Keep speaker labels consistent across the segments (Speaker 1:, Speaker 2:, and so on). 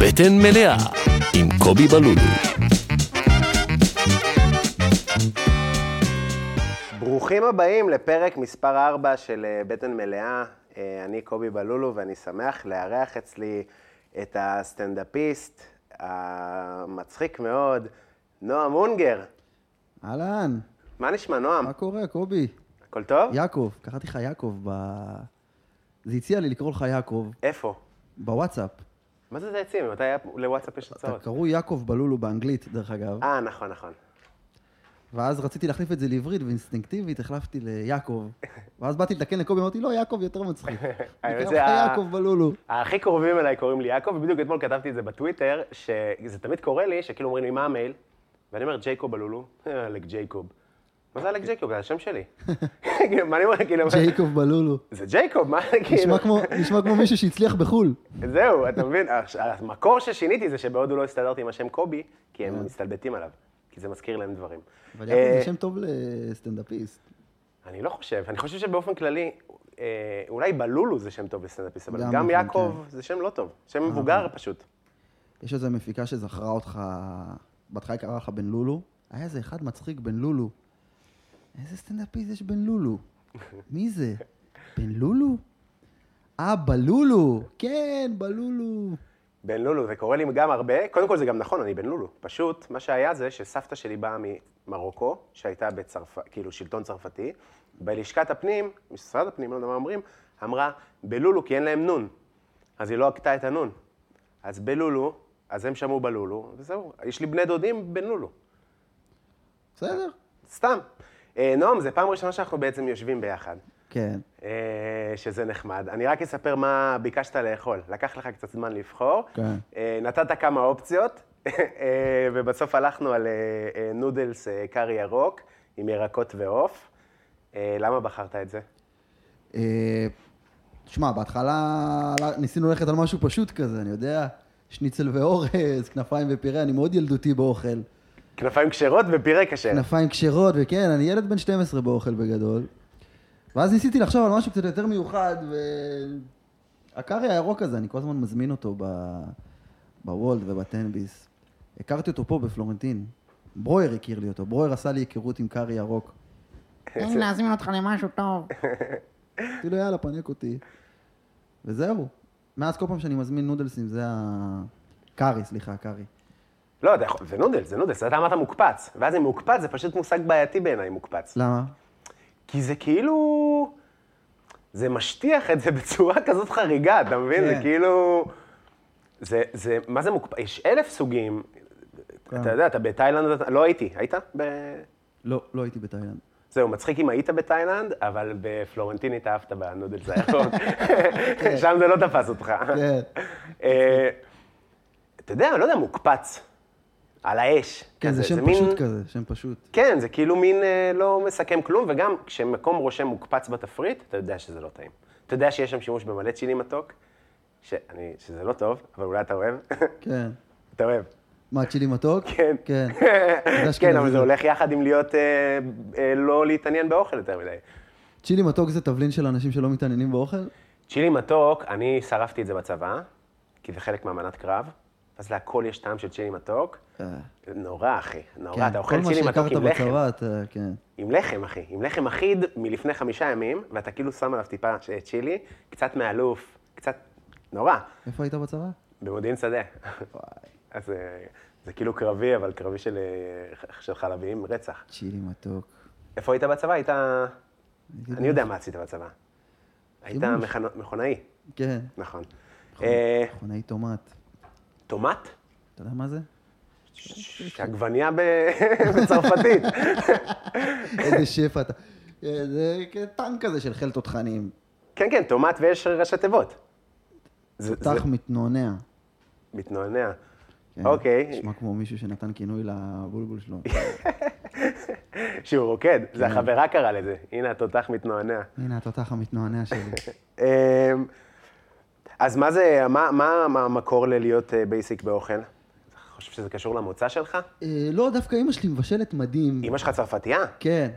Speaker 1: בטן מלאה עם קובי בלולו.
Speaker 2: ברוכים הבאים לפרק מספר 4 של אה, בטן מלאה. אה, אני קובי בלולו ואני שמח לארח אצלי את הסטנדאפיסט המצחיק מאוד, נועם אונגר.
Speaker 3: אהלן,
Speaker 2: מה נשמע, נועם?
Speaker 3: מה קורה, קובי?
Speaker 2: הכל טוב?
Speaker 3: יעקב, קראתי לך יעקב ב... זה הציע לי לקרוא לך יעקב
Speaker 2: איפה?
Speaker 3: בוואטסאפ.
Speaker 2: מה זה זה עצים? מתי היה- לוואטסאפ יש
Speaker 3: אתה
Speaker 2: הצעות?
Speaker 3: קראו יעקב בלולו באנגלית, דרך אגב.
Speaker 2: אה, נכון, נכון.
Speaker 3: ואז רציתי להחליף את זה לעברית, ואינסטינקטיבית החלפתי ליעקב. ואז באתי לתקן לקובי, אמרתי, לא, יעקב יותר מצחיק. אני אקרא
Speaker 2: האמת
Speaker 3: לך
Speaker 2: זה ה-
Speaker 3: יעקב בלולו.
Speaker 2: הכי קרובים אליי קוראים לי יעקב, ובדיוק אתמול כתבתי את זה בטוויטר, שזה תמיד קורה לי, שכאילו אומרים לי, מה המייל? ואני אומר, ג'ייקוב בלולו, "אה, אלק ג'ייקוב. מה זה אלק ג'ייקוב? זה השם שלי. כאילו, מה אני אומר, כאילו, מה-
Speaker 3: ג'ייקוב בלולו.
Speaker 2: זה ג'ייקוב, מה, כאילו,
Speaker 3: נשמע כמו- נשמע כמו מישהו שהצליח בחו"ל.
Speaker 2: זהו, אתה מבין? הש- המקור ששיניתי זה שבהודו לא הסתדרתי עם השם קובי, כי הם מסתלבטים עליו, כי זה מזכיר להם דברים.
Speaker 3: אה. אבל יעקב
Speaker 2: אה,
Speaker 3: זה שם טוב לסטנדאפיסט.
Speaker 2: אני לא חושב, אני חושב שבאופן כללי, אה, אולי בלולו זה שם טוב לסטנדאפיסט, אבל
Speaker 3: גם
Speaker 2: גם
Speaker 3: נכון, אה,
Speaker 2: יעקב זה שם לא טוב, שם מבוגר פשוט.
Speaker 3: יש איזו מפיקה שזכרה אותך, בהתחלה קראה לך בן לולו. היה איזה אחד מצחיק, בן לולו. איזה סטנדאפיסט יש בן לולו? מי זה? בן לולו? אה, בלולו! כן, בלולו!
Speaker 2: בן לולו, זה קורה לי גם הרבה. קודם כל, זה גם נכון, אני בן לולו. פשוט, מה שהיה זה שסבתא שלי באה ממרוקו, שהייתה בצרפת, כאילו שלטון צרפתי, בלשכת הפנים, משרד הפנים, לא יודע מה אומרים, אמרה, בלולו כי אין להם נון. אז היא לא הכתה את הנון. אז בלולו, אז הם שמעו בלולו, וזהו. יש לי בני דודים בן לולו.
Speaker 3: בסדר?
Speaker 2: סתם. אה, נועם, זו פעם ראשונה שאנחנו בעצם יושבים ביחד.
Speaker 3: כן.
Speaker 2: אה, שזה נחמד. אני רק אספר מה ביקשת לאכול. לקח לך קצת זמן לבחור.
Speaker 3: כן.
Speaker 2: אה, נתת כמה אופציות, אה, ובסוף הלכנו על אה, אה, נודלס אה, קארי ירוק, עם ירקות ועוף. אה, למה בחרת את זה?
Speaker 3: אה, תשמע, בהתחלה ניסינו ללכת על משהו פשוט כזה, אני יודע, שניצל ואורז, כנפיים ופירה, אני מאוד ילדותי באוכל.
Speaker 2: כנפיים כשרות ופירה כשר.
Speaker 3: כנפיים כשרות, וכן, אני ילד בן 12 באוכל בגדול. ואז ניסיתי לחשוב על משהו קצת יותר מיוחד, ו... הקארי הירוק הזה, אני כל הזמן מזמין אותו ב... בוולד ובטנביס. הכרתי אותו פה בפלורנטין. ברויר הכיר לי אותו, ברויר עשה לי היכרות עם קארי ירוק.
Speaker 4: תן לי להזמין אותך למשהו טוב.
Speaker 3: אמרתי לו, כאילו, יאללה, פנק אותי. וזהו. מאז כל פעם שאני מזמין נודלסים, זה ה... קארי, סליחה, קארי.
Speaker 2: לא, אתה יכול- זה נודלס, זה נודלס, אתה אמרת מוקפץ. ואז אם מוקפץ, זה פשוט מושג בעייתי בעיניי, מוקפץ.
Speaker 3: למה?
Speaker 2: כי זה כאילו... זה משטיח את זה בצורה כזאת חריגה, אתה מבין? זה
Speaker 3: כן.
Speaker 2: כאילו... זה, זה, מה זה מוקפ... יש אלף סוגים.
Speaker 3: כן.
Speaker 2: אתה יודע, אתה בתאילנד, אתה- לא הייתי, היית? ב...
Speaker 3: לא, לא הייתי בתאילנד.
Speaker 2: זהו, מצחיק אם היית בתאילנד, אבל בפלורנטין התאהבת בנודלס הירוק. שם זה לא תפס אותך.
Speaker 3: כן.
Speaker 2: אה, אתה יודע, לא יודע, מוקפץ. על האש.
Speaker 3: כן, זה
Speaker 2: כזה,
Speaker 3: שם
Speaker 2: מין-
Speaker 3: פשוט כזה, שם פשוט.
Speaker 2: כן, זה כאילו מין אה, לא מסכם כלום, וגם כשמקום רושם מוקפץ בתפריט, אתה יודע שזה לא טעים. אתה יודע שיש שם שימוש במלא צ'ילי מתוק, שאני, שזה לא טוב, אבל אולי אתה אוהב.
Speaker 3: כן.
Speaker 2: אתה אוהב.
Speaker 3: מה, צ'ילי מתוק?
Speaker 2: כן.
Speaker 3: כן.
Speaker 2: כן, אבל
Speaker 3: אשכנזי.
Speaker 2: זה הולך יחד עם להיות, אה, אה, לא להתעניין באוכל יותר מדי.
Speaker 3: צ'ילי מתוק זה תבלין של אנשים שלא מתעניינים באוכל?
Speaker 2: צ'ילי מתוק, אני שרפתי את זה בצבא, כי זה חלק מאמנת קרב, אז להכל יש טעם של צ'ילי מתוק.
Speaker 3: אה,
Speaker 2: נורא, אחי, נורא.
Speaker 3: כן,
Speaker 2: לא, אתה אוכל צ'ילי
Speaker 3: כל מה
Speaker 2: מתוק עם
Speaker 3: שהכרת
Speaker 2: לחם.
Speaker 3: בצבא, אתה, כן.
Speaker 2: עם לחם, אחי. עם לחם אחיד מלפני חמישה ימים, ואתה כאילו שם עליו טיפה ש- צ'ילי, קצת מאלוף, קצת נורא,
Speaker 3: איפה היית בצבא?
Speaker 2: במודיעין שדה. אז אה, זה כאילו קרבי, אבל קרבי של, אה, ח- של חלביים, רצח.
Speaker 3: צ'ילי מתוק.
Speaker 2: איפה היית בצבא? היית...
Speaker 3: הייתי
Speaker 2: אני יודע מה עשית בצבא. היית
Speaker 3: חימוש.
Speaker 2: מכנו- מכונאי,
Speaker 3: כן.
Speaker 2: נכון. אה,
Speaker 3: מכונאי טומט.
Speaker 2: טומט?
Speaker 3: אתה יודע מה זה?
Speaker 2: עגבנייה ב- בצרפתית.
Speaker 3: איזה שפע אתה. אה, זה טנק כזה של חיל תותחנים.
Speaker 2: כן, כן, טומט ויש ראשי תיבות. זה- זה
Speaker 3: תותח מתנונע.
Speaker 2: מתנונע.
Speaker 3: כן.
Speaker 2: אוקיי.
Speaker 3: נשמע כמו מישהו שנתן כינוי לבולבול שלו.
Speaker 2: שהוא רוקד, זה החברה קרא לזה. הנה, התותח מתנוענע.
Speaker 3: הנה התותח המתנוענע שלי.
Speaker 2: אמ, אז מה זה, מה- מה מה המקור ללהיות אה, בייסיק באוכל? אתה חושב שזה קשור למוצא שלך?
Speaker 3: אה, לא, דווקא אימא שלי מבשלת מדהים.
Speaker 2: אמא שלך צרפתייה?
Speaker 3: כן.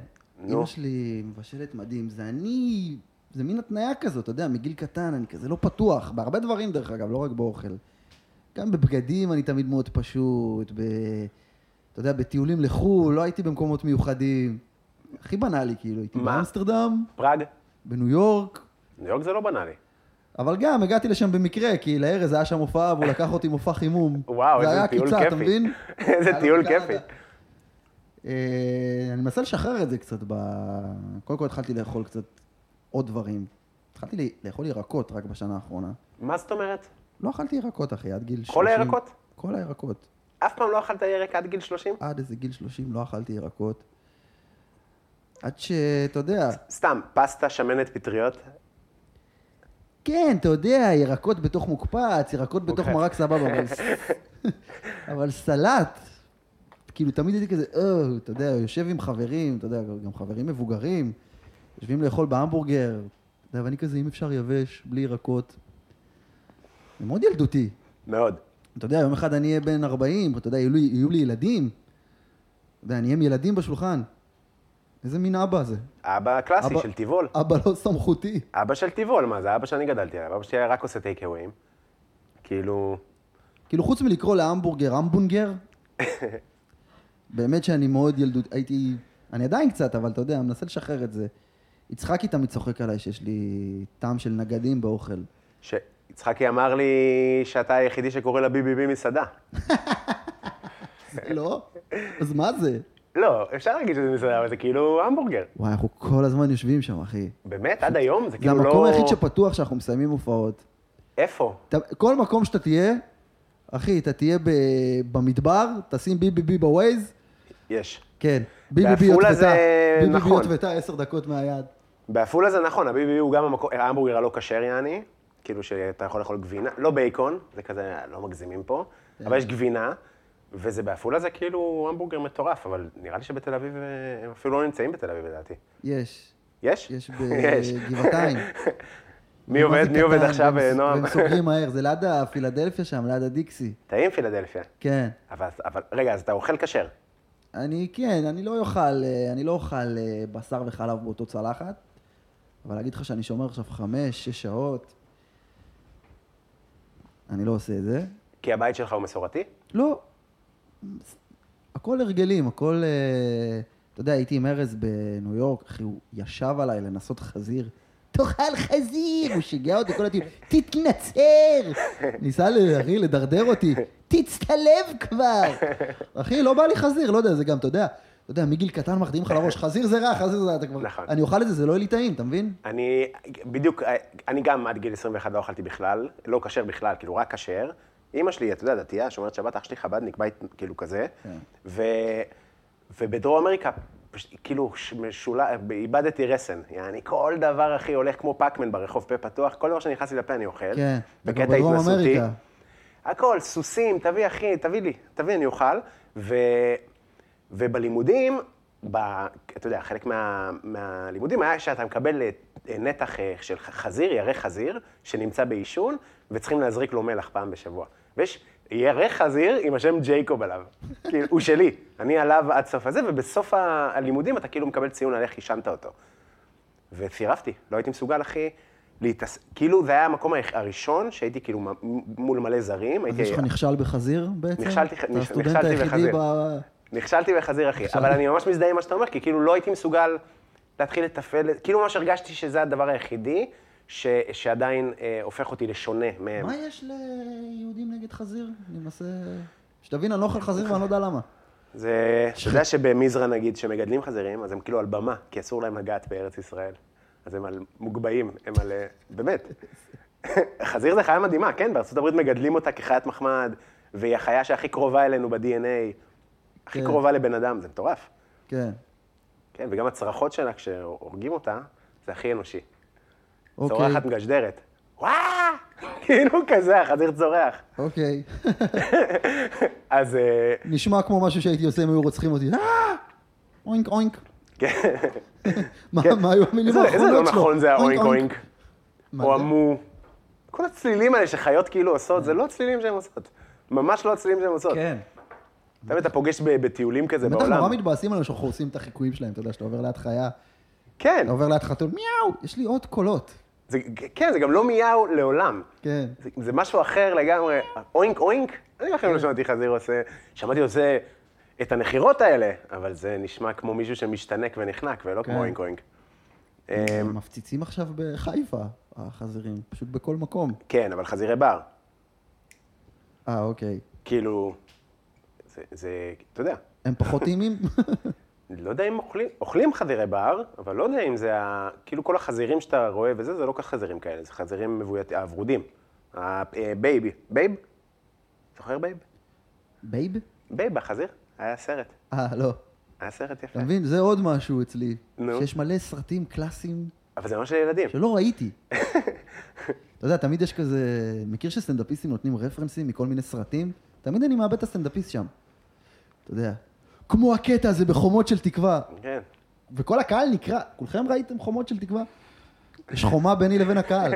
Speaker 2: נו.
Speaker 3: אמא שלי מבשלת מדהים, זה אני... זה מין התניה כזאת, אתה יודע, מגיל קטן, אני כזה לא פתוח, בהרבה דברים דרך אגב, לא רק באוכל. גם בבגדים אני תמיד מאוד פשוט, ב... אתה יודע, בטיולים לחו"ל, לא הייתי במקומות מיוחדים. הכי בנאלי, כאילו, הייתי
Speaker 2: מה?
Speaker 3: באמסטרדם,
Speaker 2: פראג,
Speaker 3: בניו יורק,
Speaker 2: ניו יורק זה לא בנאלי.
Speaker 3: אבל גם הגעתי לשם במקרה, כי לארז היה שם הופעה והוא לקח אותי מופע חימום.
Speaker 2: וואו,
Speaker 3: זה
Speaker 2: איזה
Speaker 3: היה
Speaker 2: טיול
Speaker 3: עקיצה,
Speaker 2: כיפי.
Speaker 3: אתה מבין?
Speaker 2: איזה
Speaker 3: היה
Speaker 2: טיול
Speaker 3: לו
Speaker 2: כיפי.
Speaker 3: קנדה. אה, אני מנסה לשחרר את זה קצת ב... קודם כל התחלתי לאכול קצת עוד דברים. התחלתי ל- לאכול ירקות רק בשנה האחרונה.
Speaker 2: מה זאת אומרת?
Speaker 3: לא אכלתי ירקות, אחי, עד גיל 30.
Speaker 2: הירקות?
Speaker 3: כל הירקות.
Speaker 2: אף פעם לא אכלת ירק עד גיל 30?
Speaker 3: עד איזה גיל 30 לא אכלתי ירקות. עד שאתה יודע,
Speaker 2: סתם, פסטה, שמנת, פטריות?
Speaker 3: כן, אתה יודע, ירקות בתוך מוקפץ, ירקות בתוך
Speaker 2: אוקיי.
Speaker 3: מרק סבבה, אבל, אבל סלט, כאילו תמיד הייתי כזה, אה, אתה יודע, יושב עם חברים, אתה יודע, גם חברים מבוגרים, יושבים לאכול בהמבורגר, אתה יודע, ואני כזה, אם אפשר יבש, בלי ירקות. זה מאוד ילדותי.
Speaker 2: מאוד.
Speaker 3: אתה יודע, יום אחד אני אהיה בן 40, אתה יודע, יהיו לי, יהיו לי ילדים. אתה יודע, אני אהיה עם ילדים בשולחן. איזה מין אבא זה?
Speaker 2: אבא הקלאסי
Speaker 3: אבא-
Speaker 2: של טיבול.
Speaker 3: אבא לא סמכותי.
Speaker 2: אבא של טיבול, מה זה אבא שאני גדלתי עליו, אבא שלי היה רק עושה טייקאוויים. כאילו,
Speaker 3: כאילו, חוץ מלקרוא להמבורגר המבונגר, באמת שאני מאוד ילדות, הייתי, אני עדיין קצת, אבל אתה יודע, מנסה לשחרר את זה. יצחקי תמיד צוחק עליי שיש לי טעם של נגדים באוכל.
Speaker 2: שיצחקי אמר לי שאתה היחידי שקורא לה ביבי מסעדה.
Speaker 3: זה לא? אז מה זה?
Speaker 2: לא, אפשר להגיד שזה מסעדה, אבל זה כאילו המבורגר.
Speaker 3: וואי, אנחנו כל הזמן יושבים שם, אחי.
Speaker 2: באמת, עד היום זה
Speaker 3: זה
Speaker 2: כאילו לא...
Speaker 3: המקום היחיד שפתוח שאנחנו מסיימים הופעות.
Speaker 2: איפה?
Speaker 3: אתה- כל מקום שאתה תהיה, אחי, אתה תהיה ב- במדבר, תשים BBB בווייז,
Speaker 2: יש.
Speaker 3: כן, BBB
Speaker 2: בעפולה זה
Speaker 3: יוטבתה, BBB
Speaker 2: נכון.
Speaker 3: יוטבתה עשר דקות מהיד.
Speaker 2: בעפולה זה נכון, הביבי הוא גם המקום, ההמבורגר הלא כשר יעני, כאילו שאתה יכול לאכול גבינה, לא בייקון, זה כזה, לא מגזימים פה,
Speaker 3: אה.
Speaker 2: אבל יש גבינה, וזה בעפולה זה כאילו המבורגר מטורף, אבל נראה לי שבתל אביב, אה, הם אפילו לא נמצאים בתל אביב לדעתי.
Speaker 3: יש,
Speaker 2: יש?
Speaker 3: יש
Speaker 2: יש.
Speaker 3: בגבעתיים.
Speaker 2: מי עובד, מי עובד
Speaker 3: קטן,
Speaker 2: עכשיו,
Speaker 3: והם-
Speaker 2: אה, נועם?
Speaker 3: והם סוגרים מהר, זה ליד הפילדלפיה שם, ליד הדיקסי.
Speaker 2: טעים פילדלפיה.
Speaker 3: כן.
Speaker 2: אבל, אבל, רגע, אז אתה אוכל כשר.
Speaker 3: אני, כן, אני לא אוכל, אה, אני לא אוכל אה, בשר וחלב באותו צלחת, אבל להגיד לך שאני שומר עכשיו חמש, שש שעות, אני לא עושה את זה.
Speaker 2: כי הבית שלך הוא מסורתי?
Speaker 3: לא, הכל הרגלים, הכל... אה, אתה יודע, הייתי עם ארז בניו יורק, אחי, הוא ישב עליי לנסות חזיר. תאכל חזיר! הוא שיגע אותי כל הטיול, תתנצר! ניסה, ל- אחי, לדרדר אותי, תצטלב כבר! אחי, לא בא לי חזיר, לא יודע, זה גם, אתה יודע, אתה יודע, מגיל קטן מחדיאים לך לראש, חזיר זה רע, חזיר זה רע, אתה כבר...
Speaker 2: נכון.
Speaker 3: אני אוכל את זה, זה לא יהיה לי טעים, אתה מבין?
Speaker 2: אני, בדיוק, אה, אני גם עד גיל 21 לא אכלתי בכלל, לא כשר בכלל, כאילו רק כשר. אימא שלי, אתה יודע, דתייה, שומרת שבת, אח שלי חבדניק, בית כאילו כזה.
Speaker 3: כן.
Speaker 2: ו, ובדרום אמריקה, פש- כאילו, ש- משולה, איבדתי רסן. יעני, כל דבר, אחי, הולך כמו פאקמן ברחוב, פה פתוח, כל דבר שאני נכנס לי לפה אני אוכל.
Speaker 3: כן,
Speaker 2: בקטע
Speaker 3: בדרום
Speaker 2: התנסותי.
Speaker 3: אמריקה.
Speaker 2: הכל, סוסים, תביא אחי, תביא לי, תביא, אני אוכל. ו... ובלימודים, ב... אתה יודע, חלק מה... מהלימודים היה שאתה מקבל אה, נתח אה, של ח- חזיר, ירך חזיר, שנמצא בעישון, וצריכים להזריק לו מלח פעם בשבוע. ויש ירך חזיר עם השם ג'ייקוב עליו. כאילו, הוא שלי, אני עליו עד סוף הזה, ובסוף ה- הלימודים אתה כאילו מקבל ציון על איך עישנת אותו. וסירבתי, לא הייתי מסוגל, אחי, להתעס... כאילו, זה היה המקום היח- הראשון שהייתי כאילו מ- מול מלא זרים,
Speaker 3: אז
Speaker 2: הייתי...
Speaker 3: יש לך נכשל בחזיר בעצם?
Speaker 2: נכשלתי-
Speaker 3: אתה
Speaker 2: נכ-
Speaker 3: הסטודנט
Speaker 2: נכשלתי
Speaker 3: היחידי
Speaker 2: בחזיר.
Speaker 3: ב-
Speaker 2: נכשלתי בחזיר, אחי, אבל אני ממש מזדהה עם מה שאתה אומר, כי כאילו לא הייתי מסוגל להתחיל לתפעל, כאילו ממש הרגשתי שזה הדבר היחידי ש... שעדיין אה, הופך אותי לשונה מהם.
Speaker 3: מה יש ליהודים נגד חזיר? אני מנסה... שתבין, אני לא אוכל חזיר ואני לא יודע למה.
Speaker 2: זה, אתה יודע שבמזרע נגיד, שמגדלים חזירים, אז הם כאילו על במה, כי אסור להם לגעת בארץ ישראל. אז הם על מוגבהים, הם על... אה, באמת. חזיר זה חיה מדהימה, כן, בארצות הברית מגדלים אותה כחיית מחמד, והיא החיה שהכי קרובה אלינו ב-DNA, הכי
Speaker 3: כן.
Speaker 2: קרובה לבן אדם, זה מטורף.
Speaker 3: כן,
Speaker 2: כן, וגם הצרחות שלה כשהורגים אותה, זה הכי אנושי.
Speaker 3: אוקיי,
Speaker 2: צורחת מגשדרת. וואו! כאילו כזה, החזיר צורח.
Speaker 3: אוקיי.
Speaker 2: אז... אה,
Speaker 3: נשמע כמו משהו שהייתי עושה אם היו רוצחים אותי. "אה!" אוינק אוינק.
Speaker 2: כן.
Speaker 3: מה
Speaker 2: כן.
Speaker 3: מה היו המילים
Speaker 2: איזה-
Speaker 3: האחרונות
Speaker 2: איזה
Speaker 3: כאילו, שלו?
Speaker 2: לא נכון זה האוינק אוינק,
Speaker 3: מה
Speaker 2: או
Speaker 3: זה? אה.
Speaker 2: המו. כל הצלילים האלה שחיות כאילו עושות, זה לא הצלילים שהן עושות. ממש לא הצלילים שהן עושות.
Speaker 3: כן.
Speaker 2: תמיד אתה פוגש ב- בטיולים כזה
Speaker 3: בטח נורא
Speaker 2: בעולם.
Speaker 3: מתבאסים עלינו שאנחנו עושים את החיקויים שלהם, אתה יודע, שאתה עובר ליד חיה,
Speaker 2: כן,
Speaker 3: אתה עובר ליד חתול, מיאו, יש לי עוד קולות.
Speaker 2: זה, כן, זה גם לא מיהו לעולם.
Speaker 3: כן.
Speaker 2: זה, זה משהו אחר לגמרי. אוינק אוינק? אני בכלל
Speaker 3: כן.
Speaker 2: לא שמעתי חזיר עושה, שמעתי עושה את הנחירות האלה, אבל זה נשמע כמו מישהו שמשתנק ונחנק, ולא
Speaker 3: כן.
Speaker 2: כמו אוינק אוינק. אמ.
Speaker 3: הם מפציצים עכשיו בחיפה, החזירים, פשוט בכל מקום.
Speaker 2: כן, אבל חזירי בר.
Speaker 3: אה, אוקיי.
Speaker 2: כאילו, זה, זה, אתה יודע,
Speaker 3: הם פחות טעימים?
Speaker 2: לא יודע אם אוכלים, אוכלים חזירי בר, אבל לא יודע אם זה ה... כאילו כל החזירים שאתה רואה וזה, זה לא כל כך חזירים כאלה, זה חזירים מבויתים, הוורודים. הבייבי, בייב? זוכר בייב?
Speaker 3: בייב?
Speaker 2: בייב, החזיר? היה סרט.
Speaker 3: אה, לא.
Speaker 2: היה סרט יפה.
Speaker 3: אתה מבין? זה עוד משהו אצלי.
Speaker 2: נו.
Speaker 3: שיש מלא סרטים קלאסיים
Speaker 2: אבל זה ממש לילדים.
Speaker 3: שלא ראיתי. אתה יודע, תמיד יש כזה... מכיר שסטנדאפיסטים נותנים רפרנסים מכל מיני סרטים? תמיד אני מאבד את הסטנדאפיסט שם. אתה יודע. כמו הקטע הזה בחומות של תקווה.
Speaker 2: כן.
Speaker 3: וכל הקהל נקרע. כולכם ראיתם חומות של תקווה? יש חומה ביני לבין הקהל.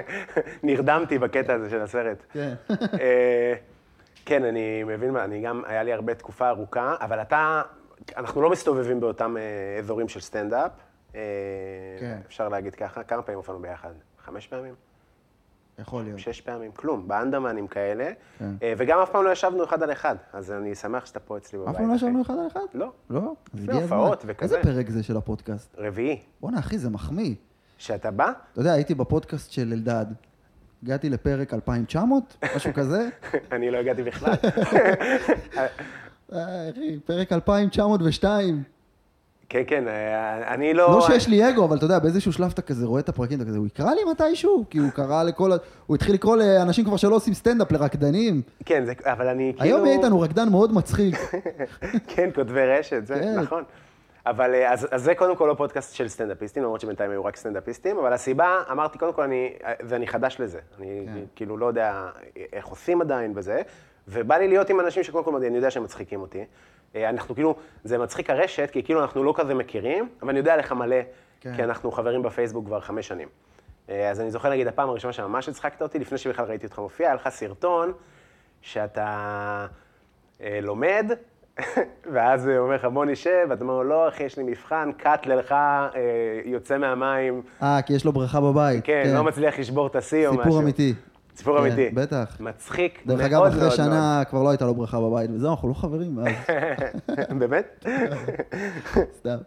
Speaker 2: נרדמתי בקטע הזה של הסרט.
Speaker 3: כן.
Speaker 2: אה, כן, אני מבין מה, אני גם, היה לי הרבה תקופה ארוכה, אבל אתה, אנחנו לא מסתובבים באותם אה, אזורים של סטנדאפ. אה,
Speaker 3: כן.
Speaker 2: אפשר להגיד ככה, כמה פעמים הופענו ביחד? חמש פעמים?
Speaker 3: יכול להיות.
Speaker 2: שש פעמים? כלום, באנדרמנים כאלה.
Speaker 3: כן.
Speaker 2: אה, וגם אף פעם לא ישבנו אחד על אחד, אז אני שמח שאתה פה אצלי בבית.
Speaker 3: אף פעם לא
Speaker 2: אחי.
Speaker 3: ישבנו אחד על אחד?
Speaker 2: לא,
Speaker 3: לא? אז
Speaker 2: לפני
Speaker 3: הגיע הזמן.
Speaker 2: הופעות וכזה.
Speaker 3: איזה פרק זה של הפודקאסט?
Speaker 2: רביעי.
Speaker 3: בואנה, אחי, זה מחמיא.
Speaker 2: שאתה בא?
Speaker 3: אתה יודע, הייתי בפודקאסט של אלדד. הגעתי לפרק 2900, משהו כזה.
Speaker 2: אני לא הגעתי בכלל.
Speaker 3: אה, אחי, פרק 2902.
Speaker 2: כן, כן, אה, אני לא...
Speaker 3: לא שיש לי אגו, אבל אתה יודע, באיזשהו שלב אתה כזה רואה את הפרקים, אתה כזה, הוא יקרא לי מתישהו? כי הוא קרא לכל... ה- הוא התחיל לקרוא לאנשים כבר שלא עושים סטנדאפ, לרקדנים.
Speaker 2: כן, זה- אבל אני כאילו...
Speaker 3: היום יהיה איתנו רקדן מאוד מצחיק.
Speaker 2: כן, כותבי רשת, זה
Speaker 3: כן.
Speaker 2: נכון. אבל אה, אז, אז זה קודם כל לא פודקאסט של סטנדאפיסטים, למרות שבינתיים היו רק סטנדאפיסטים, אבל הסיבה, אמרתי, קודם כל, אני, אה, ואני חדש לזה. אני
Speaker 3: כן.
Speaker 2: כאילו לא יודע איך עושים עדיין וזה, ובא לי להיות עם אנשים שקודם כל, אני יודע שהם מצחיקים אותי. אה, אנחנו כאילו, זה מצחיק הרשת, כי כאילו אנחנו לא כזה מכירים, אבל אני יודע לך מלא,
Speaker 3: כן.
Speaker 2: כי אנחנו חברים בפייסבוק כבר חמש שנים. אה, אז אני זוכר, נגיד, הפעם הראשונה שממש הצחקת אותי, לפני שבכלל ראיתי אותך מופיע, היה לך סרטון שאתה אה, לומד, ואז הוא אומר לך, בוא נשב, ואתה אומר לו, לא, אחי, יש לי מבחן, קאט ללך, אה, יוצא מהמים,
Speaker 3: אה, כי יש לו בריכה בבית.
Speaker 2: כן, לא מצליח לשבור את השיא או משהו.
Speaker 3: סיפור אמיתי.
Speaker 2: סיפור
Speaker 3: כן,
Speaker 2: אמיתי.
Speaker 3: בטח.
Speaker 2: מצחיק מאוד מאוד
Speaker 3: דרך אגב,
Speaker 2: מאוד.
Speaker 3: אחרי שנה כבר לא הייתה לו בריכה בבית, וזהו, אנחנו לא חברים מאז,
Speaker 2: באמת?
Speaker 3: סתם.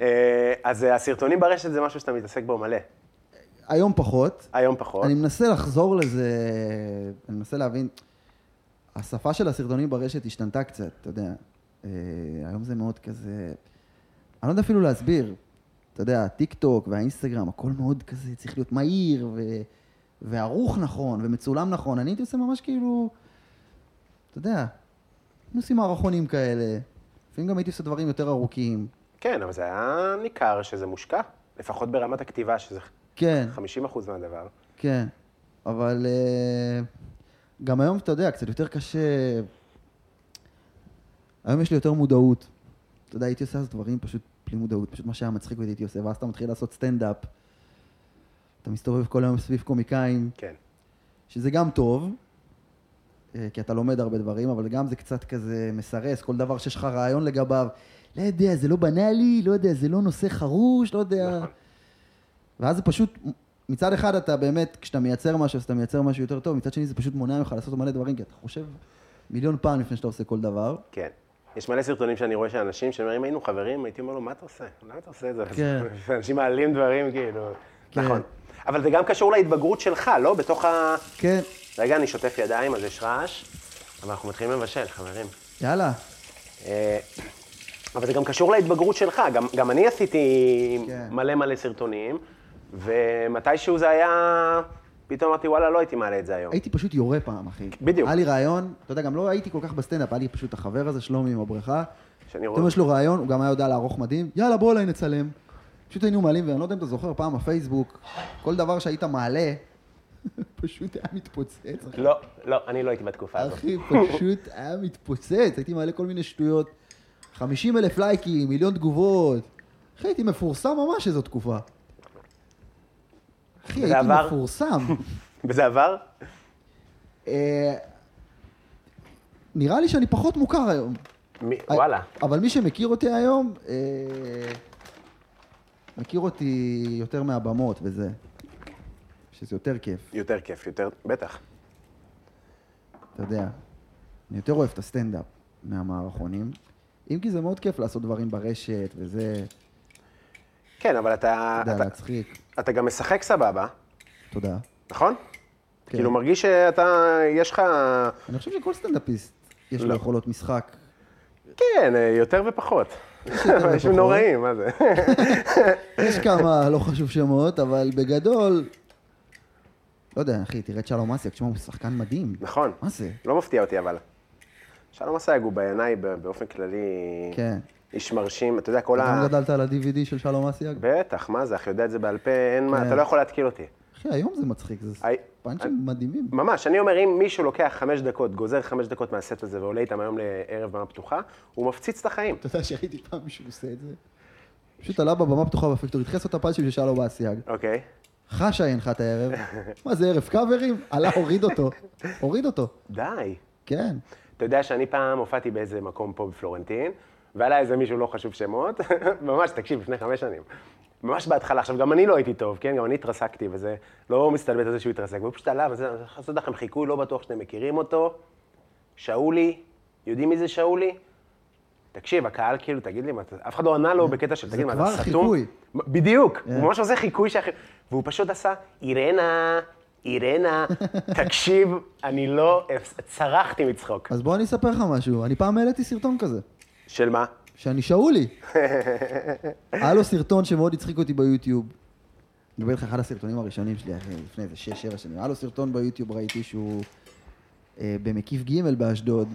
Speaker 2: אה, אז אה, הסרטונים ברשת זה משהו שאתה מתעסק בו מלא.
Speaker 3: היום פחות.
Speaker 2: היום פחות.
Speaker 3: אני מנסה לחזור לזה, אני מנסה להבין. השפה של הסרטונים ברשת השתנתה קצת, אתה יודע. אה, היום זה מאוד כזה... אני לא יודע אפילו להסביר. אתה יודע, הטיק טוק והאינסטגרם, הכל מאוד כזה, צריך להיות מהיר, ו... וערוך נכון, ומצולם נכון. אני הייתי עושה ממש כאילו, אתה יודע, היינו עושים מערכונים כאלה. לפעמים גם הייתי עושה דברים יותר ארוכים.
Speaker 2: כן, אבל זה היה ניכר שזה מושקע, לפחות ברמת הכתיבה, שזה
Speaker 3: כן.
Speaker 2: 50% מהדבר.
Speaker 3: כן, אבל אה, גם היום, אתה יודע, קצת יותר קשה... היום יש לי יותר מודעות. אתה יודע, הייתי עושה אז דברים פשוט בלי מודעות, פשוט מה שהיה מצחיק והייתי עושה, ואז אתה מתחיל לעשות סטנדאפ. אתה מסתובב כל היום סביב קומיקאים,
Speaker 2: כן.
Speaker 3: שזה גם טוב, אה, כי אתה לומד הרבה דברים, אבל גם זה קצת כזה מסרס, כל דבר שיש לך רעיון לגביו, לא יודע, זה לא בנאלי, לא יודע, זה לא נושא חרוש, לא יודע...
Speaker 2: נכון.
Speaker 3: ואז זה פשוט, מצד אחד אתה באמת, כשאתה מייצר משהו, אז אתה מייצר משהו יותר טוב, מצד שני זה פשוט מונע ממך לעשות מלא דברים, כי אתה חושב מיליון פעם לפני שאתה עושה כל דבר.
Speaker 2: כן. יש מלא סרטונים שאני רואה של אנשים שאומרים, אם היינו חברים, הייתי אומר לו, מה אתה עושה? למה אתה עושה את זה?
Speaker 3: כן.
Speaker 2: אנשים מעלים דברים, כאילו.
Speaker 3: כן.
Speaker 2: נכון. אבל זה גם קשור להתבגרות שלך, לא? בתוך ה...
Speaker 3: כן,
Speaker 2: רגע, אני שוטף ידיים, אז יש רעש, אבל אנחנו מתחילים לבשל, חברים.
Speaker 3: יאללה.
Speaker 2: אה, אבל זה גם קשור להתבגרות שלך. גם, גם אני עשיתי
Speaker 3: כן.
Speaker 2: מלא מלא סרטונים, ומתישהו זה היה... פתאום אמרתי, וואלה, לא הייתי מעלה את זה היום.
Speaker 3: הייתי פשוט יורה פעם, אחי.
Speaker 2: בדיוק.
Speaker 3: היה לי רעיון, אתה יודע, גם לא הייתי כל כך בסטנדאפ, היה לי פשוט החבר הזה, שלומי עם הבריכה.
Speaker 2: שאני רואה...
Speaker 3: פתאום יש לו רעיון, הוא גם היה יודע לערוך מדהים, יאללה בוא אליי נצלם. פשוט היינו מעלים, ואני לא יודע אם אתה זוכר, פעם הפייסבוק, כל דבר שהיית מעלה, פשוט היה מתפוצץ. אחי.
Speaker 2: לא, לא, אני לא הייתי בתקופה הזאת.
Speaker 3: אחי, פשוט היה מתפוצץ, הייתי מעלה כל מיני שטויות. 50 אלף לייקים, מיליון תגובות. אחי, הייתי מפורסם ממש איזו תקופה. אחי,
Speaker 2: זה
Speaker 3: הייתי
Speaker 2: עבר?
Speaker 3: מפורסם.
Speaker 2: וזה עבר?
Speaker 3: אה, נראה לי שאני פחות מוכר היום.
Speaker 2: מי- וואלה.
Speaker 3: אבל מי שמכיר אותי היום, אה, מכיר אותי יותר מהבמות וזה. שזה יותר כיף,
Speaker 2: יותר כיף, יותר, בטח.
Speaker 3: אתה יודע. אני יותר אוהב את הסטנדאפ מהמערכונים. אם כי זה מאוד כיף לעשות דברים ברשת וזה,
Speaker 2: כן, אבל אתה,
Speaker 3: אתה יודע,
Speaker 2: אתה,
Speaker 3: להצחיק.
Speaker 2: אתה גם משחק סבבה,
Speaker 3: תודה.
Speaker 2: נכון?
Speaker 3: כן.
Speaker 2: כאילו מרגיש שאתה, יש לך,
Speaker 3: אני חושב שכל סטנדאפיסט יש
Speaker 2: לא.
Speaker 3: לו יכולות משחק.
Speaker 2: כן, אה, יותר ופחות.
Speaker 3: יותר
Speaker 2: יש
Speaker 3: ופחות.
Speaker 2: נוראים, מה זה?
Speaker 3: יש כמה, לא חשוב שמות, אבל בגדול... לא יודע, אחי, תראה את שלום אסיק, תשמע, הוא שחקן מדהים.
Speaker 2: נכון.
Speaker 3: מה זה?
Speaker 2: לא מפתיע אותי אבל. שלום אסייג הוא בעיניי ב- באופן כללי
Speaker 3: כן.
Speaker 2: איש מרשים, אתה יודע, כל
Speaker 3: גם
Speaker 2: ה...
Speaker 3: גדלת על ה-DVD של שלום אסיאג?
Speaker 2: בטח, מה זה, אחי, יודע את זה בעל פה, אין מה,
Speaker 3: כן.
Speaker 2: אתה לא יכול להתקיל אותי.
Speaker 3: אחי, היום זה מצחיק, זה
Speaker 2: היי-
Speaker 3: פאנצ'ים מדהימים.
Speaker 2: ממש, אני אומר, אם מישהו לוקח חמש דקות, גוזר חמש דקות מהסט הזה ועולה איתם היום לערב במה פתוחה, הוא מפציץ את החיים.
Speaker 3: אתה יודע שראיתי פעם מישהו עושה את זה? פשוט עלה בבמה פתוחה בפקטור, התייחס אותה פאנצ'ים של שלום אסיאג.
Speaker 2: אוקיי.
Speaker 3: חשה הנחה את הערב. מה זה ערב קאברים? עלה, הוריד אותו. הוריד אותו.
Speaker 2: די.
Speaker 3: כן.
Speaker 2: אתה יודע שאני פעם הופעתי באיזה מקום פה בפלורנטין, ועלה איזה מישהו לא חשוב שמות, ממש, תקשיב, לפני חמש שנים. ממש בהתחלה, עכשיו גם אני לא הייתי טוב, כן? גם אני התרסקתי וזה, לא מסתלבט על זה שהוא התרסק, והוא פשוט עלה, וזה, עשו לכם חיקוי, לא בטוח שאתם מכירים אותו. שאולי, יודעים מי זה שאולי? תקשיב, הקהל כאילו, תגיד לי, מה, אתה- אף אחד לא ענה לו בקטע של,
Speaker 3: זה
Speaker 2: תגיד, מה,
Speaker 3: כבר
Speaker 2: אתה סתום?
Speaker 3: חיקוי. כן.
Speaker 2: בדיוק, הוא ממש עושה חיקוי שאחר... והוא פשוט עשה, אירנה, אירנה, תקשיב, אני לא, אפס- צרחתי מצחוק.
Speaker 3: אז בוא אני אספר לך משהו. אני פעם העליתי סרטון כזה,
Speaker 2: של מה?
Speaker 3: שאני שאולי. היה לו סרטון שמאוד הצחיק אותי ביוטיוב. אני מדבר לך אחד הסרטונים הראשונים שלי, אחי, לפני איזה שש, שבע שנים. היה לו סרטון ביוטיוב, ראיתי שהוא אה, במקיף ג' באשדוד.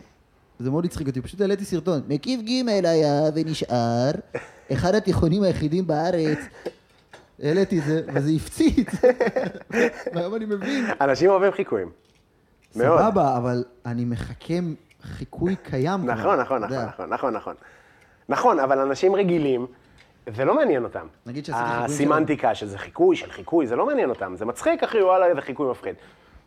Speaker 3: זה מאוד הצחיק אותי, פשוט העליתי סרטון. מקיף ג' היה ונשאר, אחד התיכונים היחידים בארץ. העליתי את זה, וזה הפציץ. והיום אני מבין.
Speaker 2: אנשים אוהבים חיקויים. מאוד.
Speaker 3: סבבה, אבל אני מחכה חיקוי קיים. כבר,
Speaker 2: נכון, נכון,
Speaker 3: אתה יודע.
Speaker 2: נכון, נכון, נכון, נכון. נכון, אבל אנשים רגילים, זה לא מעניין אותם.
Speaker 3: נגיד שעשיתי חיקויים של-
Speaker 2: הסמנטיקה, שזה חיקוי של חיקוי, זה לא מעניין אותם. זה מצחיק, אחי, וואלה, איזה חיקוי מפחיד.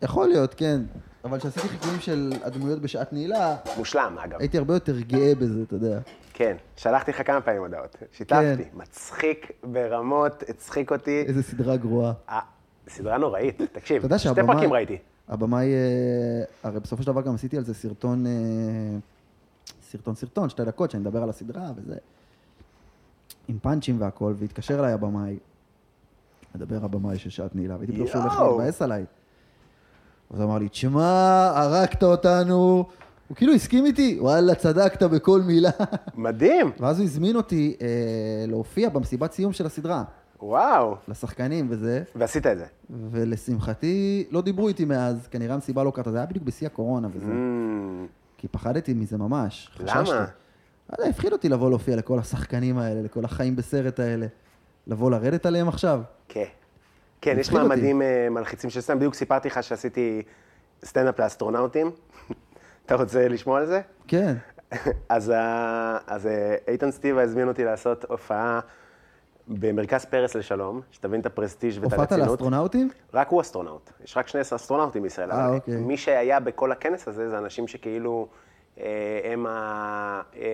Speaker 3: יכול להיות, כן. אבל כשעשיתי חיקויים של הדמויות בשעת נעילה,
Speaker 2: מושלם, אגב.
Speaker 3: הייתי הרבה יותר גאה בזה, אתה יודע.
Speaker 2: כן, שלחתי לך כמה פעמים הודעות. שיתפתי. מצחיק ברמות, הצחיק אותי.
Speaker 3: כן. איזה סדרה גרועה.
Speaker 2: אה, סדרה נוראית, תקשיב,
Speaker 3: אתה יודע
Speaker 2: שתי
Speaker 3: שהבמאי-
Speaker 2: פרקים ראיתי.
Speaker 3: הבמאי, אה, הרי בסופו של דבר גם עשיתי על זה סרטון, אה, סרטון סרטון, שתי דקות, שאני מדבר על הסדרה וזה. עם פאנצ'ים והכל, והתקשר אליי הבמאי, מדבר הבמאי של שעת נעילה, והייתי בטוח שהוא הולך
Speaker 2: יואו.
Speaker 3: להתבאס עליי. אז הוא אמר לי, תשמע, הרגת אותנו. הוא כאילו הסכים איתי, וואלה, צדקת בכל מילה.
Speaker 2: מדהים,
Speaker 3: ואז הוא הזמין אותי אה, להופיע במסיבת סיום של הסדרה,
Speaker 2: וואו.
Speaker 3: לשחקנים וזה.
Speaker 2: ועשית את זה.
Speaker 3: ולשמחתי, לא דיברו איתי מאז, כנראה המסיבה לא קרתה, זה היה בדיוק בשיא הקורונה וזה.
Speaker 2: אמ,
Speaker 3: כי פחדתי מזה ממש,
Speaker 2: למה?
Speaker 3: חששתי. לא יודע, הפחיד אותי לבוא להופיע לכל השחקנים האלה, לכל החיים בסרט האלה. לבוא לרדת עליהם עכשיו?
Speaker 2: כן. כן, יש
Speaker 3: מפחיד אותי.
Speaker 2: מעמדים אה, מלחיצים של סטנדאפ. בדיוק סיפרתי לך שעשיתי סטנדאפ לאסטרונאוטים. אתה רוצה לשמוע על זה?
Speaker 3: כן.
Speaker 2: אז, ה- אז אה, איתן סטיבה הזמין אותי לעשות הופעה במרכז פרס לשלום, שתבין את הפרסטיג' ואת
Speaker 3: הופעת
Speaker 2: הרצינות.
Speaker 3: לאסטרונאוטים?
Speaker 2: רק הוא אסטרונאוט. יש רק שני אסטרונאוטים בישראל.
Speaker 3: אה,
Speaker 2: אבל
Speaker 3: אוקיי.
Speaker 2: מי שהיה בכל הכנס הזה זה אנשים שכאילו אה, הם ה... אה,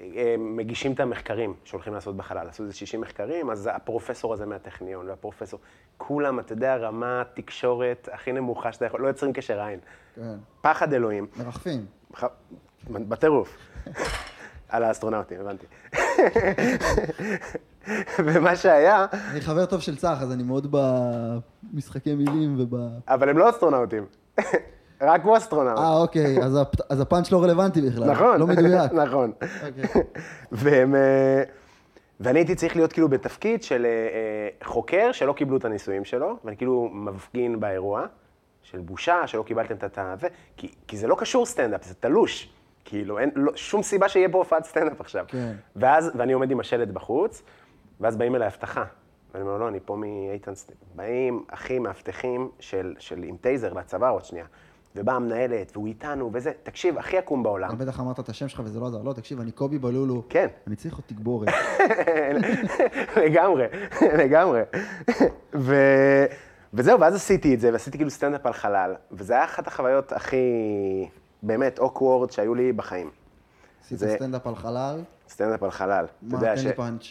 Speaker 2: אה, מגישים את המחקרים שהולכים לעשות בחלל. עשו איזה 60 מחקרים, אז הפרופסור הזה מהטכניון והפרופסור, כולם, אתה יודע, רמה תקשורת הכי נמוכה שאתה יכול, לא יוצרים קשר עין.
Speaker 3: כן.
Speaker 2: פחד אלוהים.
Speaker 3: מרחפים.
Speaker 2: ח- בטירוף. על האסטרונאוטים, הבנתי. ומה שהיה,
Speaker 3: אני חבר טוב של צח, אז אני מאוד במשחקי מילים וב...
Speaker 2: אבל הם לא אסטרונאוטים. רק הוא
Speaker 3: אה,
Speaker 2: אסטרונאוט.
Speaker 3: אוקיי, אז הפ- אז הפאנץ' לא רלוונטי בכלל.
Speaker 2: נכון.
Speaker 3: לא מדויק.
Speaker 2: נכון.
Speaker 3: אוקיי.
Speaker 2: והם... אה, ואני הייתי צריך להיות כאילו בתפקיד של אה, אה, חוקר שלא קיבלו את הניסויים שלו, ואני כאילו מפגין באירוע של בושה, שלא קיבלתם את ה... זה, כי, כי זה לא קשור סטנדאפ, זה תלוש. כאילו, אין לא, שום סיבה שיהיה פה הופעת סטנדאפ עכשיו.
Speaker 3: כן.
Speaker 2: ואז, ואני עומד עם השלט בחוץ, ואז באים אליי אבטחה. ואני אומר, לא, אני פה מאיתן סטיב. באים אחי מאבטחים של, של עם טייזר והצוואר עוד שנייה. ובאה המנהלת, והוא איתנו, וזה. תקשיב, הכי עקום בעולם.
Speaker 3: אתה בטח אמרת את השם שלך וזה לא עזר. לא, תקשיב, אני קובי בלולו.
Speaker 2: כן.
Speaker 3: אני צריך עוד תגבורת.
Speaker 2: לגמרי, לגמרי. ו... וזהו, ואז עשיתי את זה, ועשיתי כאילו סטנדאפ על חלל, וזה היה אחת החוויות הכי, באמת, אוקוורד שהיו לי בחיים.
Speaker 3: עשית
Speaker 2: זה-
Speaker 3: סטנדאפ על חלל,
Speaker 2: סטנדאפ על חלל. אתה
Speaker 3: מה, כן
Speaker 2: יודע
Speaker 3: תן
Speaker 2: ש...
Speaker 3: לי פאנץ'.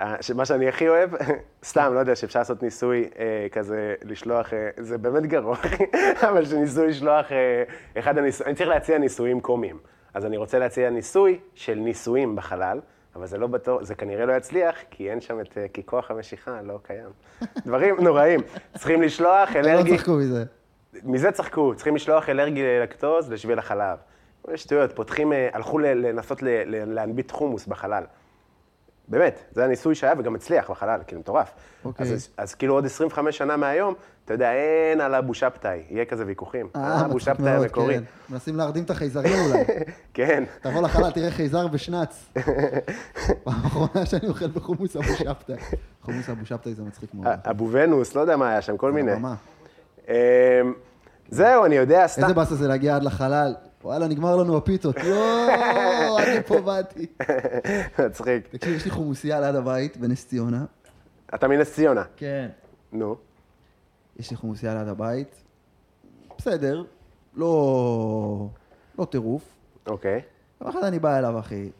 Speaker 2: אה, ש- מה שאני הכי אוהב, סתם, לא יודע, שאפשר לעשות ניסוי אה, כזה, לשלוח, אה, זה באמת גרוע, אחי, אבל שניסוי לשלוח, אה, אחד הניסויים, אני צריך להציע ניסויים קומיים. אז אני רוצה להציע ניסוי של ניסויים בחלל, אבל זה לא בטוח, זה כנראה לא יצליח, כי אין שם את, אה, כי כוח המשיכה לא קיים. דברים נוראים. צריכים לשלוח
Speaker 3: לא
Speaker 2: אלרגי...
Speaker 3: צחקו מזה.
Speaker 2: מזה צחקו, צריכים לשלוח אלרגי ללקטוז לשביל החלב. זה שטויות, פותחים, אה, הלכו ל- לנסות ל- ל- להנביט חומוס בחלל. באמת, זה הניסוי שהיה וגם הצליח בחלל, כאילו מטורף.
Speaker 3: אוקיי.
Speaker 2: אז, אז כאילו עוד 25 שנה מהיום, אתה יודע, אין על אבו שבתאי, יהיה כזה ויכוחים. על
Speaker 3: אה,
Speaker 2: אבו
Speaker 3: מצחיק
Speaker 2: שבתאי
Speaker 3: מאוד,
Speaker 2: המקורי.
Speaker 3: כן. מנסים להרדים את החייזרים אולי.
Speaker 2: כן.
Speaker 3: תבוא לחלל, תראה חייזר בשנץ. פעם אחרונה שאני אוכל בחומוס אבו שבתאי. חומוס אבו שבתאי זה מצחיק מאוד.
Speaker 2: א- אבו ונוס, לא יודע מה היה שם, כל מיני.
Speaker 3: הבמה.
Speaker 2: אמ, זהו, אני יודע, סתם.
Speaker 3: איזה באסה זה להגיע עד לחלל. וואלה, נגמר לנו הפיתות. יואו, עד לפה באתי.
Speaker 2: מצחיק.
Speaker 3: תקשיב, יש לי חומוסייה ליד הבית בנס ציונה.
Speaker 2: אתה מנס ציונה.
Speaker 3: כן.
Speaker 2: נו.
Speaker 3: יש לי חומוסייה ליד הבית. בסדר, לא... לא טירוף.
Speaker 2: אוקיי.
Speaker 3: יום אחד אני בא אליו, אחי.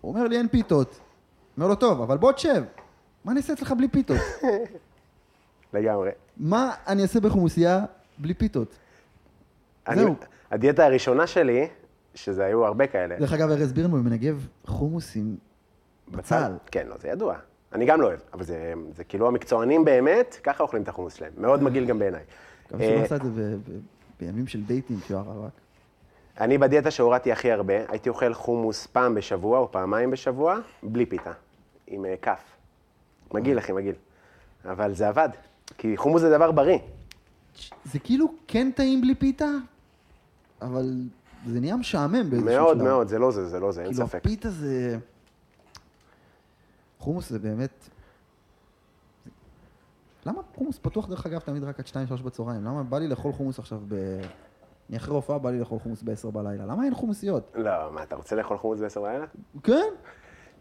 Speaker 3: הוא אומר לי, אין פיתות. אומר לו, טוב, אבל בוא תשב. מה אני אעשה אצלך בלי פיתות?
Speaker 2: לגמרי.
Speaker 3: מה אני אעשה בחומוסייה בלי פיתות?
Speaker 2: אני-
Speaker 3: זהו.
Speaker 2: הדיאטה הראשונה שלי, שזה היו הרבה כאלה.
Speaker 3: דרך אגב, ארז בירנבוים מנגב חומוס עם בצל.
Speaker 2: כן, לא, זה ידוע. אני גם לא אוהב, אבל זה, זה כאילו המקצוענים באמת, ככה אוכלים את החומוס שלהם. מאוד מגעיל גם בעיניי.
Speaker 3: גם שהוא
Speaker 2: אה,
Speaker 3: לא עשה את זה ב- ב- בימים של דייטים, שהוא היה רווק.
Speaker 2: אני בדיאטה שהורדתי הכי הרבה, הייתי אוכל חומוס פעם בשבוע או פעמיים בשבוע, בלי פיתה, עם אה, כף. מגעיל, אחי, מגעיל. אבל זה עבד, כי חומוס זה דבר בריא.
Speaker 3: זה כאילו כן טעים בלי פיתה, אבל זה נהיה משעמם באיזשהו שלב.
Speaker 2: מאוד מאוד, זה לא זה, זה לא זה, אין
Speaker 3: כאילו
Speaker 2: ספק.
Speaker 3: הפיתה זה... חומוס זה באמת... למה חומוס פתוח דרך אגב תמיד רק עד 2-3 בצהריים? למה בא לי לאכול חומוס עכשיו ב... אני אחרי הופעה בא לי לאכול חומוס ב-10 בלילה. למה אין חומוסיות?
Speaker 2: לא, מה, אתה רוצה לאכול חומוס בעשר בלילה?
Speaker 3: כן?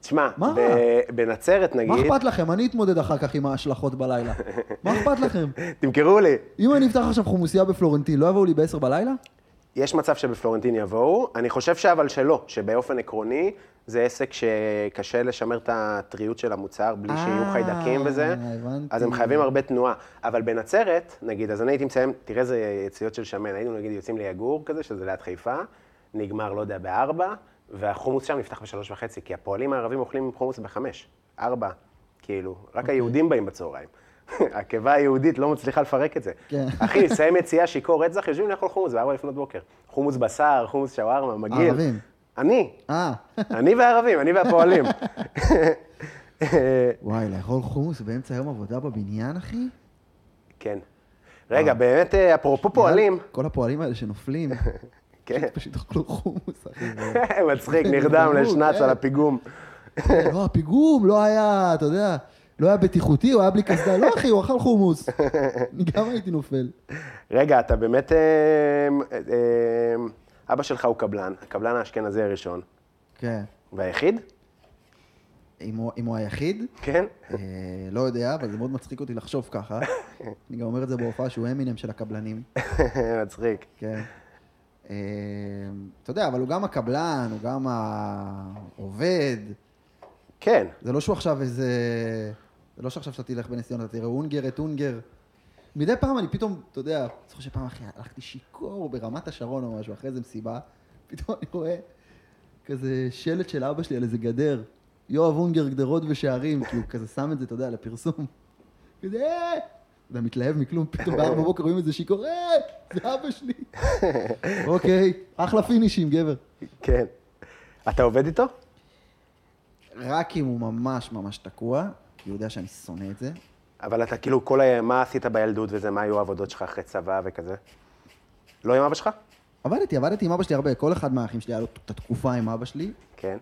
Speaker 2: תשמע,
Speaker 3: מה?
Speaker 2: ב- בנצרת
Speaker 3: מה
Speaker 2: נגיד,
Speaker 3: אכפת לכם? אני אתמודד אחר כך עם ההשלכות בלילה. מה אכפת לכם?
Speaker 2: תמכרו לי.
Speaker 3: אם אני אפתח עכשיו חומוסייה בפלורנטין, לא יבואו לי ב-10 בלילה?
Speaker 2: יש מצב שבפלורנטין יבואו, אני חושב שאבל שלא, שבאופן עקרוני זה עסק שקשה לשמר את הטריות של המוצר בלי שיהיו
Speaker 3: אה,
Speaker 2: חיידקים וזה,
Speaker 3: הבנתי.
Speaker 2: אז הם חייבים הרבה תנועה. אבל בנצרת, נגיד, אז אני הייתי מסיים, תראה איזה יציאות של שמן, היינו נגיד יוצאים ליגור כזה, שזה ליד חיפה, נגמר, לא יודע, בארבע, והחומוס שם נפתח בשלוש וחצי, כי הפועלים הערבים אוכלים חומוס בחמש, ארבע, כאילו, רק
Speaker 3: אוקיי.
Speaker 2: היהודים באים בצהריים. הקיבה היהודית לא מצליחה לפרק את זה.
Speaker 3: כן.
Speaker 2: אחי, מסיים יציאה, שיכור רצח, יושבים לאכול חומוס ב-4 לפנות בוקר. חומוס בשר, חומוס שווארמה, מגעיל.
Speaker 3: ערבים.
Speaker 2: אני,
Speaker 3: אה.
Speaker 2: אני והערבים, אני והפועלים.
Speaker 3: וואי, לאכול חומוס באמצע יום עבודה בבניין, אחי?
Speaker 2: כן. רגע, באמת, אה, אפרופו פועלים,
Speaker 3: כל הפועלים האלה שנופלים,
Speaker 2: כן.
Speaker 3: פשוט- פשוט אוכלו חומוס, אחי.
Speaker 2: מצחיק, נרדם
Speaker 3: נרדמו,
Speaker 2: לשנץ
Speaker 3: כן.
Speaker 2: על הפיגום.
Speaker 3: כן, לא, הפיגום לא היה, אתה יודע, לא היה בטיחותי, הוא היה בלי קסדה. לא, אחי, הוא אכל חומוס. אני גם הייתי נופל.
Speaker 2: רגע, אתה באמת... אה, אה, אה, אבא שלך הוא קבלן, הקבלן האשכנזי הראשון,
Speaker 3: כן.
Speaker 2: והיחיד,
Speaker 3: אם הוא- אם הוא היחיד,
Speaker 2: כן?
Speaker 3: אה, לא יודע, אבל זה מאוד מצחיק אותי לחשוב ככה. אני גם אומר את זה בהופעה שהוא אמינם של הקבלנים.
Speaker 2: מצחיק.
Speaker 3: כן. אה, אתה יודע, אבל הוא גם הקבלן, הוא גם העובד.
Speaker 2: כן,
Speaker 3: זה לא שהוא עכשיו איזה... זה לא שעכשיו שאתה תלך בנס ציונה, אתה תראה אונגר את אונגר. מדי פעם אני פתאום, אתה יודע, אני זוכר שפעם אחי הלכתי שיכור ברמת השרון או משהו, אחרי איזה מסיבה, פתאום אני רואה כזה שלט של אבא שלי על איזה גדר, יואב אונגר גדרות ושערים, כי הוא כזה שם את זה, אתה יודע, לפרסום. כזה, אה! אתה מתלהב מכלום, פתאום בארבע בבוקר רואים איזה שיכור, אה! זה אבא שלי. אוקיי, אחלה פינישים, גבר.
Speaker 2: כן. אתה עובד איתו?
Speaker 3: רק אם הוא ממש ממש תקוע, כי הוא יודע שאני שונא את זה.
Speaker 2: אבל אתה כאילו, כל ה... מה עשית בילדות וזה, מה היו העבודות שלך אחרי צבא וכזה? לא עם אבא שלך?
Speaker 3: עבדתי, עבדתי עם אבא שלי הרבה, כל אחד מהאחים שלי היה לו את התקופה עם אבא שלי.
Speaker 2: כן.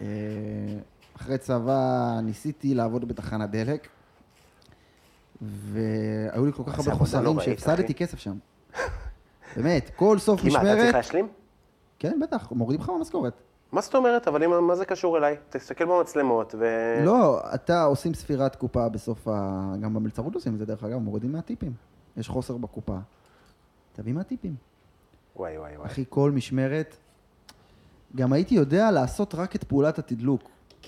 Speaker 3: אה, אחרי צבא ניסיתי לעבוד בתחנת דלק, והיו לי כל
Speaker 2: זה
Speaker 3: כך הרבה
Speaker 2: עבודה
Speaker 3: חוסרים
Speaker 2: נוראית, אחי.
Speaker 3: שהפסדתי כסף שם. באמת, כל סוף
Speaker 2: כי מה, אתה צריך
Speaker 3: משמרת...
Speaker 2: להשלים?
Speaker 3: כן, בטח, מורידים לך מהמשכורת.
Speaker 2: מה זאת אומרת? אבל אם- מה זה קשור אליי? תסתכל במצלמות ו...
Speaker 3: לא, אתה עושים ספירת קופה בסוף ה... גם במלצרות עושים את זה, דרך אגב, מורידים מהטיפים. יש חוסר בקופה. תביא מהטיפים.
Speaker 2: וואי, וואי, וואי.
Speaker 3: אחי, כל משמרת. גם הייתי יודע לעשות רק את פעולת התדלוק.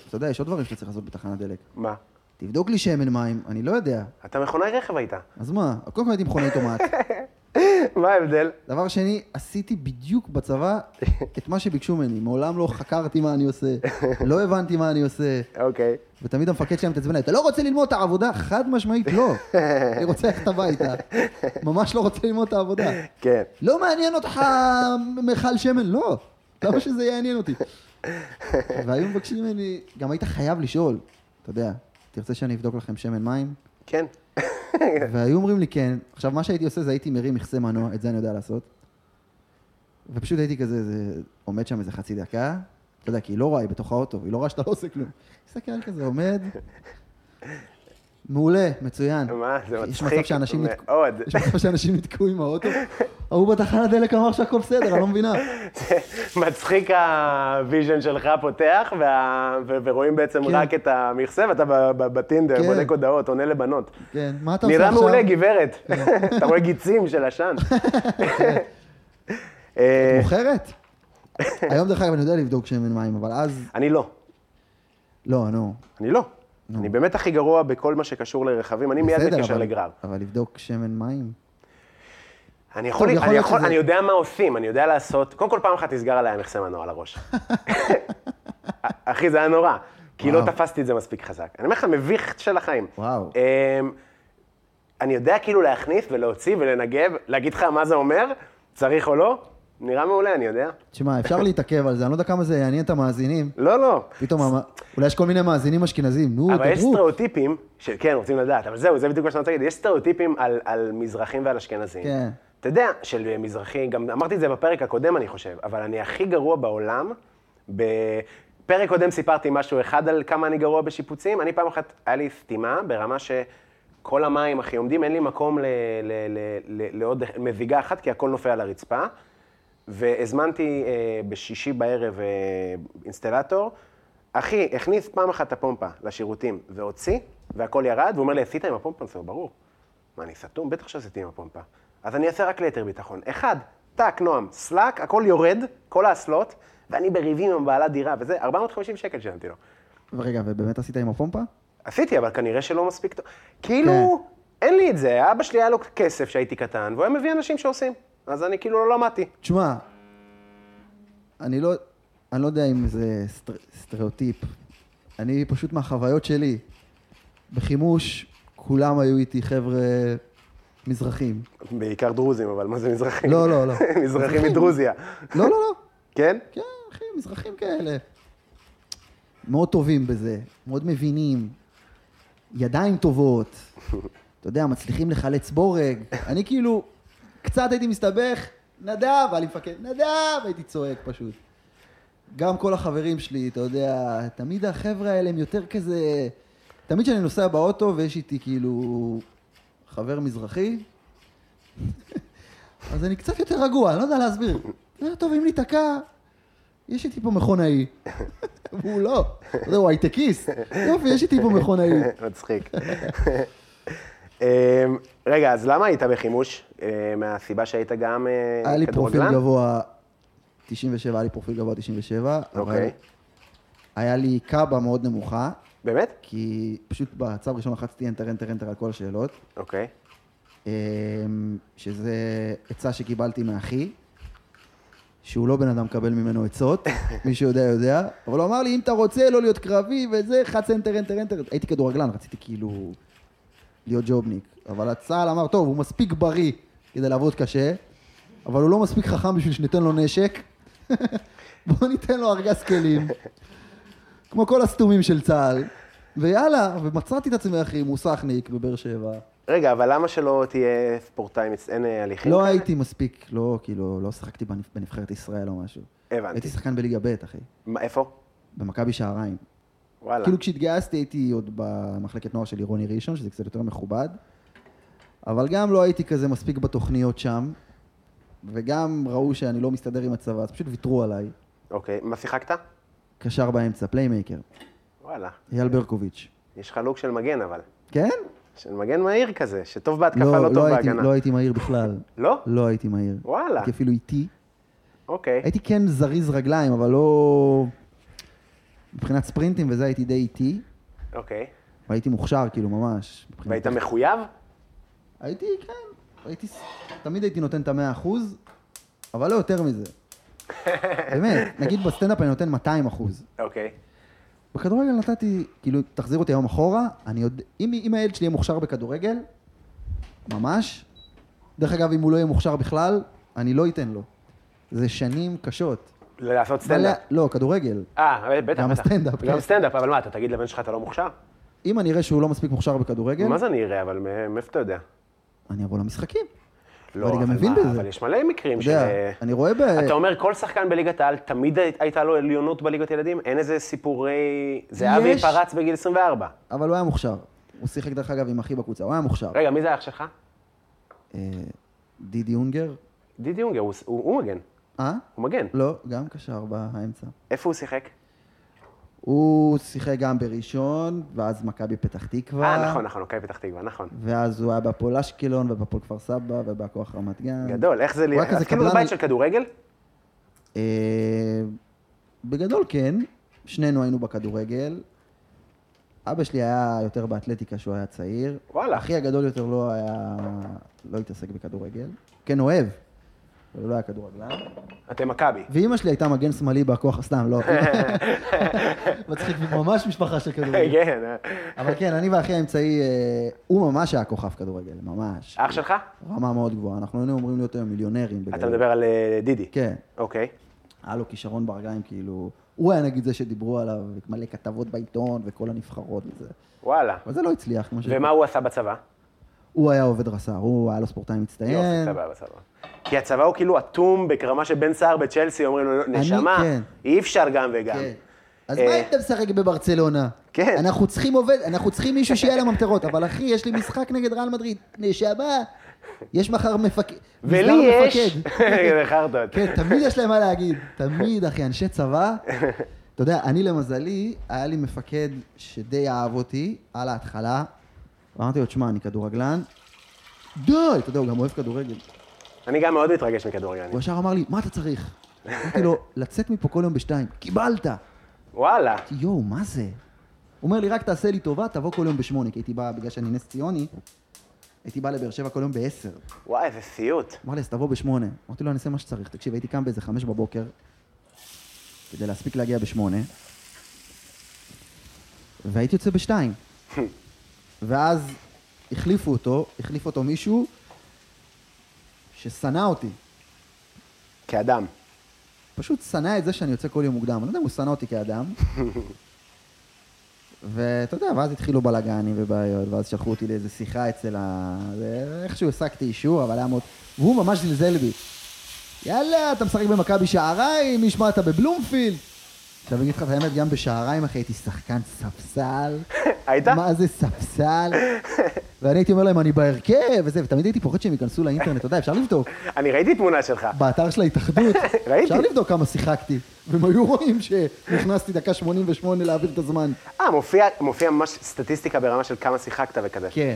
Speaker 3: אתה יודע, יש עוד דברים שאתה צריך לעשות בתחנת דלק.
Speaker 2: מה?
Speaker 3: תבדוק לי שמן מים, אני לא יודע.
Speaker 2: אתה מכונאי רכב היית.
Speaker 3: אז מה? קודם כל הייתי מכונאי טומט.
Speaker 2: מה ההבדל?
Speaker 3: דבר שני, עשיתי בדיוק בצבא את מה שביקשו ממני. מעולם לא חקרתי מה אני עושה, לא הבנתי מה אני עושה,
Speaker 2: אוקיי.
Speaker 3: ותמיד המפקד שלהם מתעצבן עליי. אתה לא רוצה ללמוד את העבודה? חד משמעית לא. אני רוצה ללכת הביתה. ממש לא רוצה ללמוד את העבודה.
Speaker 2: כן.
Speaker 3: לא מעניין אותך מכל שמן? לא. למה שזה יעניין אותי? והיו מבקשים ממני, גם היית חייב לשאול, אתה יודע, תרצה שאני אבדוק לכם שמן מים?
Speaker 2: כן.
Speaker 3: והיו אומרים לי כן. עכשיו, מה שהייתי עושה זה הייתי מרים מכסה מנוע, את זה אני יודע לעשות. ופשוט הייתי כזה, זה, עומד שם איזה חצי דקה, אתה יודע, כי היא לא רואה, היא בתוך האוטו, היא לא רואה שאתה לא עושה כלום. מסתכל כזה, עומד. מעולה, מצוין.
Speaker 2: מה, זה
Speaker 3: יש
Speaker 2: מצחיק
Speaker 3: מצב שאנשים נתק-
Speaker 2: מאוד.
Speaker 3: יש מצב שאנשים נתקעו עם האוטו. ההוא בתחנת דלק אמר שהכל בסדר, אני לא מבינה.
Speaker 2: מצחיק הוויז'ן שלך פותח, וה- ו- ורואים בעצם
Speaker 3: כן.
Speaker 2: רק את המכסה, ואתה ב- ב- בטינדר
Speaker 3: כן.
Speaker 2: בודק הודעות, עונה לבנות.
Speaker 3: כן, מה אתה עושה
Speaker 2: נראה
Speaker 3: עכשיו? כן.
Speaker 2: מעולה, גברת. אתה רואה גיצים של עשן. אה,
Speaker 3: מוכרת? היום דרך אגב אני יודע לבדוק שמן מים, אבל אז...
Speaker 2: אני לא.
Speaker 3: לא, נו.
Speaker 2: אני לא. אני באמת הכי גרוע בכל מה שקשור לרכבים, אני מיד
Speaker 3: בסדר,
Speaker 2: מקשר
Speaker 3: אבל-
Speaker 2: לגרר.
Speaker 3: אבל לבדוק שמן מים?
Speaker 2: אני יכול,
Speaker 3: טוב, יכול
Speaker 2: אני,
Speaker 3: להיות
Speaker 2: יכול
Speaker 3: שזה-
Speaker 2: אני יודע מה עושים, אני יודע לעשות, קודם כל פעם אחת נסגר עליי המכסה מנוע על הראש. אחי, זה היה נורא, כי לא
Speaker 3: וואו.
Speaker 2: תפסתי את זה מספיק חזק. אני אומר לך, מביך של החיים.
Speaker 3: וואו.
Speaker 2: אמ, אני יודע כאילו להכניס ולהוציא ולנגב, להגיד לך מה זה אומר, צריך או לא, נראה מעולה, אני יודע.
Speaker 3: תשמע, אפשר להתעכב על זה, אני לא יודע כמה זה יעניין את המאזינים.
Speaker 2: לא, לא.
Speaker 3: פתאום, המ- אולי יש כל מיני מאזינים אשכנזים, נו,
Speaker 2: אבל יש
Speaker 3: דברו.
Speaker 2: סטריאוטיפים, שכן, רוצים לדעת, אבל זהו, זה בדיוק מה שאני רוצה להגיד, יש סטריאוטיפים על, על מזרחים ועל אשכנזים.
Speaker 3: כן.
Speaker 2: אתה יודע, של אה, מזרחי, גם אמרתי את זה בפרק הקודם, אני חושב, אבל אני הכי גרוע בעולם. בפרק קודם סיפרתי משהו אחד על כמה אני גרוע בשיפוצים, אני פעם אחת, היה לי סתימה ברמה שכל המים, אחי, עומדים, אין לי מקום ל- ל- ל- ל- לעוד מזיגה אחת, כי הכל נופל על הרצפה. והזמנתי אה, בשישי בערב אה, אינסטלטור. אחי, הכניס פעם אחת את הפומפה לשירותים והוציא, והכל ירד, והוא אומר לי, עשית עם הפומפה? אני אומר, ברור. מה, אני סתום? בטח שעשיתי עם הפומפה. אז אני אעשה רק ליתר ביטחון. אחד, טאק, נועם, סלאק, הכל יורד, כל האסלות, ואני בריבים עם בעלת דירה, וזה, 450 שקל שילמתי לו.
Speaker 3: רגע, ובאמת עשית עם הפומפה?
Speaker 2: עשיתי, אבל כנראה שלא מספיק טוב. כאילו,
Speaker 3: כן.
Speaker 2: אין לי את זה, אבא שלי היה לו כסף כשהייתי קטן, והוא היה מביא אנשים שעושים. אז אני כאילו לא למדתי.
Speaker 3: תשמע, אני לא, אני לא יודע אם זה סטר, סטריאוטיפ. אני פשוט מהחוויות שלי, בחימוש, כולם היו איתי חבר'ה מזרחים.
Speaker 2: בעיקר דרוזים, אבל מה זה מזרחים?
Speaker 3: לא, לא, לא.
Speaker 2: מזרחים מדרוזיה.
Speaker 3: לא, לא, לא.
Speaker 2: כן?
Speaker 3: כן, אחי, מזרחים כאלה. מאוד טובים בזה, מאוד מבינים, ידיים טובות, אתה יודע, מצליחים לחלץ בורג. אני כאילו, קצת הייתי מסתבך, נדב, היה לי מפקד, נדב, הייתי צועק פשוט. גם כל החברים שלי, אתה יודע, תמיד החבר'ה האלה הם יותר כזה... תמיד כשאני נוסע באוטו ויש איתי כאילו חבר מזרחי, אז אני קצת יותר רגוע, אני לא יודע להסביר. אה, טוב, אם ניתקע, יש איתי פה מכונאי. והוא לא, אתה יודע, הוא הייטקיסט. יופי, יש איתי פה מכונאי.
Speaker 2: אה, מצחיק. אמ, רגע, אז למה היית בחימוש? אה, מהסיבה שהיית גם אה,
Speaker 3: היה לי פרופיל
Speaker 2: כדורגלן?
Speaker 3: גבוה 97, היה לי פרופיל גבוה 97, אבל
Speaker 2: אוקיי.
Speaker 3: היה לי קאבה מאוד נמוכה,
Speaker 2: באמת?
Speaker 3: כי פשוט בצו הראשון לחצתי enter, enter, enter על כל השאלות,
Speaker 2: אוקיי.
Speaker 3: אמ, שזה עצה שקיבלתי מאחי. שהוא לא בן אדם מקבל ממנו עצות, מי שיודע יודע, אבל הוא אמר לי, אם אתה רוצה לא להיות קרבי וזה, חץ enter, enter, enter. הייתי כדורגלן, רציתי כאילו להיות ג'ובניק, אבל הצה"ל אמר, טוב, הוא מספיק בריא כדי לעבוד קשה, אבל הוא לא מספיק חכם בשביל שניתן לו נשק, בואו ניתן לו ארגז כלים, כמו כל הסתומים של צה"ל, ויאללה, ומצאתי את עצמי, אחי, מוסכניק בבאר שבע.
Speaker 2: רגע, אבל למה שלא תהיה ספורטאי? מצ- אין אה, הליכים?
Speaker 3: לא
Speaker 2: כאלה?
Speaker 3: הייתי מספיק, לא, כאילו, לא שיחקתי בנבח- בנבחרת ישראל או משהו.
Speaker 2: הבנתי.
Speaker 3: הייתי שחקן בליגה ב', אחי.
Speaker 2: מה, איפה?
Speaker 3: במכבי שעריים.
Speaker 2: וואלה.
Speaker 3: כאילו כשהתגייסתי הייתי עוד במחלקת נוער של עירוני ראשון, שזה קצת יותר מכובד, אבל גם לא הייתי כזה מספיק בתוכניות שם, וגם ראו שאני לא מסתדר עם הצבא, אז פשוט ויתרו עליי.
Speaker 2: אוקיי. מה שיחקת?
Speaker 3: קשר באמצע, פליימייקר,
Speaker 2: וואלה.
Speaker 3: אייל ברקוביץ'.
Speaker 2: יש לך לוק של מגן, אבל.
Speaker 3: כן?
Speaker 2: של מגן מהיר כזה, שטוב בהתקפה,
Speaker 3: לא,
Speaker 2: לא
Speaker 3: לא,
Speaker 2: טוב
Speaker 3: הייתי,
Speaker 2: בהגנה.
Speaker 3: לא הייתי מהיר בכלל.
Speaker 2: לא?
Speaker 3: לא הייתי מהיר.
Speaker 2: וואלה.
Speaker 3: הייתי אפילו איטי.
Speaker 2: אוקיי.
Speaker 3: הייתי כן זריז רגליים, אבל לא... מבחינת ספרינטים וזה הייתי די איטי,
Speaker 2: אוקיי.
Speaker 3: והייתי מוכשר כאילו ממש. מבחינת-
Speaker 2: והיית מחויב?
Speaker 3: הייתי, כן, הייתי, ס- תמיד הייתי נותן את המאה אחוז, אבל לא יותר מזה. באמת, נגיד בסטנדאפ אני נותן 200 אחוז.
Speaker 2: אוקיי.
Speaker 3: בכדורגל נתתי, כאילו, תחזיר אותי היום אחורה, אני יודע, אם, אם הילד שלי יהיה מוכשר בכדורגל, ממש, דרך אגב, אם הוא לא יהיה מוכשר בכלל, אני לא אתן לו. זה שנים קשות.
Speaker 2: לעשות סטנדאפ.
Speaker 3: מלא- לא, כדורגל.
Speaker 2: אה, בטח, בטח.
Speaker 3: גם הסטנדאפ,
Speaker 2: גם
Speaker 3: כן.
Speaker 2: סטנדאפ, אבל מה, אתה תגיד לבן שלך אתה לא מוכשר?
Speaker 3: אם אני אראה שהוא לא מספיק מוכשר בכדורגל,
Speaker 2: מה זה אני אראה, אבל מא- מאיפה אתה יודע?
Speaker 3: אני אבוא למשחקים.
Speaker 2: לא,
Speaker 3: אני גם
Speaker 2: אבל
Speaker 3: מבין
Speaker 2: מה,
Speaker 3: בזה.
Speaker 2: אבל יש מלא מקרים
Speaker 3: אתה
Speaker 2: ש...
Speaker 3: יודע, אני רואה ב...
Speaker 2: אתה אומר, כל שחקן בליגת העל, תמיד הי- הייתה לו עליונות בליגת ילדים? אין איזה סיפורי... זהבי
Speaker 3: יש.
Speaker 2: פרץ בגיל 24.
Speaker 3: אבל הוא היה מוכשר. הוא שיחק דרך אגב עם אחי בקבוצה, הוא היה מוכשר.
Speaker 2: רגע, מי זה האח שלך?
Speaker 3: אה, דידי אונגר?
Speaker 2: דידי יונגר, הוא- הוא הוא מגן.
Speaker 3: אה?
Speaker 2: הוא מגן.
Speaker 3: לא, גם קשר באמצע.
Speaker 2: איפה הוא שיחק?
Speaker 3: הוא שיחק גם בראשון, ואז מכבי פתח תקווה.
Speaker 2: אה, נכון, נכון, אוקיי, פתח תקווה, נכון.
Speaker 3: ואז הוא היה בהפועל אשקלון, ובהפועל כפר סבא, ובהכוח רמת גן.
Speaker 2: גדול, איך זה...
Speaker 3: כן. הוא היה
Speaker 2: להיות-
Speaker 3: כזה
Speaker 2: אז כאילו זה
Speaker 3: קבלן-
Speaker 2: בית של כדורגל?
Speaker 3: אה, בגדול כן, שנינו היינו בכדורגל. אבא שלי היה יותר באתלטיקה כשהוא היה צעיר.
Speaker 2: וואלה.
Speaker 3: אחי הגדול יותר לא היה... לא התעסק בכדורגל. כן, אוהב. אבל הוא לא היה כדורגלן.
Speaker 2: אתם מכבי.
Speaker 3: ואימא שלי הייתה מגן שמאלי בכוח... סתם, לא. מצחיק, ממש משפחה של כדורגל.
Speaker 2: כן, אה.
Speaker 3: אבל כן, אני והאחי האמצעי, אה, הוא ממש היה כוכב כדורגל, ממש.
Speaker 2: אח שלך?
Speaker 3: רמה מאוד גבוהה. אנחנו היינו אמורים להיות היום מיליונרים.
Speaker 2: אתה
Speaker 3: בגדול.
Speaker 2: מדבר על אה, דידי.
Speaker 3: כן.
Speaker 2: אוקיי.
Speaker 3: היה לו כישרון ברגליים, כאילו... הוא היה נגיד זה שדיברו עליו, מלא כתבות בעיתון וכל הנבחרות וזה.
Speaker 2: וואלה.
Speaker 3: אבל זה לא הצליח, כמו ש... כן.
Speaker 2: ומה הוא עשה בצבא? לא
Speaker 3: הוא היה עובד רס"ר, הוא היה לו ספורטאי מצטיין.
Speaker 2: יופי, סבבה, סבבה. כי הצבא הוא כאילו אטום ברמה שבן סער בצ'לסי אומרים לו, נשמה,
Speaker 3: כן.
Speaker 2: אי אפשר גם וגם.
Speaker 3: כן. אז
Speaker 2: אה,
Speaker 3: מה אם אתה משחק בברצלונה?
Speaker 2: כן.
Speaker 3: אנחנו צריכים עובד, אנחנו צריכים מישהו שיהיה על הממטרות, אבל אחי, יש לי משחק נגד ריאל מדריד. נשמה, יש מחר מפקד.
Speaker 2: ולי
Speaker 3: מזר
Speaker 2: יש...
Speaker 3: מפקד.
Speaker 2: איחרת אותי.
Speaker 3: כן, תמיד יש להם מה להגיד. תמיד, אחי, אנשי צבא. אתה יודע, אני למזלי, היה לי מפקד שדי אהב אותי, על ההתחלה. אמרתי לו, תשמע, אני כדורגלן. די! אתה יודע, הוא גם אוהב כדורגל.
Speaker 2: אני גם מאוד מתרגש מכדורגלנים.
Speaker 3: הוא ישר אמר לי, מה אתה צריך? אמרתי לו, לצאת מפה כל יום בשתיים. קיבלת! אמרתי,
Speaker 2: וואלה.
Speaker 3: יואו, מה זה? הוא אומר לי, רק תעשה לי טובה, תבוא כל יום בשמונה. כי הייתי בא, בגלל שאני נס ציוני, הייתי בא לבאר שבע כל יום בעשר.
Speaker 2: וואי, איזה סיוט.
Speaker 3: אמר לי, אז תבוא בשמונה. אמרתי לו, אני אעשה מה שצריך. תקשיב, הייתי קם באיזה חמש בבוקר, כדי להספיק להגיע בשמונה, והייתי יוצא בשתיים. ואז החליפו אותו, החליף אותו מישהו ששנא אותי.
Speaker 2: כאדם.
Speaker 3: פשוט שנא את זה שאני יוצא כל יום מוקדם. אני לא יודע אם הוא שנא אותי כאדם. ואתה יודע, ואז התחילו בלאגנים ובעיות, ואז שלחו אותי לאיזו שיחה אצל ה... זה- איכשהו השגתי אישור, אבל היה מאוד... והוא ממש זלזל בי. יאללה, אתה משחק במכבי שעריים, מי ישמע אתה בבלומפילד. עכשיו, אני אגיד לך את האמת, גם בשעריים, אחי, הייתי שחקן ספסל.
Speaker 2: היית?
Speaker 3: מה זה ספסל? ואני הייתי אומר להם, אני בהרכב, וזה, ותמיד הייתי פוחד שהם ייכנסו לאינטרנט, אתה יודע, אפשר לבדוק.
Speaker 2: אני ראיתי תמונה שלך.
Speaker 3: באתר של ההתאחדות.
Speaker 2: ראיתי.
Speaker 3: אפשר לבדוק כמה שיחקתי. והם היו רואים שנכנסתי דקה 88 להעביר את הזמן.
Speaker 2: אה, מופיע מופיע ממש סטטיסטיקה ברמה של כמה שיחקת וכזה.
Speaker 3: כן,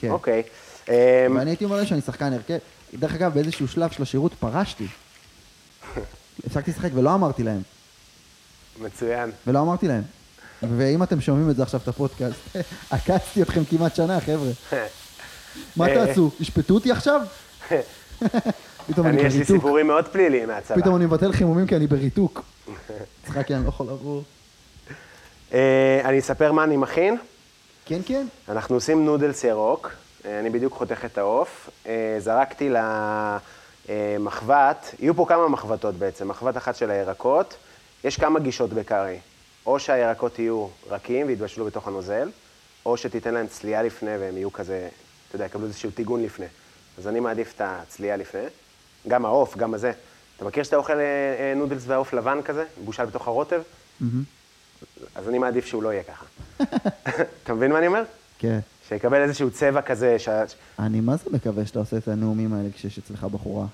Speaker 3: כן.
Speaker 2: אוקיי. אמ,
Speaker 3: ואני הייתי אומר להם שאני שחקן הרכב. דרך אגב, באיזשהו שלב של השירות פרשתי. הפסקתי לשחק ולא אמרתי להם.
Speaker 2: מצוין.
Speaker 3: ולא אמרתי להם. ואם אתם שומעים את זה עכשיו, את הפודקאסט, עקצתי אתכם כמעט שנה, חבר'ה. מה
Speaker 2: אה.
Speaker 3: תעשו? ישפטו אותי עכשיו? פתאום אני
Speaker 2: אני, יש לי
Speaker 3: בריתוק.
Speaker 2: סיפורים מאוד פליליים מהצבא.
Speaker 3: פתאום אני מבטל חימומים כי אני בריתוק. צחקי, אני לא יכול לעבור.
Speaker 2: אה, אני אספר מה אני מכין.
Speaker 3: כן, כן.
Speaker 2: אנחנו עושים נודלס ירוק, אה, אני בדיוק חותך את העוף. אה, זרקתי למחבת, יהיו פה כמה מחבתות בעצם, מחבת אחת של הירקות. יש כמה גישות בקארי, או שהירקות יהיו רכים ויתבשלו בתוך הנוזל, או שתיתן להם צליעה לפני והם יהיו כזה, אתה יודע, יקבלו איזשהו טיגון לפני. אז אני מעדיף את הצליעה לפני, גם העוף, גם הזה. אתה מכיר שאתה אוכל אה, אה, נודלס והעוף לבן כזה, מבושל בתוך הרוטב? אז אני מעדיף שהוא לא יהיה ככה. אתה מבין מה אני אומר?
Speaker 3: כן.
Speaker 2: שיקבל איזשהו צבע כזה, ש...
Speaker 3: אני מה זה מקווה שאתה עושה את הנאומים האלה כשיש אצלך בחורה.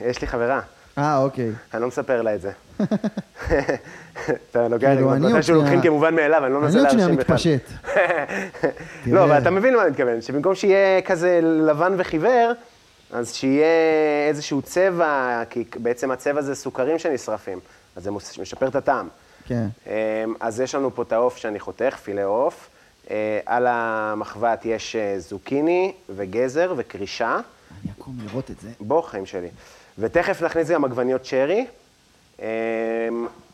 Speaker 2: יש לי חברה,
Speaker 3: אה, אוקיי.
Speaker 2: אני לא מספר לה את זה. אתה לוקח,
Speaker 3: כאילו, אני
Speaker 2: אתה
Speaker 3: עוד
Speaker 2: חושב שלוקחים
Speaker 3: שנייה-
Speaker 2: כמובן מאליו, אני לא
Speaker 3: אני
Speaker 2: מנסה
Speaker 3: עוד שנייה
Speaker 2: להרשים בכלל.
Speaker 3: מתפשט.
Speaker 2: לא, אבל
Speaker 3: תראה.
Speaker 2: אתה מבין מה אני מתכוון, שבמקום שיהיה כזה לבן וחיוור, אז שיהיה איזשהו צבע, כי בעצם הצבע זה סוכרים שנשרפים, אז זה מוס- משפר את הטעם.
Speaker 3: כן.
Speaker 2: אמ, אז יש לנו פה את העוף שאני חותך, פילה עוף. אה, על המחבת יש אה, זוקיני וגזר וקרישה.
Speaker 3: אני אקום לראות את זה.
Speaker 2: בוא, חיים שלי. ותכף נכניס גם עגבניות צ'רי, אמ,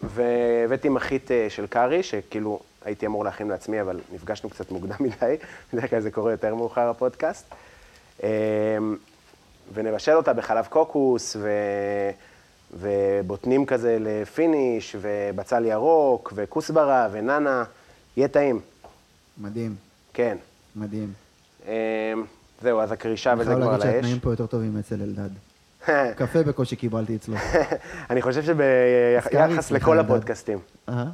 Speaker 2: והבאתי מחית אה, של קארי, שכאילו הייתי אמור להכין לעצמי, אבל נפגשנו קצת מוקדם מדי, בדרך כלל זה קורה יותר מאוחר הפודקאסט. אמ, ונבשל אותה בחלב קוקוס, ו... ובוטנים כזה לפיניש, ובצל ירוק, וכוסברה, ונאנה, יהיה טעים,
Speaker 3: מדהים,
Speaker 2: כן.
Speaker 3: מדהים.
Speaker 2: אמ, זהו, אז הקרישה אה, וזה כבר על האש.
Speaker 3: שהתנאים פה יותר טובים אצל אלדד. קפה בקושי קיבלתי אצלו.
Speaker 2: אני חושב
Speaker 3: סקארי
Speaker 2: שביחס
Speaker 3: אצלך,
Speaker 2: לכל
Speaker 3: אלדד.
Speaker 2: הפודקאסטים.
Speaker 3: אהה.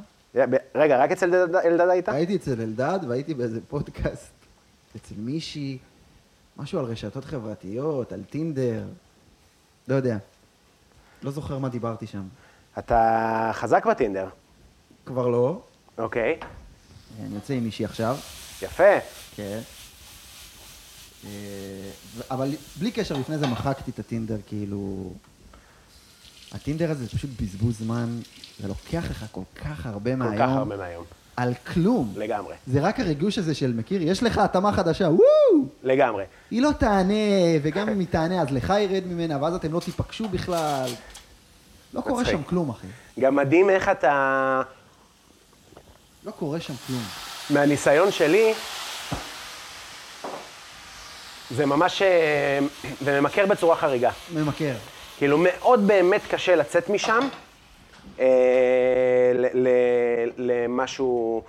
Speaker 2: רגע, רק אצל אלדד- אלדד היית?
Speaker 3: אה? הייתי אצל אלדד והייתי באיזה פודקאסט אצל מישהי, משהו על רשתות חברתיות, על טינדר, לא יודע. לא זוכר מה דיברתי שם.
Speaker 2: אתה חזק בטינדר.
Speaker 3: כבר לא.
Speaker 2: אוקיי,
Speaker 3: אני יוצא עם מישהי עכשיו.
Speaker 2: יפה.
Speaker 3: כן. אה, ו- אבל בלי קשר, לפני זה מחקתי את הטינדר, כאילו... הטינדר הזה זה פשוט בזבוז זמן, זה לוקח לך כל כך הרבה
Speaker 2: כל
Speaker 3: מהיום.
Speaker 2: כך הרבה מהיום.
Speaker 3: על כלום.
Speaker 2: לגמרי.
Speaker 3: זה רק הריגוש הזה של מכיר, יש לך התאמה חדשה, וואו!
Speaker 2: לגמרי.
Speaker 3: היא לא תענה, וגם אם היא תענה, אז לך ירד ממנה, ואז אתם לא תיפגשו בכלל. לא קורה
Speaker 2: מצחיק.
Speaker 3: שם כלום, אחי.
Speaker 2: גם מדהים איך אתה...
Speaker 3: לא קורה שם כלום.
Speaker 2: מהניסיון שלי, זה ממש... אה, זה ממכר בצורה חריגה.
Speaker 3: ממכר.
Speaker 2: כאילו, מאוד באמת קשה לצאת משם אה, ל- ל- למשהו...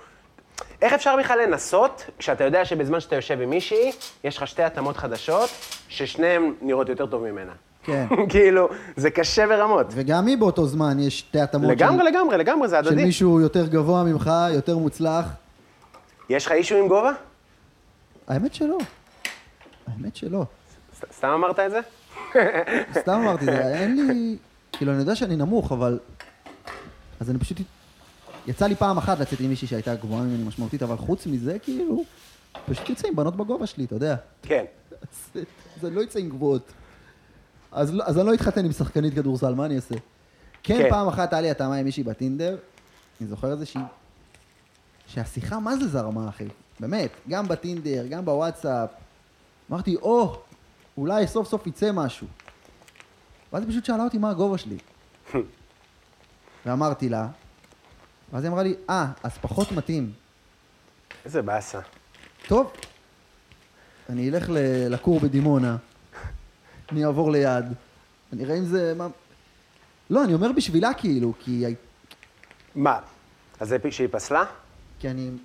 Speaker 2: איך אפשר בכלל לנסות, כשאתה יודע שבזמן שאתה יושב עם מישהי, יש לך שתי התאמות חדשות, ששניהם נראות יותר טוב ממנה.
Speaker 3: כן.
Speaker 2: כאילו, זה קשה ברמות.
Speaker 3: וגם היא באותו זמן, יש שתי התאמות.
Speaker 2: לגמרי,
Speaker 3: של-
Speaker 2: לגמרי, לגמרי, זה
Speaker 3: של
Speaker 2: הדדי.
Speaker 3: מישהו יותר גבוה ממך, יותר מוצלח.
Speaker 2: יש לך אישו עם גובה?
Speaker 3: האמת שלא. האמת שלא.
Speaker 2: ס- סתם אמרת את זה?
Speaker 3: סתם אמרתי, זה, אין לי... כאילו, אני יודע שאני נמוך, אבל... אז אני פשוט... יצא לי פעם אחת לצאת עם מישהי שהייתה גבוהה ממני משמעותית, אבל חוץ מזה, כאילו, פשוט יוצא עם בנות בגובה שלי, אתה יודע.
Speaker 2: כן.
Speaker 3: אז- אז אני לא יוצא עם גבוהות. אז, לא- אז אני לא אתחתן עם שחקנית כדורסל, מה אני אעשה? כן,
Speaker 2: כן.
Speaker 3: פעם אחת היה לי התאמה עם מישהי בטינדר, אני זוכר את זה שהיא... שהשיחה מה זה זרמה, אחי? באמת, גם בטינדר, גם בוואטסאפ. אמרתי, או, אולי סוף סוף יצא משהו. ואז היא פשוט שאלה אותי מה הגובה שלי. ואמרתי לה, ואז היא אמרה לי, אה, אז פחות מתאים.
Speaker 2: איזה באסה.
Speaker 3: טוב, אני אלך ל- לכור בדימונה, אני אעבור ליד, אני אראה אם זה... מה... לא, אני אומר בשבילה כאילו, כי, הי-
Speaker 2: מה? אז זה פי- שהיא פסלה?
Speaker 3: כי אני... אוי,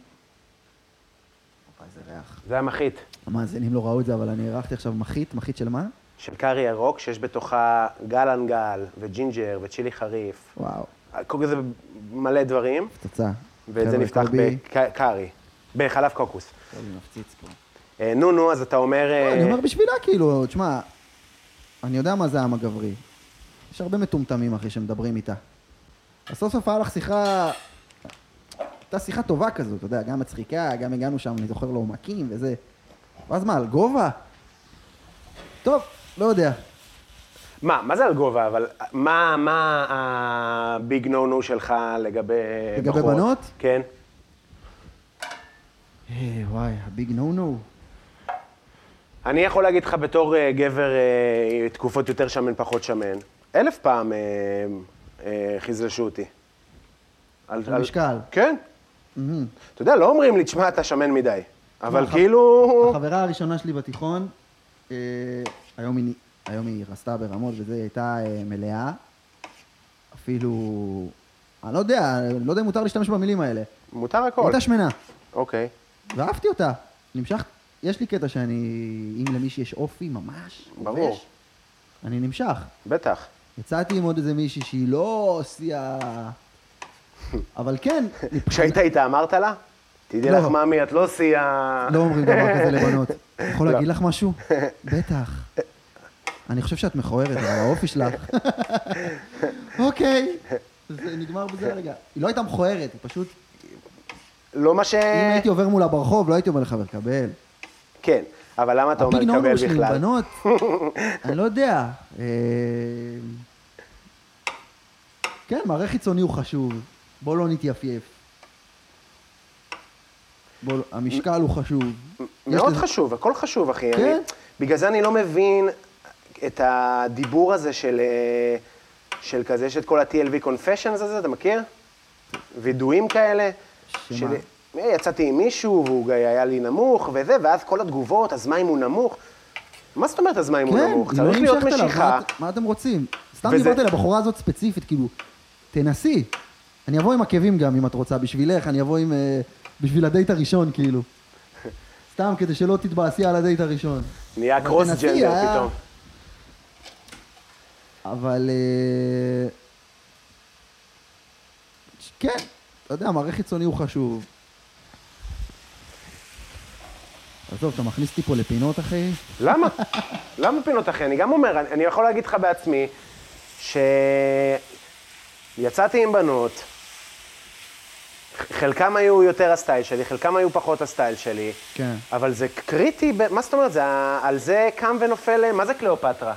Speaker 3: איזה ריח.
Speaker 2: זה המחית.
Speaker 3: המאזינים לא ראו את זה, אבל אני אירחתי עכשיו מחית, מחית של מה?
Speaker 2: של קארי ירוק, שיש בתוכה גלנגל, וג'ינג'ר, וצ'ילי חריף.
Speaker 3: וואו,
Speaker 2: קוראים לזה מלא דברים,
Speaker 3: פצצה. כן,
Speaker 2: וזה
Speaker 3: חבר'ה,
Speaker 2: נפתח
Speaker 3: קובי,
Speaker 2: בקארי, בחלב קוקוס.
Speaker 3: קובי מפציץ פה.
Speaker 2: אה, נו, נו, אז אתה אומר...
Speaker 3: לא,
Speaker 2: אה,
Speaker 3: אני אומר בשבילה כאילו, תשמע, אני יודע מה זה העם הגברי. יש הרבה מטומטמים, אחי, שמדברים איתה. אז סוף סוף היה לך שיחה... הייתה שיחה טובה כזו, אתה יודע, גם מצחיקה, גם הגענו שם, אני זוכר לעומקים וזה. ואז מה, על גובה? טוב, לא יודע.
Speaker 2: מה, מה זה על גובה, אבל אה, מה, מה הביג נו נו שלך לגבי
Speaker 3: לגבי
Speaker 2: בחורות?
Speaker 3: בנות?
Speaker 2: כן.
Speaker 3: היי, אה, וואי, הביג נו נו.
Speaker 2: אני יכול להגיד לך בתור אה, גבר, אה, תקופות יותר שמן, פחות שמן, אלף פעם אה, אה, חיזלשו אותי. על,
Speaker 3: משקל.
Speaker 2: כן. אתה יודע, לא אומרים לי, תשמע, אתה שמן מדי. אבל
Speaker 3: הח-
Speaker 2: כאילו...
Speaker 3: החברה הראשונה שלי בתיכון, אה, היום היא- היום היא רסתה ברמות וזה, היא הייתה אה, מלאה. אפילו... אני לא יודע, לא יודע אם מותר להשתמש במילים האלה. היא
Speaker 2: מותר הכל.
Speaker 3: הייתה שמנה,
Speaker 2: אוקיי.
Speaker 3: ואהבתי אותה. נמשך... יש לי קטע שאני... אם למישהי יש אופי ממש...
Speaker 2: ברור.
Speaker 3: כובש, אני נמשך.
Speaker 2: בטח.
Speaker 3: יצאתי עם עוד איזה מישהי שהיא לא סייה... אבל כן, מבחינת-
Speaker 2: כשהיית איתה אמרת לה? תדעי
Speaker 3: לא.
Speaker 2: לך, מאמי, את לא שיאה...
Speaker 3: לא אומרים דבר כזה לבנות. אני יכול להגיד
Speaker 2: לא.
Speaker 3: לך משהו? בטח. אני חושב שאת מכוערת, אבל האופי שלך... אוקיי, זה נגמר בזה הרגע. היא לא הייתה מכוערת, היא פשוט...
Speaker 2: לא מה ש...
Speaker 3: אם הייתי עובר מולה ברחוב, לא הייתי אומר לחבר, קבל.
Speaker 2: כן, אבל למה אתה אומר
Speaker 3: הביג נורנו
Speaker 2: לקבל
Speaker 3: שלי עם
Speaker 2: בכלל?
Speaker 3: בנות, אני לא יודע. אה, כן, מראה חיצוני הוא חשוב. בוא לא נתייפייף. בוא, לא- המשקל הוא חשוב. יש
Speaker 2: מאוד
Speaker 3: לזה-
Speaker 2: חשוב, הכל חשוב, אחי.
Speaker 3: כן.
Speaker 2: אני, בגלל זה אני לא מבין את הדיבור הזה של, אה, של כזה, יש את כל ה-TLV confessions הזה, אתה מכיר? וידועים כאלה.
Speaker 3: שמה?
Speaker 2: אה, יצאתי עם מישהו והוא ג- היה לי נמוך וזה, ואז כל התגובות, אז מה אם הוא נמוך? מה זאת אומרת אז מה אם הוא
Speaker 3: כן,
Speaker 2: נמוך?
Speaker 3: זה לא
Speaker 2: צריך להיות
Speaker 3: נמשכת אליו,
Speaker 2: משיכה.
Speaker 3: מה את- מה אתם רוצים? סתם
Speaker 2: וזה-
Speaker 3: דיברתי על הבחורה הזאת ספציפית, כאילו, תנסי. אני אבוא עם עקבים גם, אם את רוצה, בשבילך, אני אבוא עם... אה, בשביל הדייט הראשון, כאילו. סתם, כדי שלא תתבאסי על הדייט הראשון.
Speaker 2: נהיה
Speaker 3: אבל
Speaker 2: קרוס
Speaker 3: תנסי,
Speaker 2: ג'נדר
Speaker 3: אה?
Speaker 2: פתאום.
Speaker 3: אבל... אה, כן, אתה יודע, מערך חיצוני הוא חשוב. עזוב, אתה מכניס אותי פה לפינות, אחי?
Speaker 2: למה? למה פינות אחי? אני גם אומר, אני- אני יכול להגיד לך בעצמי, שיצאתי עם בנות, ח- חלקם היו יותר הסטייל שלי, חלקם היו פחות הסטייל שלי,
Speaker 3: כן.
Speaker 2: אבל זה קריטי, ב- מה זאת אומרת, זה, ה- על זה קם ונופל, מה זה קליאופטרה?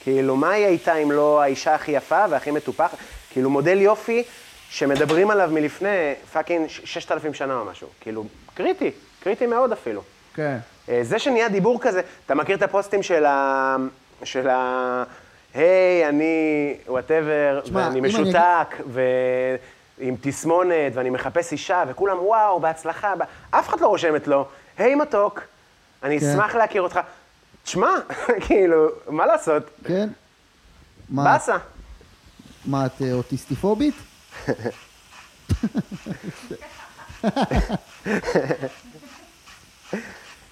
Speaker 2: כאילו, מה היא הייתה אם לא האישה הכי יפה והכי מטופחת? כאילו, מודל יופי שמדברים עליו מלפני פאקינג 6,000 שנה או משהו. כאילו, קריטי, קריטי מאוד אפילו.
Speaker 3: כן.
Speaker 2: אה, זה שנהיה דיבור כזה, אתה מכיר את הפוסטים של ה... של ה... היי, אני וואטאבר,
Speaker 3: תשמע,
Speaker 2: ואני
Speaker 3: אם אני
Speaker 2: משותק, ועם תסמונת, ואני מחפש אישה, וכולם, וואו, בהצלחה. ב- אף אחד לא רושמת לו, היי מתוק, אני
Speaker 3: כן.
Speaker 2: אשמח להכיר אותך. תשמע, כאילו, מה לעשות?
Speaker 3: כן? מה,
Speaker 2: באסה.
Speaker 3: מה, את אה, אוטיסטיפובית?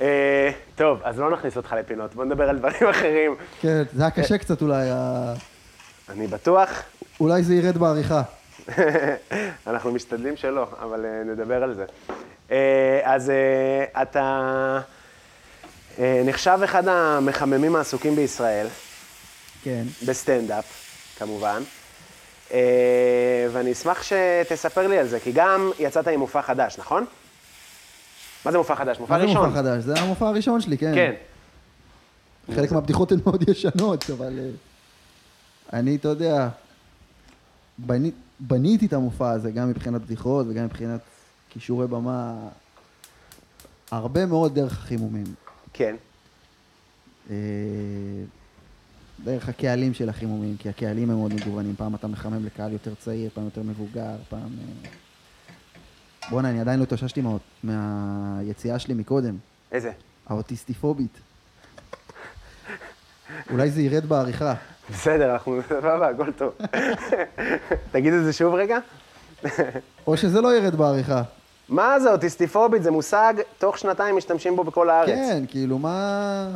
Speaker 2: אה, טוב, אז לא נכניס אותך לפינות, בוא נדבר על דברים אחרים.
Speaker 3: כן, זה היה קשה קצת אולי, ה-
Speaker 2: אני בטוח,
Speaker 3: אולי זה ירד בעריכה.
Speaker 2: אנחנו משתדלים שלא, אבל אה, נדבר על זה. אה, אז אה, אתה אה, נחשב אחד המחממים העסוקים בישראל,
Speaker 3: כן.
Speaker 2: בסטנדאפ, כמובן, אה, ואני אשמח שתספר לי על זה, כי גם יצאת עם מופע חדש, נכון? מה זה מופע חדש? מופע
Speaker 3: מה זה לא
Speaker 2: ראשון.
Speaker 3: מופע חדש? זה המופע הראשון שלי, כן.
Speaker 2: כן.
Speaker 3: חלק מהבדיחות הן מאוד ישנות, אבל... אה, אני, אתה יודע, בני- בניתי את המופע הזה גם מבחינת בדיחות וגם מבחינת כישורי במה, הרבה מאוד דרך החימומים.
Speaker 2: כן.
Speaker 3: אה, דרך הקהלים של החימומים, כי הקהלים הם מאוד מגוונים. פעם אתה מחמם לקהל יותר צעיר, פעם יותר מבוגר, פעם... אה, בואנה, אני עדיין לא התאוששתי מה... מהיציאה שלי מקודם,
Speaker 2: איזה?
Speaker 3: האוטיסטיפובית. אולי זה ירד בעריכה.
Speaker 2: בסדר, אנחנו... סבבה, הכל טוב. תגיד את זה שוב רגע.
Speaker 3: או שזה לא ירד בעריכה.
Speaker 2: מה זה אוטיסטיפובית? זה מושג, תוך שנתיים משתמשים בו בכל הארץ.
Speaker 3: כן, כאילו, מה...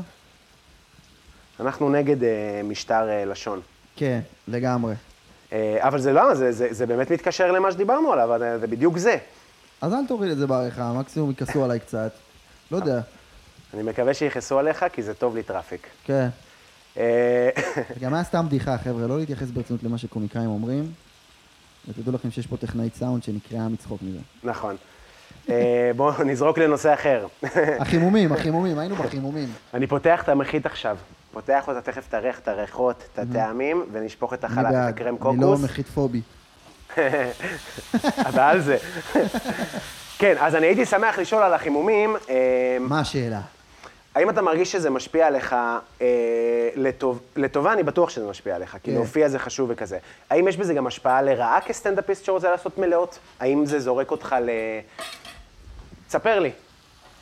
Speaker 2: אנחנו נגד אה, משטר אה, לשון.
Speaker 3: כן, לגמרי.
Speaker 2: אה, אבל זה למה, זה, זה, זה באמת מתקשר למה שדיברנו עליו, אבל, אה, זה בדיוק זה.
Speaker 3: אז אל תוריד את זה בעריכה, מקסימום יכעסו עליי קצת. לא יודע,
Speaker 2: אני מקווה שיכעסו עליך, כי זה טוב לי טראפיק.
Speaker 3: כן.
Speaker 2: אה,
Speaker 3: גם היה סתם בדיחה, חבר'ה, לא להתייחס ברצינות למה שקומיקאים אומרים. ותדעו לכם שיש פה טכנאית סאונד שנקרעה מצחוק מזה.
Speaker 2: נכון. אה, בואו נזרוק לנושא אחר. כן.
Speaker 3: החימומים, החימומים, היינו בחימומים.
Speaker 2: אני פותח את המחית עכשיו. פותח אותה, תכף את הריח, את הריחות, את הטעמים, ונשפוך את
Speaker 3: Mhm. אני
Speaker 2: החלק, את
Speaker 3: בעד,
Speaker 2: הקרם
Speaker 3: אני לא
Speaker 2: קוקוס.
Speaker 3: מחית פובי.
Speaker 2: אתה על זה. כן, אז אני הייתי שמח לשאול על החימומים. אה,
Speaker 3: מה השאלה?
Speaker 2: האם אתה מרגיש שזה משפיע עליך אה, לטוב, לטובה? אני בטוח שזה משפיע עליך, כי
Speaker 3: כן.
Speaker 2: להופיע זה חשוב וכזה. האם יש בזה גם השפעה לרעה כסטנדאפיסט שרוצה לעשות מלאות? האם זה זורק אותך ל... תספר לי.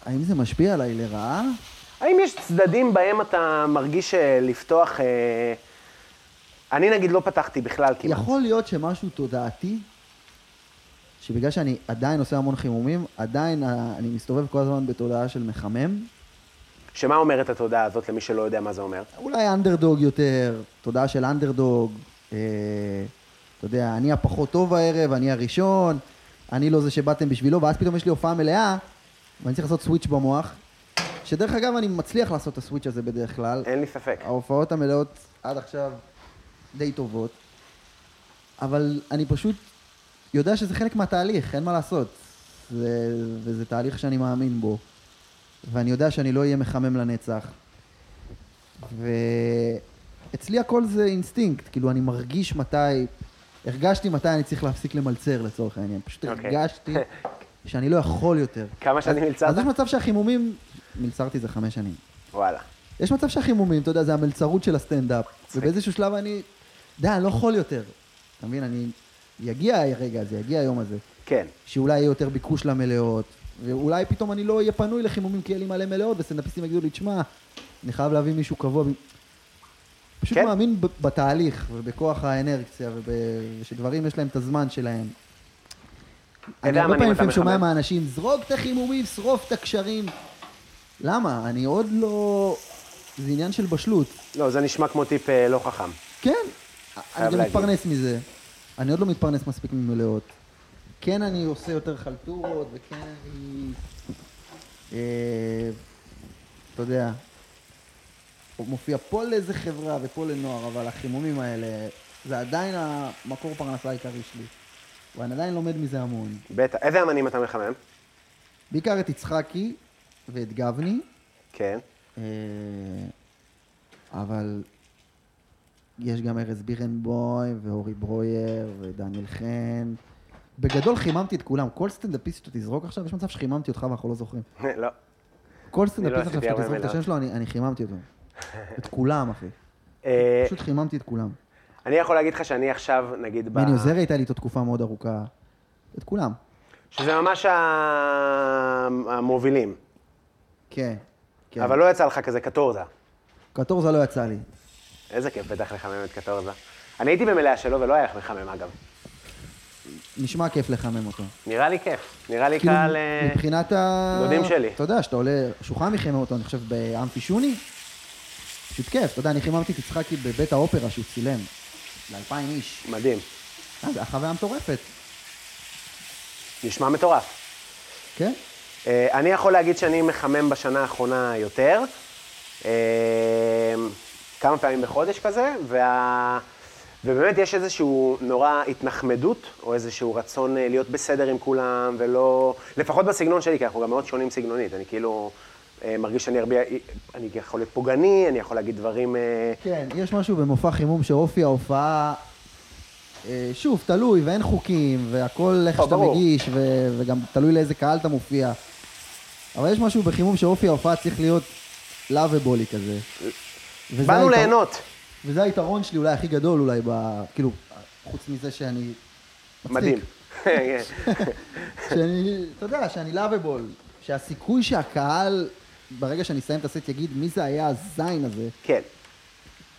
Speaker 3: האם זה משפיע עליי לרעה?
Speaker 2: האם יש צדדים בהם אתה מרגיש אה, לפתוח... אה... אני נגיד לא פתחתי בכלל כמעט.
Speaker 3: יכול להיות שמשהו תודעתי, שבגלל שאני עדיין עושה המון חימומים, עדיין ה- אני מסתובב כל הזמן בתודעה של מחמם.
Speaker 2: שמה אומרת התודעה הזאת למי שלא יודע מה זה אומר?
Speaker 3: אולי אנדרדוג יותר, תודעה של אנדרדוג, אה, אתה יודע, אני הפחות טוב הערב, אני הראשון, אני לא זה שבאתם בשבילו, ואז פתאום יש לי הופעה מלאה, ואני צריך לעשות סוויץ' במוח, שדרך אגב, אני מצליח לעשות את הסוויץ' הזה בדרך כלל.
Speaker 2: אין לי ספק.
Speaker 3: ההופעות המלאות עד עכשיו די טובות, אבל אני פשוט יודע שזה חלק מהתהליך, אין מה לעשות. זה, וזה תהליך שאני מאמין בו, ואני יודע שאני לא אהיה מחמם לנצח. ואצלי הכל זה אינסטינקט, כאילו אני מרגיש מתי הרגשתי מתי אני צריך להפסיק למלצר לצורך העניין. פשוט
Speaker 2: אוקיי.
Speaker 3: הרגשתי שאני לא יכול יותר.
Speaker 2: כמה שנים
Speaker 3: אז-
Speaker 2: מלצרת?
Speaker 3: אז יש מצב שהחימומים, מלצרתי זה חמש שנים.
Speaker 2: וואלה.
Speaker 3: יש מצב שהחימומים, אתה יודע, זה המלצרות של הסטנדאפ, ובאיזשהו שלב אני, די, אני לא יכול יותר. אתה מבין, אני... יגיע הרגע הזה, יגיע היום הזה,
Speaker 2: כן.
Speaker 3: שאולי יהיה יותר ביקוש למלאות, ואולי פתאום אני לא אהיה פנוי לחימומים כי יהיה לי מלא מלאות, וסטנדאפיסטים יגידו לי, תשמע, אני חייב להביא מישהו קבוע. פשוט
Speaker 2: כן.
Speaker 3: מאמין ב- בתהליך, ובכוח האנרציה, ושדברים יש להם את הזמן שלהם. אני
Speaker 2: יודע,
Speaker 3: הרבה
Speaker 2: אני אם
Speaker 3: פעמים
Speaker 2: אתה
Speaker 3: לפעמים שומע
Speaker 2: מחמם.
Speaker 3: מהאנשים, זרוק את החימומים, שרוף את הקשרים. למה? אני עוד לא... זה עניין של בשלות.
Speaker 2: לא, זה נשמע כמו טיפ אה, לא חכם.
Speaker 3: כן, אני גם
Speaker 2: להגיד.
Speaker 3: מתפרנס מזה. אני עוד לא מתפרנס מספיק ממלאות. כן, אני עושה יותר חלטורות, וכן אני... אה, אתה יודע, מופיע פה לאיזה חברה ופה לנוער, אבל החימומים האלה, זה עדיין המקור פרנסה העיקרי שלי. ואני עדיין לומד מזה המון.
Speaker 2: בטח. איזה אמנים אתה מחמם?
Speaker 3: בעיקר את יצחקי ואת גבני,
Speaker 2: כן.
Speaker 3: אה, אבל יש גם ארז בירנבוי ואורי ברויר ודניאל חן. בגדול חיממתי את כולם. כל סטנדאפיסט שאתה תזרוק עכשיו, יש מצב שחיממתי אותך ואנחנו לא זוכרים.
Speaker 2: לא.
Speaker 3: כל
Speaker 2: אני לא
Speaker 3: סטנדאפיסט עכשיו
Speaker 2: עשיתי
Speaker 3: שאתה
Speaker 2: הרבה
Speaker 3: תזרוק את
Speaker 2: מלאות.
Speaker 3: השם שלו, אני אני חיממתי אותו. את כולם, אחי.
Speaker 2: אה,
Speaker 3: פשוט חיממתי את כולם.
Speaker 2: אני יכול להגיד לך שאני עכשיו, נגיד, ב...
Speaker 3: בני עוזרי הייתה לי איתו תקופה מאוד ארוכה. את כולם.
Speaker 2: שזה ממש ה- המובילים.
Speaker 3: כן. כן.
Speaker 2: אבל לא יצא לך כזה קטורזה.
Speaker 3: קטורזה לא יצא לי.
Speaker 2: איזה כיף בטח לחמם את קטורזה. אני הייתי במלאה שלו ולא היה איך לחמם, אגב.
Speaker 3: נשמע כיף לחמם אותו.
Speaker 2: נראה לי כיף. נראה לי
Speaker 3: כאילו,
Speaker 2: קל... אה,
Speaker 3: מבחינת ה...
Speaker 2: דודים שלי.
Speaker 3: אתה יודע, שאתה עולה, שוחרר מחימם אותו, אני חושב, באמפי שוני, פשוט כיף. אתה יודע, אני חיממתי את יצחקי בבית האופרה שהוא צילם, לאלפיים איש.
Speaker 2: מדהים.
Speaker 3: אה, זה החוויה מטורפת,
Speaker 2: נשמע מטורף.
Speaker 3: כן?
Speaker 2: אה, אני יכול להגיד שאני מחמם בשנה האחרונה יותר, אה, כמה פעמים בחודש כזה, וה... ובאמת יש איזשהו נורא התנחמדות, או איזשהו רצון אה, להיות בסדר עם כולם, ולא... לפחות בסגנון שלי, כי אנחנו גם מאוד שונים סגנונית. אני כאילו אה, מרגיש שאני הרבה... אני יכול להיות פוגעני, אני יכול להגיד דברים... אה,
Speaker 3: כן, יש משהו במופע חימום שאופי ההופעה, אה, שוב, תלוי, ואין חוקים, והכל איך
Speaker 2: לא,
Speaker 3: שאתה
Speaker 2: ברור.
Speaker 3: מגיש, ו- וגם תלוי לאיזה קהל אתה מופיע. אבל יש משהו בחימום שאופי ההופעה צריך להיות לאביבולי כזה. וזה
Speaker 2: באנו
Speaker 3: היתרון-
Speaker 2: ליהנות.
Speaker 3: וזה היתרון שלי אולי הכי גדול אולי ב... כאילו, חוץ מזה שאני... מצחיק.
Speaker 2: מדהים. כן.
Speaker 3: שאני, אתה יודע, שאני לאביבול. שהסיכוי שהקהל, ברגע שאני אסיים את הסט, יגיד מי זה היה הזין הזה,
Speaker 2: כן,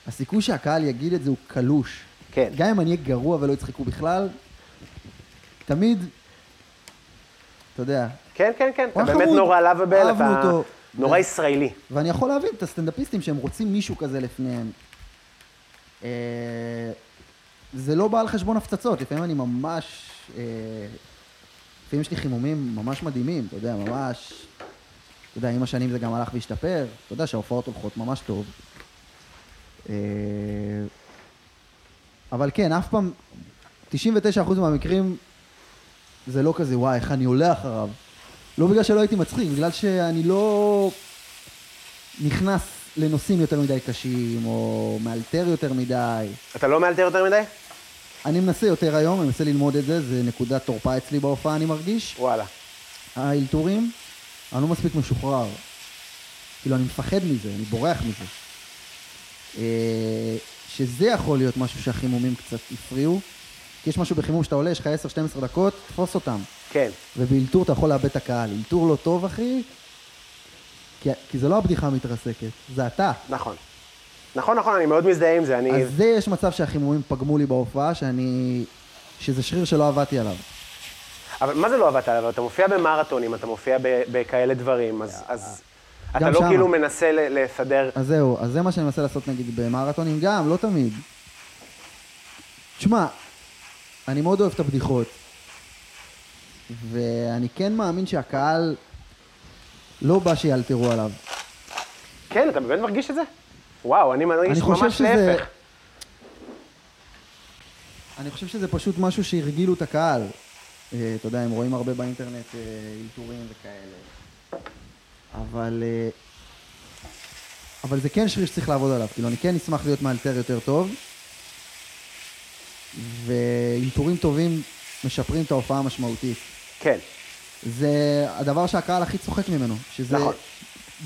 Speaker 3: הסיכוי שהקהל יגיד את זה הוא קלוש.
Speaker 2: כן.
Speaker 3: גם אם אני אהיה גרוע ולא יצחקו בכלל, תמיד, אתה יודע,
Speaker 2: כן, כן, כן. אתה
Speaker 3: וואי,
Speaker 2: באמת
Speaker 3: חמוד.
Speaker 2: נורא לאביבל,
Speaker 3: אהבנו
Speaker 2: אתה
Speaker 3: אותו.
Speaker 2: נורא
Speaker 3: זה-
Speaker 2: ישראלי.
Speaker 3: ואני יכול להבין את הסטנדאפיסטים שהם רוצים מישהו כזה לפניהם. אה, זה לא בא על חשבון הפצצות, לפעמים אני ממש... אה, לפעמים יש לי חימומים ממש מדהימים, אתה יודע, ממש... אתה יודע, עם השנים זה גם הלך והשתפר, אתה יודע שההופעות הולכות ממש טוב. אה, אבל כן, אף פעם, 99% מהמקרים זה לא כזה, וואי, איך אני עולה אחריו. לא בגלל שלא הייתי מצחיק, בגלל שאני לא נכנס לנושאים יותר מדי קשים, או מאלתר יותר מדי.
Speaker 2: אתה לא מאלתר יותר מדי?
Speaker 3: אני מנסה יותר היום, אני מנסה ללמוד את זה, זה נקודת תורפה אצלי בהופעה, אני מרגיש.
Speaker 2: וואלה.
Speaker 3: האלתורים, אני לא מספיק משוחרר. כאילו, אני מפחד מזה, אני בורח מזה. אה, שזה יכול להיות משהו שהחימומים קצת הפריעו. כי יש משהו בחימום שאתה עולה, יש לך 10-12 דקות, תפוס אותם.
Speaker 2: כן.
Speaker 3: ובאלתור אתה יכול לאבד את הקהל. אלתור לא טוב, אחי, כי, כי זה לא הבדיחה המתרסקת, זה אתה.
Speaker 2: נכון. נכון, נכון, אני מאוד מזדהה עם זה, אני...
Speaker 3: אז זה יש מצב שהחימומים פגמו לי בהופעה, שאני... שזה שריר שלא עבדתי עליו.
Speaker 2: אבל מה זה לא עבדת עליו? אתה מופיע במרתונים, אתה מופיע ב- בכאלה דברים, אז... אז... אתה
Speaker 3: אה, גם
Speaker 2: לא
Speaker 3: שמה.
Speaker 2: כאילו מנסה ל- לסדר...
Speaker 3: אז זהו, אז זה מה שאני מנסה לעשות נגיד במרתונים, גם, לא תמיד. תשמע, אני מאוד אוהב את הבדיחות, ואני כן מאמין שהקהל לא בא שיאלתרו עליו.
Speaker 2: כן, אתה באמת מרגיש את זה? וואו, אני מרגיש
Speaker 3: אני חושב
Speaker 2: ממש
Speaker 3: שזה-
Speaker 2: להפך.
Speaker 3: אני חושב שזה פשוט משהו שהרגילו את הקהל. אה, אתה יודע, הם רואים הרבה באינטרנט אה, עיטורים וכאלה. אבל... אה, אבל זה כן שריר שצריך לעבוד עליו. כאילו, אני כן אשמח להיות מאלתר יותר טוב. ועם טורים טובים משפרים את ההופעה המשמעותית.
Speaker 2: כן,
Speaker 3: זה הדבר שהקהל הכי צוחק ממנו, שזה
Speaker 2: נכון.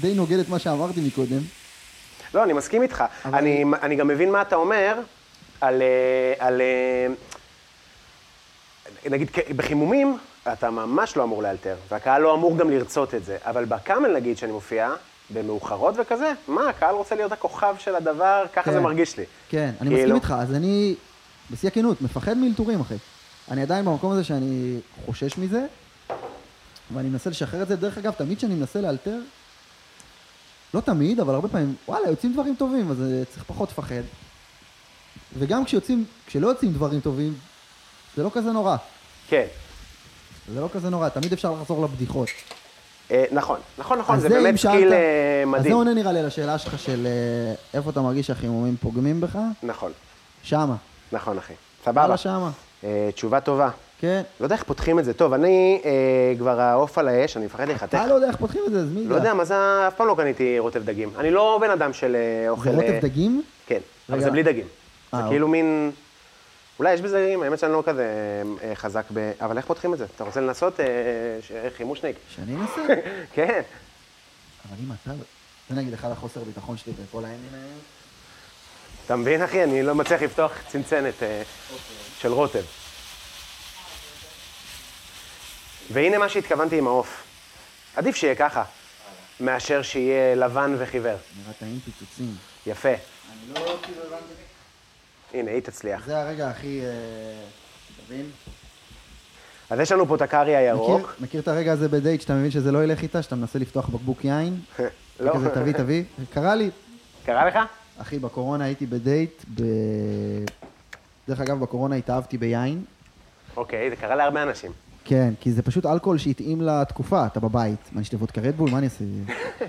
Speaker 3: די נוגד את מה שאמרתי מקודם.
Speaker 2: לא, אני מסכים איתך.
Speaker 3: אבל-
Speaker 2: אני, אני גם מבין מה אתה אומר על... אה, על אה, נגיד, כ- בחימומים, אתה ממש לא אמור לאלתר, והקהל לא אמור גם לרצות את זה. אבל בקאמל, נגיד, שאני מופיע, במאוחרות וכזה, מה, הקהל רוצה להיות הכוכב של הדבר, ככה
Speaker 3: כן.
Speaker 2: זה מרגיש לי.
Speaker 3: כן, אני
Speaker 2: כאילו-
Speaker 3: מסכים איתך, אז אני, בשיא הכנות, מפחד מאלתורים, אחי. אני עדיין במקום הזה שאני חושש מזה, ואני מנסה לשחרר את זה. דרך אגב, תמיד כשאני מנסה לאלתר, לא תמיד, אבל הרבה פעמים, וואלה, יוצאים דברים טובים, אז אה, צריך פחות לפחד. וגם כשיוצאים, כשלא יוצאים דברים טובים, זה לא כזה נורא.
Speaker 2: כן.
Speaker 3: זה לא כזה נורא, תמיד אפשר לחזור לבדיחות.
Speaker 2: אה, נכון, נכון, נכון,
Speaker 3: אז
Speaker 2: זה
Speaker 3: אם
Speaker 2: באמת
Speaker 3: שאלת-
Speaker 2: סקיל אה,
Speaker 3: אז זה
Speaker 2: מדהים.
Speaker 3: עונה נראה לי לשאלה שלך של אה, איפה אתה מרגיש שהחימומים פוגמים בך?
Speaker 2: נכון,
Speaker 3: שמה.
Speaker 2: נכון, אחי.
Speaker 3: וואלה
Speaker 2: סבבה.
Speaker 3: שמה.
Speaker 2: אה, תשובה טובה.
Speaker 3: כן.
Speaker 2: לא יודע איך פותחים את זה. טוב, אני אה, כבר העוף על האש, אני מפחד להיחתך.
Speaker 3: אתה לא יודע איך פותחים את זה, אז מי
Speaker 2: לא יודע, מה זה, אף פעם לא קניתי רוטב דגים. אני לא בן אדם של אה, אוכל...
Speaker 3: זה
Speaker 2: אה,
Speaker 3: רוטב דגים?
Speaker 2: כן, אבל
Speaker 3: רגע.
Speaker 2: זה בלי דגים.
Speaker 3: אה,
Speaker 2: זה
Speaker 3: אוקיי.
Speaker 2: כאילו מין... אולי יש בזה דגים, האמת שאני לא כזה אה, חזק ב... אבל איך פותחים את זה? אתה רוצה לנסות אה, ש- אה, חימושניק?
Speaker 3: שאני אנסה.
Speaker 2: כן.
Speaker 3: אבל אם אתה... זה נגיד אחד החוסר ביטחון שלי בכל הימים האלה.
Speaker 2: אתה מבין, אחי? אני לא מצליח לפתוח צנצנת אה, של רוטב. והנה מה שהתכוונתי עם העוף. עדיף שיהיה ככה, מאשר שיהיה לבן וחיוור.
Speaker 3: נראה טעים פיצוצים.
Speaker 2: יפה.
Speaker 3: אני לא כאילו הבנתי.
Speaker 2: הנה, היא תצליח.
Speaker 3: זה הרגע הכי... אה, אתה מבין?
Speaker 2: אז יש לנו פה את הקארי הירוק.
Speaker 3: מכיר- מכיר את הרגע הזה בדייט שאתה מבין שזה לא ילך איתה, שאתה מנסה לפתוח בקבוק יין?
Speaker 2: לא.
Speaker 3: כזה תביא, תביא. קרה לי,
Speaker 2: קרה לך?
Speaker 3: אחי, בקורונה הייתי בדייט, ב... דרך אגב, בקורונה התאהבתי ביין.
Speaker 2: אוקיי, זה קרה להרבה אנשים.
Speaker 3: כן, כי זה פשוט אלכוהול שהתאים לתקופה, אתה בבית. מה, אני אשתה וודקה רדבול? מה אני אעשה?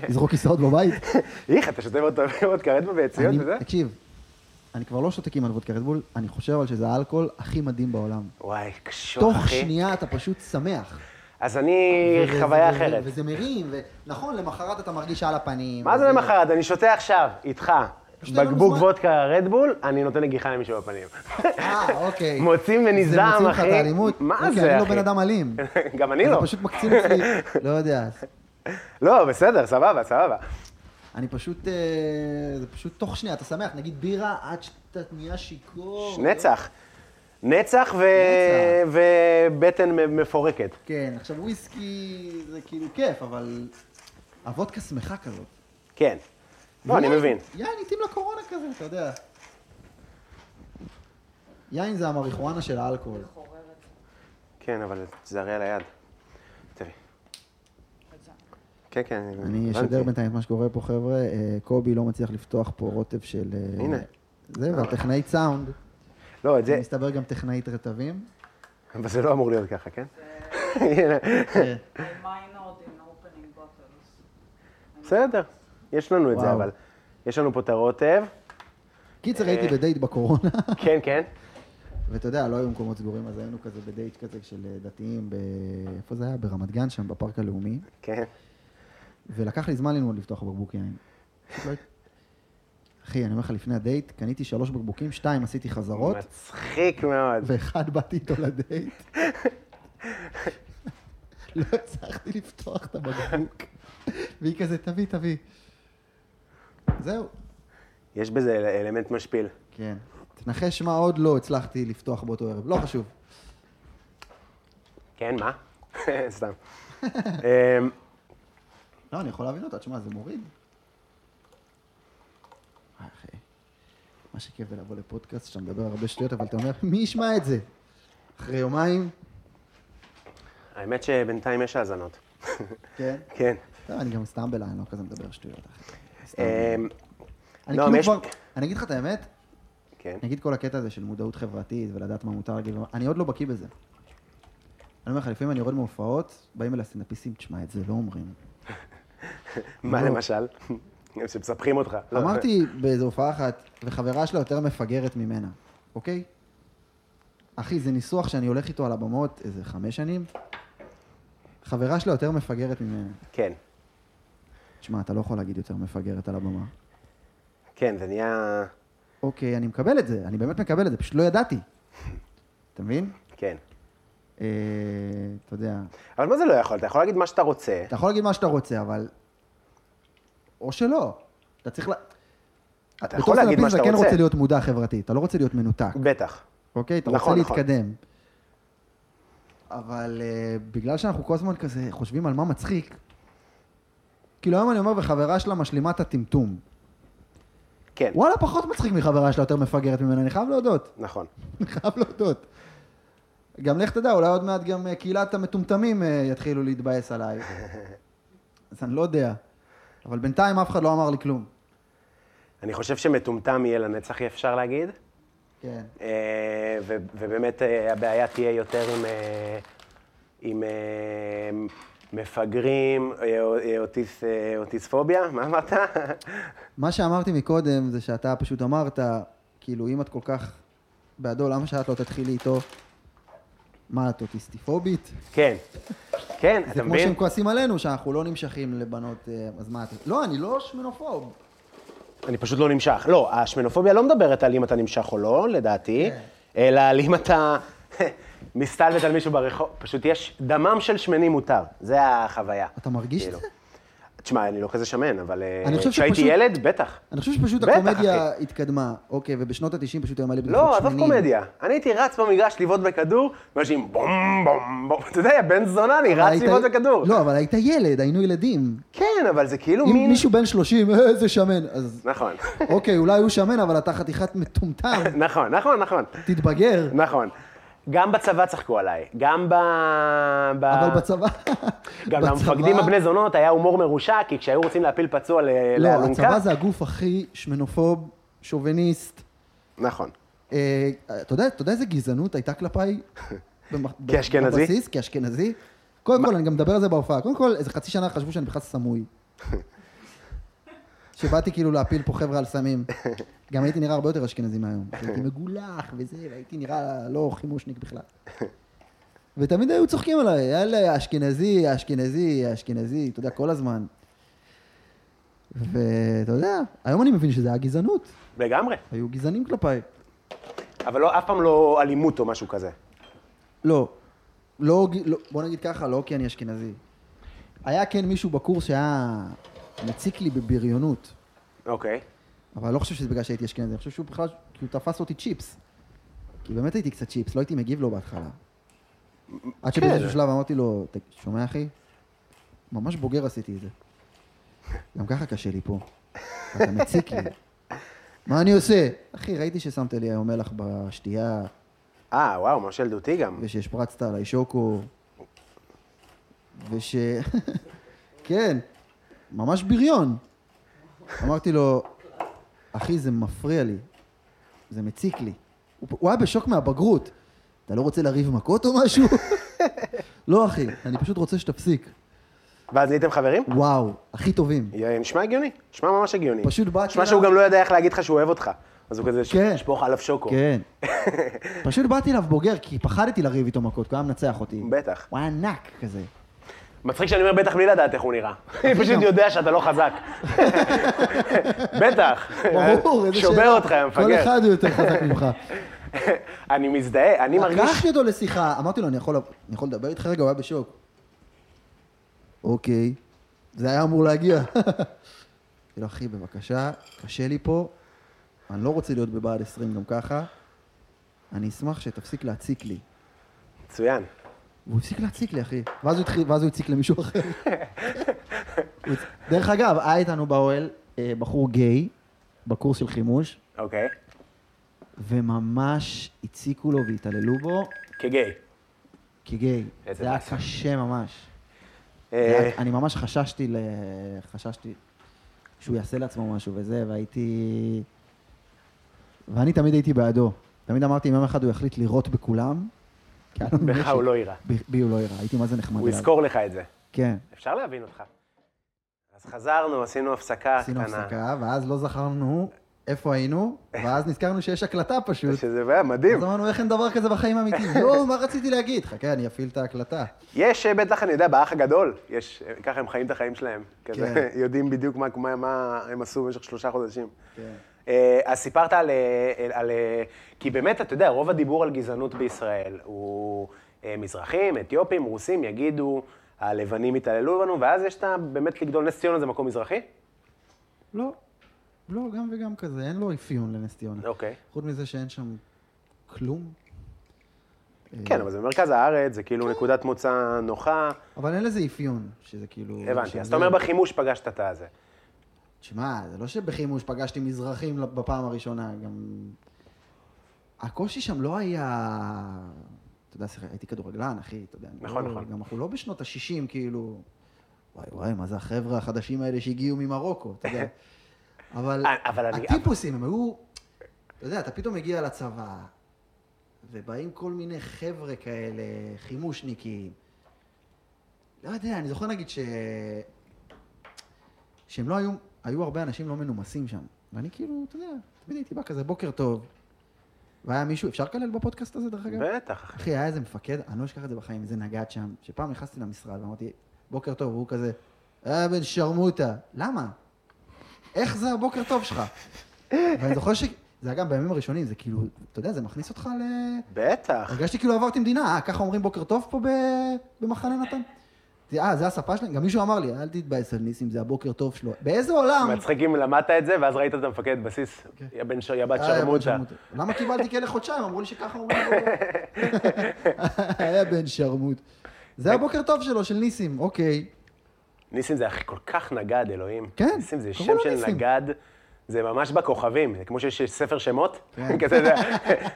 Speaker 3: לזרוק כיסאות בבית?
Speaker 2: איך, אתה שותה עוד עוד כרת בביציות
Speaker 3: אני-
Speaker 2: וזה?
Speaker 3: תקשיב, אני כבר לא שותה כמעט וודקה רדבול, אני חושב אבל שזה האלכוהול הכי מדהים בעולם.
Speaker 2: וואי, קשור,
Speaker 3: תוך
Speaker 2: אחי.
Speaker 3: שנייה אתה פשוט שמח.
Speaker 2: אז אני
Speaker 3: וזה-
Speaker 2: חוויה
Speaker 3: וזה-
Speaker 2: אחרת.
Speaker 3: וזה מרים, ונכון, למחרת אתה מרגיש על הפנים.
Speaker 2: מה זה
Speaker 3: וזה-
Speaker 2: למחרת? אני שותה עכשיו, איתך,
Speaker 3: פשוט אין לנו
Speaker 2: בקבוק
Speaker 3: זמן.
Speaker 2: וודקה רדבול, אני נותן נגיחה למישהו בפנים.
Speaker 3: אה, אוקיי.
Speaker 2: מוצאים
Speaker 3: זה
Speaker 2: לניזם,
Speaker 3: מוצאים לך את
Speaker 2: אחי.
Speaker 3: האלימות?
Speaker 2: מה זה, אחי?
Speaker 3: אוקיי, אני לא בן אדם אלים.
Speaker 2: גם אני
Speaker 3: אתה
Speaker 2: לא.
Speaker 3: פשוט מקצין אצלי, לא יודע.
Speaker 2: לא, בסדר, סבבה, סבבה.
Speaker 3: אני פשוט, אה, זה פשוט תוך שנייה, אתה שמח, נגיד בירה עד שאתה נהיה שיכור.
Speaker 2: נצח. נצח ו-
Speaker 3: נצח.
Speaker 2: ובטן מ- מפורקת.
Speaker 3: כן, עכשיו וויסקי זה כאילו כיף, אבל הוודקה שמחה כזאת.
Speaker 2: כן. לא, אני
Speaker 3: ויין-
Speaker 2: מבין.
Speaker 3: יין התאים לקורונה כזה, אתה יודע. יין זה המריחואנה של האלכוהול.
Speaker 2: נכון. כן, אבל תזרי על היד. תראי. כן, כן,
Speaker 3: אני
Speaker 2: הבנתי.
Speaker 3: אשדר בינתיים את מה שקורה פה, חבר'ה. אה, קובי לא מצליח לפתוח פה רוטב של... אה,
Speaker 2: הנה.
Speaker 3: זה, והטכנאית סאונד,
Speaker 2: לא, את זה,
Speaker 3: מסתבר גם טכנאית רטבים.
Speaker 2: אבל זה לא אמור להיות ככה, כן? הנה,
Speaker 3: כן.
Speaker 5: I minored in opening bottles.
Speaker 2: בסדר, יש לנו את זה,
Speaker 3: וואו.
Speaker 2: אבל. יש לנו פה את הרוטב.
Speaker 3: קיצר,
Speaker 2: אה.
Speaker 3: הייתי בדייט בקורונה,
Speaker 2: כן, כן.
Speaker 3: ואתה יודע, לא היו מקומות סגורים, אז היינו כזה בדייט כזה של אה, דתיים, ב- איפה זה היה? ברמת גן שם, בפארק הלאומי.
Speaker 2: כן.
Speaker 3: ולקח לי זמן ללמוד לפתוח בקבוק יין. פשוט לא הייתי- אחי, אני אומר לך, לפני הדייט, קניתי שלוש בקבוקים, שתיים עשיתי חזרות,
Speaker 2: מצחיק מאוד.
Speaker 3: ואחד באתי איתו לדייט. לא הצלחתי לפתוח את הבקבוק. והיא כזה, תביא, תביא. זהו.
Speaker 2: יש בזה אל- אלמנט משפיל.
Speaker 3: כן. תנחש מה עוד לא הצלחתי לפתוח באותו ערב. לא חשוב.
Speaker 2: כן, מה? סתם. אמ,
Speaker 3: לא, אני יכול להבין אותה, תשמע, זה מוריד. אה, אחי, מה שכיף זה לבוא לפודקאסט שאתה מדבר הרבה שטויות, אבל אתה אומר, מי ישמע את זה? אחרי יומיים?
Speaker 2: האמת שבינתיים יש האזנות.
Speaker 3: כן.
Speaker 2: כן.
Speaker 3: טוב, אני גם סתם בלילה, אני לא כזה מדבר שטויות, אחי. סתם.
Speaker 2: אמ,
Speaker 3: אני
Speaker 2: לא,
Speaker 3: כאילו
Speaker 2: אבל יש-
Speaker 3: כבר, אני אגיד לך את האמת,
Speaker 2: כן.
Speaker 3: נגיד כל הקטע הזה של מודעות חברתית ולדעת מה מותר להגיד, ומה- אני עוד לא בקיא בזה. אני אומר לך, לפעמים אני יורד מהופעות, באים אליי סטנדאפיסטים, תשמע, את זה לא אומרים.
Speaker 2: מה
Speaker 3: לא.
Speaker 2: למשל? שמספחים אותך. לא.
Speaker 3: אמרתי באיזו הופעה אחת, וחברה שלה יותר מפגרת ממנה, אוקיי? אחי, זה ניסוח שאני הולך איתו על הבמות איזה חמש שנים. חברה שלה יותר מפגרת ממנה.
Speaker 2: כן.
Speaker 3: תשמע, אתה לא יכול להגיד יותר מפגרת על הבמה.
Speaker 2: כן, זה נהיה...
Speaker 3: אוקיי, אני מקבל את זה, אני באמת מקבל את זה, פשוט לא ידעתי. אתה מבין?
Speaker 2: כן.
Speaker 3: אה, אתה יודע,
Speaker 2: אבל מה זה לא יכול? אתה יכול להגיד מה שאתה רוצה.
Speaker 3: אתה יכול להגיד מה שאתה רוצה, אבל... או שלא. אתה צריך ל...
Speaker 2: אתה יכול להגיד מה שאתה
Speaker 3: אתה כן
Speaker 2: רוצה.
Speaker 3: רוצה להיות מודע חברתית, אתה לא רוצה להיות מנותק,
Speaker 2: בטח.
Speaker 3: אוקיי? אתה
Speaker 2: נכון,
Speaker 3: רוצה
Speaker 2: נכון.
Speaker 3: להתקדם. אבל אה, בגלל שאנחנו כל הזמן כזה חושבים על מה מצחיק, כאילו היום אני אומר, וחברה שלה משלימה את הטמטום.
Speaker 2: כן,
Speaker 3: וואלה, פחות מצחיק מחברה שלה, יותר מפגרת ממנה, אני חייב להודות.
Speaker 2: נכון.
Speaker 3: אני חייב להודות. גם לך תדע, אולי עוד מעט גם אה, קהילת המטומטמים אה, יתחילו להתבאס עליי. אז אני לא יודע. אבל בינתיים אף אחד לא אמר לי כלום.
Speaker 2: אני חושב שמטומטם יהיה לנצח, אי אפשר להגיד.
Speaker 3: כן.
Speaker 2: אה, ו- ובאמת אה, הבעיה תהיה יותר עם, אה, עם אה, מפגרים, אה, או- אה, אוטיס, אה, אוטיספוביה, מה אמרת?
Speaker 3: מה שאמרתי מקודם זה שאתה פשוט אמרת, כאילו, אם את כל כך בעדו, למה שאת לא תתחילי איתו? מה, את אוטיסטיפובית?
Speaker 2: כן, כן,
Speaker 3: זה
Speaker 2: אתה
Speaker 3: כמו שהם
Speaker 2: מבין?
Speaker 3: כועסים עלינו, שאנחנו לא נמשכים לבנות... אה, אז מה, את... לא, אני לא שמנופוב.
Speaker 2: אני פשוט לא נמשך. לא, השמנופוביה לא מדברת על אם אתה נמשך או לא, לדעתי,
Speaker 3: כן.
Speaker 2: אלא על אם אתה מסתלבט על מישהו ברחוב. פשוט יש, דמם של שמנים מותר, זה החוויה.
Speaker 3: אתה מרגיש את
Speaker 2: כאילו.
Speaker 3: זה?
Speaker 2: תשמע, אני לא כזה שמן, אבל אה,
Speaker 3: אני חושב
Speaker 2: כשהייתי
Speaker 3: שפשוט-
Speaker 2: ילד, בטח.
Speaker 3: אני חושב שפשוט
Speaker 2: בטח,
Speaker 3: הקומדיה התקדמה. אוקיי, ובשנות ה-90 פשוט היה מלא בדיחות
Speaker 2: לא, עזוב
Speaker 3: שמנים.
Speaker 2: קומדיה. אני הייתי רץ במגרש לבעוט בכדור, ואנשים בום, בום, בום. אתה יודע, בן זונה, אני
Speaker 3: אבל
Speaker 2: רץ
Speaker 3: היית-
Speaker 2: לבעוט בכדור.
Speaker 3: לא, אבל היית ילד, היינו ילדים.
Speaker 2: כן, אבל זה כאילו
Speaker 3: אם
Speaker 2: מין...
Speaker 3: מישהו בן 30, איזה שמן, אז
Speaker 2: נכון.
Speaker 3: אוקיי, אולי הוא שמן, אבל אתה חתיכת מטומטם,
Speaker 2: נכון, נכון, נכון.
Speaker 3: תתבגר.
Speaker 2: נכון. גם בצבא צחקו עליי, גם ב... ב...
Speaker 3: אבל בצבא...
Speaker 2: אה, גם
Speaker 3: בצבא-
Speaker 2: למפקדים הבני זונות היה הומור מרושע, כי כשהיו רוצים להפיל פצוע ל...
Speaker 3: לא,
Speaker 2: לאלונקה...
Speaker 3: הצבא זה הגוף הכי שמנופוב, שוביניסט.
Speaker 2: נכון.
Speaker 3: אה, אתה יודע אתה יודע איזה גזענות הייתה כלפיי? במח-
Speaker 2: כאשכנזי?
Speaker 3: בבסיס, כאשכנזי. קודם כל, אני גם מדבר על זה בהופעה. קודם כל, איזה חצי שנה חשבו שאני בכלל סמוי. שבאתי כאילו להפיל פה חבר'ה על סמים. גם הייתי נראה הרבה יותר אשכנזי מהיום. הייתי מגולח וזה, והייתי נראה לא חימושניק בכלל. ותמיד היו צוחקים עליי, יאללה, אשכנזי, אשכנזי, אשכנזי, אתה יודע, כל הזמן. ואתה יודע, היום אני מבין שזה היה גזענות.
Speaker 2: לגמרי.
Speaker 3: היו גזענים כלפיי.
Speaker 2: אבל לא, אף פעם לא אלימות או משהו כזה.
Speaker 3: לא. לא, ג- לא, בוא נגיד ככה, לא כי אני אשכנזי. היה כן מישהו בקורס שהיה מציק לי בבריונות,
Speaker 2: אוקיי.
Speaker 3: אבל לא חושב שזה בגלל שהייתי אשכנזי, אני חושב שהוא בכלל, כי הוא תפס אותי צ'יפס. כי באמת הייתי קצת צ'יפס, לא הייתי מגיב לו בהתחלה. עד שבאיזשהו שלב אמרתי לו, "ת- שומע אחי? ממש בוגר עשיתי את זה. גם ככה קשה לי פה. אתה מציק לי. מה אני עושה? אחי, ראיתי ששמת לי היום מלח בשתייה,
Speaker 2: אה, וואו, ממש ילדותי גם.
Speaker 3: ושהשפרצת עליי שוקו, וש... כן, ממש בריון. אמרתי לו, אחי, זה מפריע לי, זה מציק לי. הוא, הוא היה בשוק מהבגרות. אתה לא רוצה לריב מכות או משהו? לא, אחי, אני פשוט רוצה שתפסיק.
Speaker 2: ואז נהייתם חברים?
Speaker 3: וואו, הכי טובים.
Speaker 2: יא, נשמע הגיוני, נשמע ממש הגיוני.
Speaker 3: פשוט באתי
Speaker 2: נשמע
Speaker 3: אליו-
Speaker 2: שהוא גם לא יודע איך להגיד לך שהוא אוהב אותך. אז הוא כזה,
Speaker 3: כן.
Speaker 2: כן. שפוך עליו שוקו.
Speaker 3: כן. פשוט באתי אליו בוגר, כי פחדתי לריב איתו מכות, כי הוא היה מנצח אותי.
Speaker 2: בטח.
Speaker 3: הוא היה ענק כזה.
Speaker 2: מצחיק שאני אומר בטח בלי לדעת איך הוא נראה. אני פשוט יודע שאתה לא חזק. בטח.
Speaker 3: ברור, איזה
Speaker 2: שובר אותך, יא
Speaker 3: כל
Speaker 2: מפגר.
Speaker 3: אחד הוא יותר חזק ממך.
Speaker 2: אני מזדהה, אני מרגיש...
Speaker 3: לקחתי אותו לשיחה, אמרתי לו, אני יכול, אני יכול לדבר איתך רגע? הוא היה בשוק. אוקיי, זה היה אמור להגיע. אמרתי לו, אחי, בבקשה, קשה לי פה, אני לא רוצה להיות בבה"ד 20 גם ככה, אני אשמח שתפסיק להציק לי.
Speaker 2: מצוין.
Speaker 3: והוא הפסיק להציק לי, אחי. ואז הוא, התחיל, ואז הוא הציק למישהו אחר. הוא הצ- דרך אגב, היה איתנו באוהל אה, בחור גיי, בקורס של חימוש,
Speaker 2: אוקיי.
Speaker 3: וממש הציקו לו והתעללו בו
Speaker 2: כגיי.
Speaker 3: כגיי.
Speaker 2: איזה
Speaker 3: זה היה
Speaker 2: באסה.
Speaker 3: קשה ממש.
Speaker 2: אה,
Speaker 3: אני- אני ממש חששתי, ל... חששתי שהוא יעשה לעצמו משהו וזה, והייתי... ואני תמיד הייתי בעדו. תמיד אמרתי, אם יום אחד הוא יחליט לירות בכולם, כי היה לנו
Speaker 2: בך
Speaker 3: נשק.
Speaker 2: הוא לא יירה.
Speaker 3: ב- בי הוא לא יירה, הייתי מה זה נחמד.
Speaker 2: הוא
Speaker 3: אליו.
Speaker 2: יזכור לך את זה.
Speaker 3: כן.
Speaker 2: אפשר להבין אותך. אז חזרנו, עשינו הפסקה
Speaker 3: עשינו
Speaker 2: אה, קטנה.
Speaker 3: הפסקה, ואז לא זכרנו איפה היינו, ואז נזכרנו שיש הקלטה פשוט.
Speaker 2: שזה היה מדהים.
Speaker 3: אז אמרנו, איך אין דבר כזה בחיים האמיתיים? לא, מה רציתי להגיד? חכה, אני אפעיל את ההקלטה.
Speaker 2: יש, אה, בטח, אני יודע, באח הגדול, יש, אה, ככה הם חיים את החיים שלהם. כזה,
Speaker 3: כן.
Speaker 2: יודעים בדיוק מה, מה, מה הם עשו במשך שלושה חודשים.
Speaker 3: כן.
Speaker 2: אה, אז סיפרת על... אה, על אה, כי באמת, אתה יודע, רוב הדיבור על גזענות בישראל הוא אה, מזרחים, אתיופים, רוסים, יגידו, הלבנים התעללו בנו, ואז יש את ה... באמת לגדול נס ציונה זה מקום מזרחי?
Speaker 3: אה. לא, לא, גם וגם כזה, אין לו אפיון לנס ציונה.
Speaker 2: אוקיי.
Speaker 3: חוץ מזה שאין שם כלום.
Speaker 2: כן, אבל זה במרכז הארץ, זה כאילו נקודת מוצא נוחה.
Speaker 3: אבל אין לזה אפיון, שזה כאילו...
Speaker 2: הבנתי.
Speaker 3: אה, שזה-
Speaker 2: אז אתה אומר בחימוש פגשת את הזה.
Speaker 3: תשמע, זה לא שבחימוש פגשתי מזרחים בפעם הראשונה, גם... הקושי שם לא היה... אתה יודע, שיחק- הייתי כדורגלן, אחי, אתה יודע. אני
Speaker 2: נכון,
Speaker 3: לא-
Speaker 2: נכון.
Speaker 3: גם אנחנו לא בשנות ה-60, כאילו... וואי, וואי, מה זה החבר'ה החדשים האלה שהגיעו ממרוקו, אתה יודע. אבל
Speaker 2: אה, אבל אני-
Speaker 3: הטיפוסים, הם היו... אתה יודע, אתה פתאום מגיע לצבא, ובאים כל מיני חבר'ה כאלה, חימושניקים. לא יודע, אני זוכר נגיד ש... שהם לא היו, היו הרבה אנשים לא מנומסים שם. ואני כאילו, אתה יודע, תמיד הייתי בא כזה, בוקר טוב. והיה מישהו, אפשר לקלל בפודקאסט הזה דרך אגב?
Speaker 2: בטח, אחי.
Speaker 3: אחי, היה איזה מפקד, אני לא אשכח את זה בחיים, איזה נגד שם, שפעם נכנסתי למשרד ואמרתי, בוקר טוב, והוא כזה, אה, בן שרמוטה, למה? איך זה הבוקר טוב שלך? ואני זוכר ש... זה היה גם בימים הראשונים, זה כאילו, אתה יודע, זה מכניס אותך ל...
Speaker 2: בטח.
Speaker 3: הרגשתי כאילו עברתי מדינה, אה, ככה אומרים בוקר טוב פה ב... במחנה נתן? אה, זה השפה שלהם? גם מישהו אמר לי, אל תתבאס על ניסים, זה הבוקר טוב שלו. באיזה עולם?
Speaker 2: מצחיק אם למדת את זה, ואז ראית את המפקד בסיס,
Speaker 3: אוקיי.
Speaker 2: יא בן ש... יא בת
Speaker 3: אה, היה בן
Speaker 2: שרמוטה.
Speaker 3: שרמוטה. למה קיבלתי כלא חודשיים? אמרו לי שככה אומרים בוקר. היה בן שרמוט. זה הבוקר טוב שלו, של ניסים, אוקיי.
Speaker 2: ניסים זה אחי כל כך נגד, אלוהים.
Speaker 3: כן,
Speaker 2: ניסים זה
Speaker 3: קראו
Speaker 2: שם
Speaker 3: לו
Speaker 2: של
Speaker 3: ניסים.
Speaker 2: נגד, זה ממש בכוכבים, זה כמו שיש ספר שמות,
Speaker 3: כן.
Speaker 2: כזה, זה-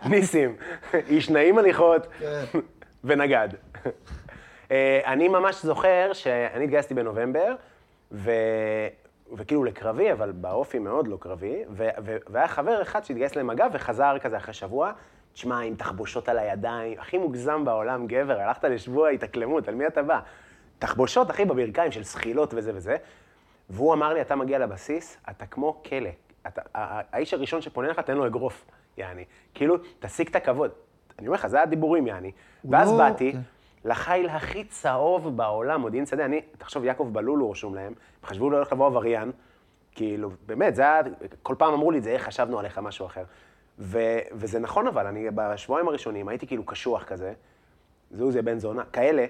Speaker 2: ניסים, איש נעים הליכות,
Speaker 3: כן.
Speaker 2: ונגד. אה, אני ממש זוכר שאני התגייסתי בנובמבר, ו... וכאילו לקרבי, אבל באופי מאוד לא קרבי, ו... ו... והיה חבר אחד שהתגייס למג"ב וחזר כזה אחרי שבוע, תשמע, עם תחבושות על הידיים, הכי מוגזם בעולם, גבר, הלכת לשבוע התאקלמות, על מי אתה בא? תחבושות, אחי, בברכיים של זחילות וזה וזה. והוא אמר לי, אתה מגיע לבסיס, אתה כמו כלא. אתה, ה- ה- האיש הראשון שפונה לך, תן לו אגרוף, יעני. כאילו, תשיג את הכבוד. אני אומר לך, זה הדיבורים, יעני.
Speaker 3: הוא
Speaker 2: ואז
Speaker 3: לא-
Speaker 2: באתי,
Speaker 3: כן.
Speaker 2: לחיל הכי צהוב בעולם, מודיעין שדה, אני, תחשוב, יעקב בלולו רשום להם, הם חשבו לא הולך לבוא עבריין, כאילו, באמת, זה היה, כל פעם אמרו לי את זה, איך חשבנו עליך, משהו אחר. ו, וזה נכון, אבל אני בשבועיים הראשונים הייתי כאילו קשוח כזה, זהו זה בן זונה, כאלה,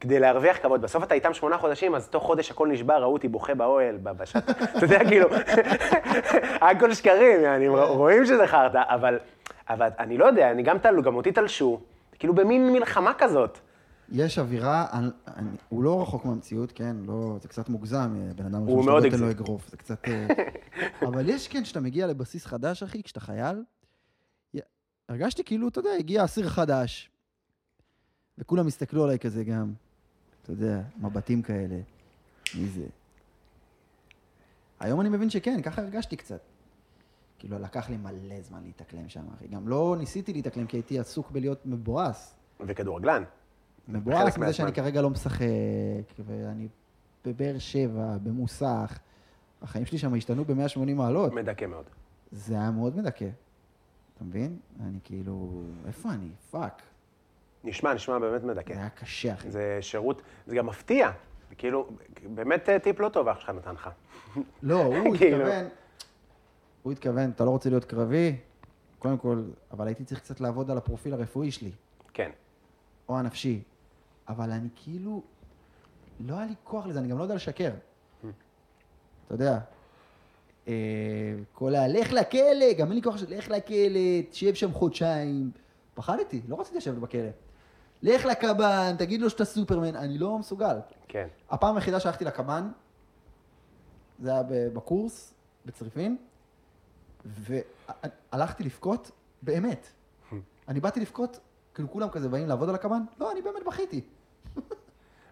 Speaker 2: כדי להרוויח כבוד. בסוף אתה איתם שמונה חודשים, אז תוך חודש הכל נשבר, ראו אותי בוכה באוהל, ב- בשט... אתה יודע, כאילו, הכל שקרים, יעני, הם רואים שזה חרטא, אבל, אבל אני לא יודע, אני גם תלו, גם אותי תלשו, כאילו במין מלחמה כזאת.
Speaker 3: יש אווירה, אני- אני- הוא לא רחוק מהמציאות, כן? לא, זה קצת מוגזם, אה, בן אדם ראשון
Speaker 2: הוא
Speaker 3: שאתה
Speaker 2: מאוד
Speaker 3: נותן לו
Speaker 2: הגזים.
Speaker 3: אגרוף, זה קצת... אה, אבל יש, כן, כשאתה מגיע לבסיס חדש, אחי, כשאתה חייל, י- הרגשתי כאילו, אתה יודע, הגיע אסיר חדש, וכולם הסתכלו עליי כזה גם, אתה יודע, מבטים כאלה, מי זה? היום אני מבין שכן, ככה הרגשתי קצת. כאילו, לקח לי מלא זמן להתאקלם שם, אחי. גם לא ניסיתי להתאקלם, כי הייתי עסוק בלהיות מבואס.
Speaker 2: וכדורגלן.
Speaker 3: מבואס
Speaker 2: חלק
Speaker 3: מזה שאני
Speaker 2: מהזמן.
Speaker 3: כרגע לא משחק, ואני בבאר שבע, במוסך. החיים שלי שם השתנו ב-180 מעלות.
Speaker 2: מדכא מאוד.
Speaker 3: זה היה מאוד מדכא. אתה מבין? אני כאילו, איפה אני? פאק.
Speaker 2: נשמע, נשמע באמת מדכא.
Speaker 3: זה היה קשה, אחי.
Speaker 2: כן. זה שירות, זה גם מפתיע. כאילו, באמת אה, טיפ לא טוב אח שלך נתן לך.
Speaker 3: לא, הוא
Speaker 2: כאילו.
Speaker 3: התכוון, הוא התכוון, אתה לא רוצה להיות קרבי? קודם כל, אבל הייתי צריך קצת לעבוד על הפרופיל הרפואי שלי,
Speaker 2: כן.
Speaker 3: או הנפשי. אבל אני כאילו, לא היה לי כוח לזה, אני גם לא יודע לשקר. אתה יודע. אה, כל ה... לך לכלא, גם אין לי כוח של לך לכלא, תשב שם חודשיים. פחדתי, לא רציתי לשבת בכלא. לך לקב"ן, תגיד לו שאתה סופרמן, אני לא מסוגל.
Speaker 2: כן.
Speaker 3: הפעם היחידה שהלכתי לקב"ן, זה היה ב- בקורס, בצריפין, והלכתי לבכות, באמת. אני באתי לבכות, כאילו כולם כזה באים לעבוד על הקב"ן, לא, אני באמת בכיתי.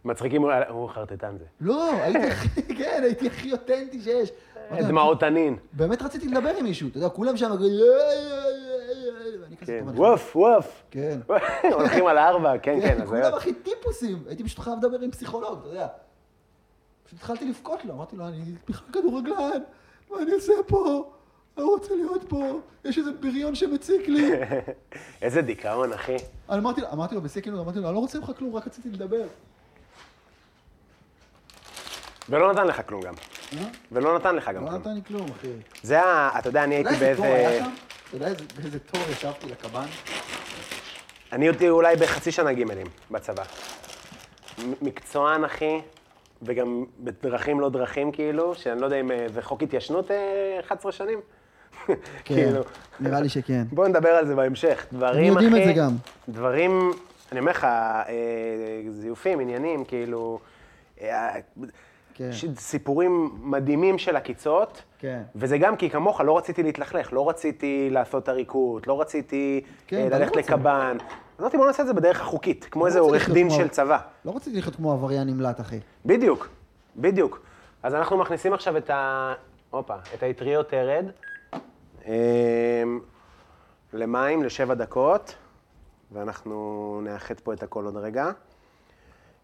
Speaker 2: מצחיקים, הוא- הוא חרטטן זה.
Speaker 3: לא, הייתי הכי, כן, הייתי הכי אותנטי שיש.
Speaker 2: אה,
Speaker 3: אמרתי להם,
Speaker 2: דמעות תנין.
Speaker 3: באמת רציתי לדבר עם מישהו, אתה יודע, כולם שם, "אה, "איי, איי, איי, איי", ואני כזה,
Speaker 2: כן.
Speaker 3: "טוב, אני חייב-"
Speaker 2: וואף, וואף.
Speaker 3: כן.
Speaker 2: הולכים על הארבע, כן, כן.
Speaker 3: כן,
Speaker 2: אז
Speaker 3: כולם
Speaker 2: היה-
Speaker 3: הכי טיפוסים, הייתי פשוט חייב לדבר עם פסיכולוג, אתה יודע. פשוט התחלתי לבכות לו, אמרתי לו, אני בכלל כדורגלן, מה אני עושה פה? אני לא רוצה להיות פה, יש איזה בריון שמציק לי.
Speaker 2: איזה דיכאון, אחי.
Speaker 3: אני אמרתי לו, אמרתי לו, בשיא כאילו, אמרתי לו, אני לא רוצה ממך כלום, רק רציתי לדבר.
Speaker 2: ולא נתן לך כלום גם. ולא נתן לך גם.
Speaker 3: לא
Speaker 2: כלום.
Speaker 3: נתן לי כלום, אחי. אתה
Speaker 2: זה ה... אתה יודע, אני
Speaker 3: יודע
Speaker 2: הייתי
Speaker 3: איזה תור
Speaker 2: באיזה...
Speaker 3: היה שם? אתה יודע איזה- באיזה תור ישבתי לקב"ן?
Speaker 2: אני הייתי אולי בחצי שנה גימלים בצבא. מ- מקצוען, אחי, וגם בדרכים לא דרכים, כאילו, שאני לא יודע אם אה, זה חוק התיישנות אה, 11 שנים.
Speaker 3: כן,
Speaker 2: כאילו,
Speaker 3: נראה לי שכן.
Speaker 2: בואו נדבר על זה בהמשך. דברים, אחי...
Speaker 3: יודעים את זה גם.
Speaker 2: דברים, אני אומר לך, אה, זיופים, עניינים, כאילו... אה,
Speaker 3: כן.
Speaker 2: ש- סיפורים מדהימים של עקיצות.
Speaker 3: כן.
Speaker 2: וזה גם כי כמוך לא רציתי להתלכלך, לא רציתי לעשות עריקות, לא רציתי
Speaker 3: כן,
Speaker 2: אה,
Speaker 3: אתה לא
Speaker 2: ללכת
Speaker 3: רוצה.
Speaker 2: לקב"ן. אז אמרתי, בוא נעשה את זה בדרך החוקית, כמו איזה
Speaker 3: לא רוצה
Speaker 2: עורך
Speaker 3: לחיות
Speaker 2: דין
Speaker 3: כמו-
Speaker 2: של צבא.
Speaker 3: לא רציתי לחיות כמו עבריין נמלט, אחי.
Speaker 2: בדיוק, בדיוק. אז אנחנו מכניסים עכשיו את ה... הופה, את האטריות ארד. אמ, למים, לשבע דקות, ואנחנו נאחד פה את הכל עוד רגע.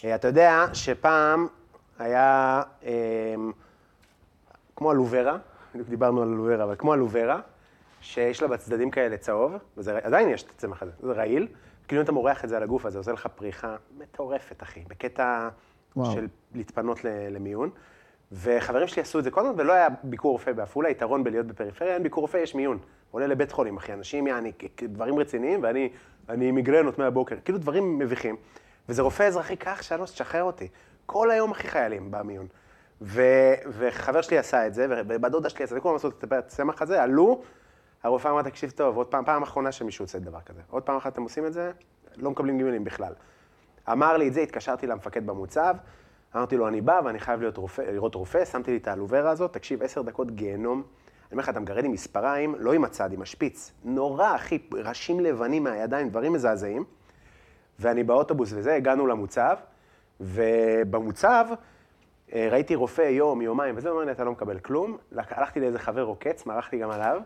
Speaker 2: אה, אתה יודע שפעם היה אמ, כמו אלוורה, בדיוק דיברנו על אלוורה, אבל כמו אלוורה, שיש לה בצדדים כאלה צהוב, וזה עדיין יש את הצמח הזה, זה רעיל, כאילו אם אתה מורח את זה על הגוף הזה, עושה לך פריחה מטורפת, אחי, בקטע
Speaker 3: וואו.
Speaker 2: של להתפנות ל- למיון. וחברים שלי עשו את זה כל הזמן, ולא היה ביקור רופא בעפולה, יתרון בלהיות בפריפריה, אין ביקור רופא, יש מיון. עולה לבית חולים, אחי, אנשים, יעני, כ- כ- דברים רציניים, ואני אני עם מיגרנות מהבוקר, כאילו דברים מביכים. וזה רופא אזרחי, קח שלוש, תשחרר אותי. כל היום הכי חיילים במיון. ו, וחבר שלי עשה את זה, ובת דודה שלי עשה את זה, כולם עשו את הצמח הזה, עלו, הרופאה אמרה, תקשיב טוב, עוד פעם, פעם אחרונה שמישהו עושה דבר כזה. עוד פעם אחת אתם עושים את זה, לא מקבלים גימלים בכלל. אמר לי את זה, התקשרתי למפקד במוצב, אמרתי לו, אני בא ואני חייב להיות רופא, לראות רופא, שמתי לי את האלוברה הזאת, תקשיב, עשר דקות גיהנום. אני אומר לך, אתה מגרד עם מספריים, לא עם הצד, עם השפיץ. נורא, אחי, ראשים לבנים מהידיים, דברים מזעזעים. ואני באוטובוס וזה, הגענו למוצב, ובמוצב אה, ראיתי רופא יום, יומיים, וזה, הוא אומר לי, אתה לא מקבל כלום. לק- הלכתי לאיזה חבר עוקץ, מערכתי גם עליו,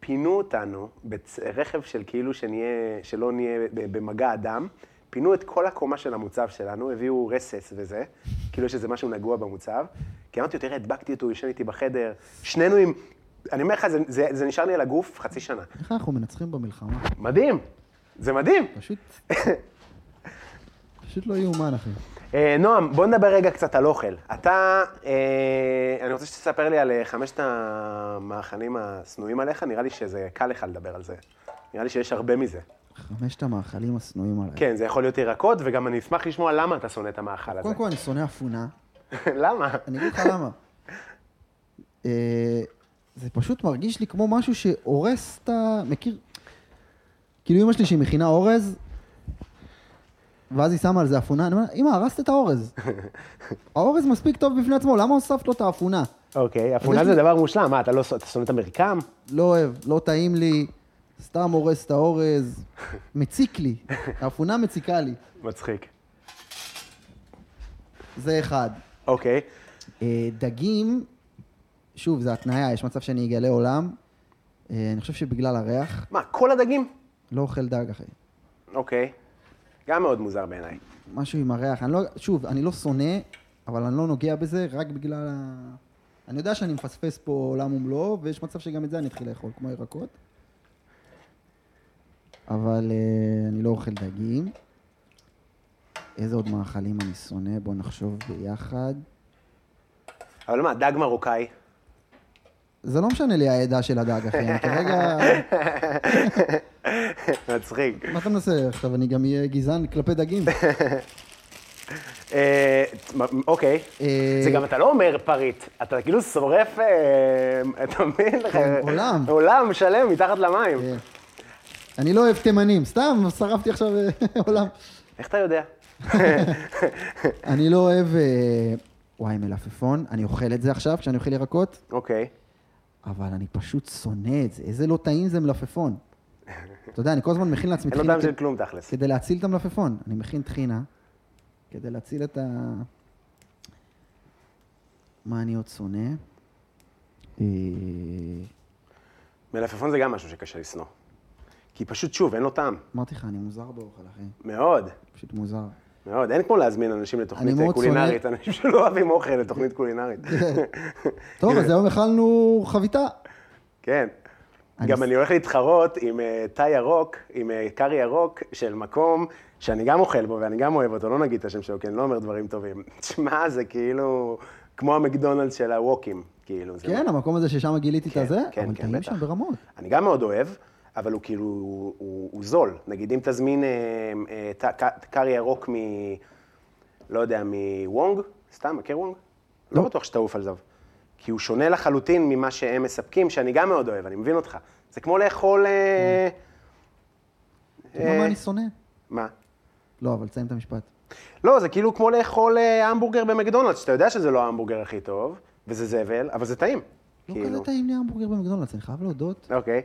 Speaker 2: פינו אותנו ברכב של כאילו שנהיה, שלא נהיה ב- במגע אדם, פינו את כל הקומה של המוצב שלנו, הביאו רסס וזה, כאילו יש איזה משהו נגוע במוצב. כי אמרתי לו, תראה, הדבקתי אותו, הוא ישן איתי בחדר, שנינו עם... אני אומר לך, זה, זה, זה נשאר לי על הגוף חצי שנה.
Speaker 3: איך אנחנו מנצחים במלחמה?
Speaker 2: מדהים, זה מדהים.
Speaker 3: פשוט... פשוט לא יאומן, אחי.
Speaker 2: אה, נועם, בוא נדבר רגע קצת על אוכל. אתה, אה, אני רוצה שתספר לי על אה, חמשת המאכלים השנואים עליך, נראה לי שזה קל לך לדבר על זה. נראה לי שיש הרבה מזה.
Speaker 3: חמשת המאכלים השנואים עליי.
Speaker 2: כן, זה יכול להיות ירקות, וגם אני אשמח לשמוע למה אתה שונא את המאכל הזה.
Speaker 3: קודם כל, אני שונא אפונה.
Speaker 2: למה?
Speaker 3: אני אגיד לך למה. אה, זה פשוט מרגיש לי כמו משהו שהורס את ה... מכיר? כאילו אמא שלי שהיא מכינה אורז, ואז היא שמה על זה אפונה, אני אומר, אמא, הרסת את האורז. האורז מספיק טוב בפני עצמו, למה הוספת לו את האפונה?
Speaker 2: אוקיי,
Speaker 3: יש
Speaker 2: אפונה זה
Speaker 3: לי-
Speaker 2: דבר מושלם. מה, אתה לא ש- אתה שונא את המרקם?
Speaker 3: לא אוהב, לא טעים לי, סתם הורס את האורז, מציק לי, האפונה מציקה לי.
Speaker 2: מצחיק.
Speaker 3: זה אחד.
Speaker 2: אוקיי.
Speaker 3: אה, דגים, שוב, זה התניה, יש מצב שאני אגלה עולם. אה, אני חושב שבגלל הריח,
Speaker 2: מה, כל הדגים?
Speaker 3: לא אוכל דג, אחי.
Speaker 2: אוקיי. גם מאוד מוזר בעיניי.
Speaker 3: משהו עם הריח. אני לא, שוב, אני לא שונא, אבל אני לא נוגע בזה רק בגלל ה... אני יודע שאני מפספס פה עולם ומלואו, ויש מצב שגם את זה אני אתחיל לאכול, כמו ירקות. אבל אה, אני לא אוכל דגים. איזה עוד מאכלים אני שונא? בואו נחשוב ביחד.
Speaker 2: אבל מה, דג מרוקאי?
Speaker 3: זה לא משנה לי העדה של הדג, אחי. אני כרגע...
Speaker 2: מצחיק.
Speaker 3: מה אתה מנסה? עכשיו אני גם אהיה גזען כלפי דגים.
Speaker 2: אה, אוקיי.
Speaker 3: אה,
Speaker 2: זה גם אתה לא אומר פריט, אתה כאילו שורף, אה, אתה מבין?
Speaker 3: כן, עולם.
Speaker 2: עולם שלם מתחת למים.
Speaker 3: אה, אני לא אוהב תימנים, סתם שרפתי עכשיו אה, עולם.
Speaker 2: איך אתה יודע?
Speaker 3: אני לא אוהב... אה, וואי, מלפפון, אני אוכל את זה עכשיו כשאני אוכל ירקות,
Speaker 2: אוקיי.
Speaker 3: אבל אני פשוט שונא את זה. איזה לא טעים זה מלפפון. אתה יודע, אני כל הזמן מכין לעצמי
Speaker 2: אין לו
Speaker 3: טחינה
Speaker 2: טעם של
Speaker 3: כ-
Speaker 2: כלום תכלס.
Speaker 3: כדי להציל את המלפפון. אני מכין טחינה כדי להציל את ה... מה אני עוד שונא? אה,
Speaker 2: מלפפון זה גם משהו שקשה לשנוא. כי פשוט, שוב, אין לו טעם.
Speaker 3: אמרתי לך, אני מוזר באוכל, אחי.
Speaker 2: מאוד,
Speaker 3: פשוט מוזר.
Speaker 2: מאוד. אין כמו להזמין אנשים לתוכנית
Speaker 3: אני מאוד
Speaker 2: אה, קולינרית, אנשים שלא אוהבים אוכל לתוכנית קולינרית.
Speaker 3: כן. טוב, אז היום אכלנו חביתה.
Speaker 2: כן.
Speaker 3: אני
Speaker 2: גם
Speaker 3: ס-
Speaker 2: אני הולך להתחרות עם אה, תא ירוק, עם אה, קארי ירוק של מקום שאני גם אוכל בו ואני גם אוהב אותו, לא נגיד את השם שלו, כי אני לא אומר דברים טובים. תשמע, זה כאילו כמו המקדונלדס של הווקים, כאילו. זה
Speaker 6: כן, המקום הזה ששם גיליתי את
Speaker 2: כן,
Speaker 6: הזה,
Speaker 2: כן,
Speaker 6: אבל
Speaker 2: כן,
Speaker 6: טעים
Speaker 2: בטח.
Speaker 6: שם ברמות.
Speaker 2: אני גם מאוד אוהב, אבל הוא כאילו, הוא, הוא, הוא זול. נגיד, אם תזמין אה, אה, ת- ק- קארי ירוק מ... לא יודע, מוונג, סתם, מכיר וונג? לא בטוח שתעוף על זה. כי הוא שונה לחלוטין ממה שהם מספקים, שאני גם מאוד אוהב, אני מבין אותך. זה כמו לאכול... אה,
Speaker 6: אתה יודע מה אני שונא? Mm.
Speaker 2: מה?
Speaker 6: לא, אבל תסיים את המשפט.
Speaker 2: לא, זה כאילו כמו לאכול אה, המבורגר במקדונלדס, שאתה יודע שזה לא ההמבורגר הכי טוב, וזה זבל, אבל זה טעים.
Speaker 6: לא
Speaker 2: כאילו.
Speaker 6: כזה טעים לי המבורגר במקדונלדס, אני חייב להודות.
Speaker 2: אוקיי.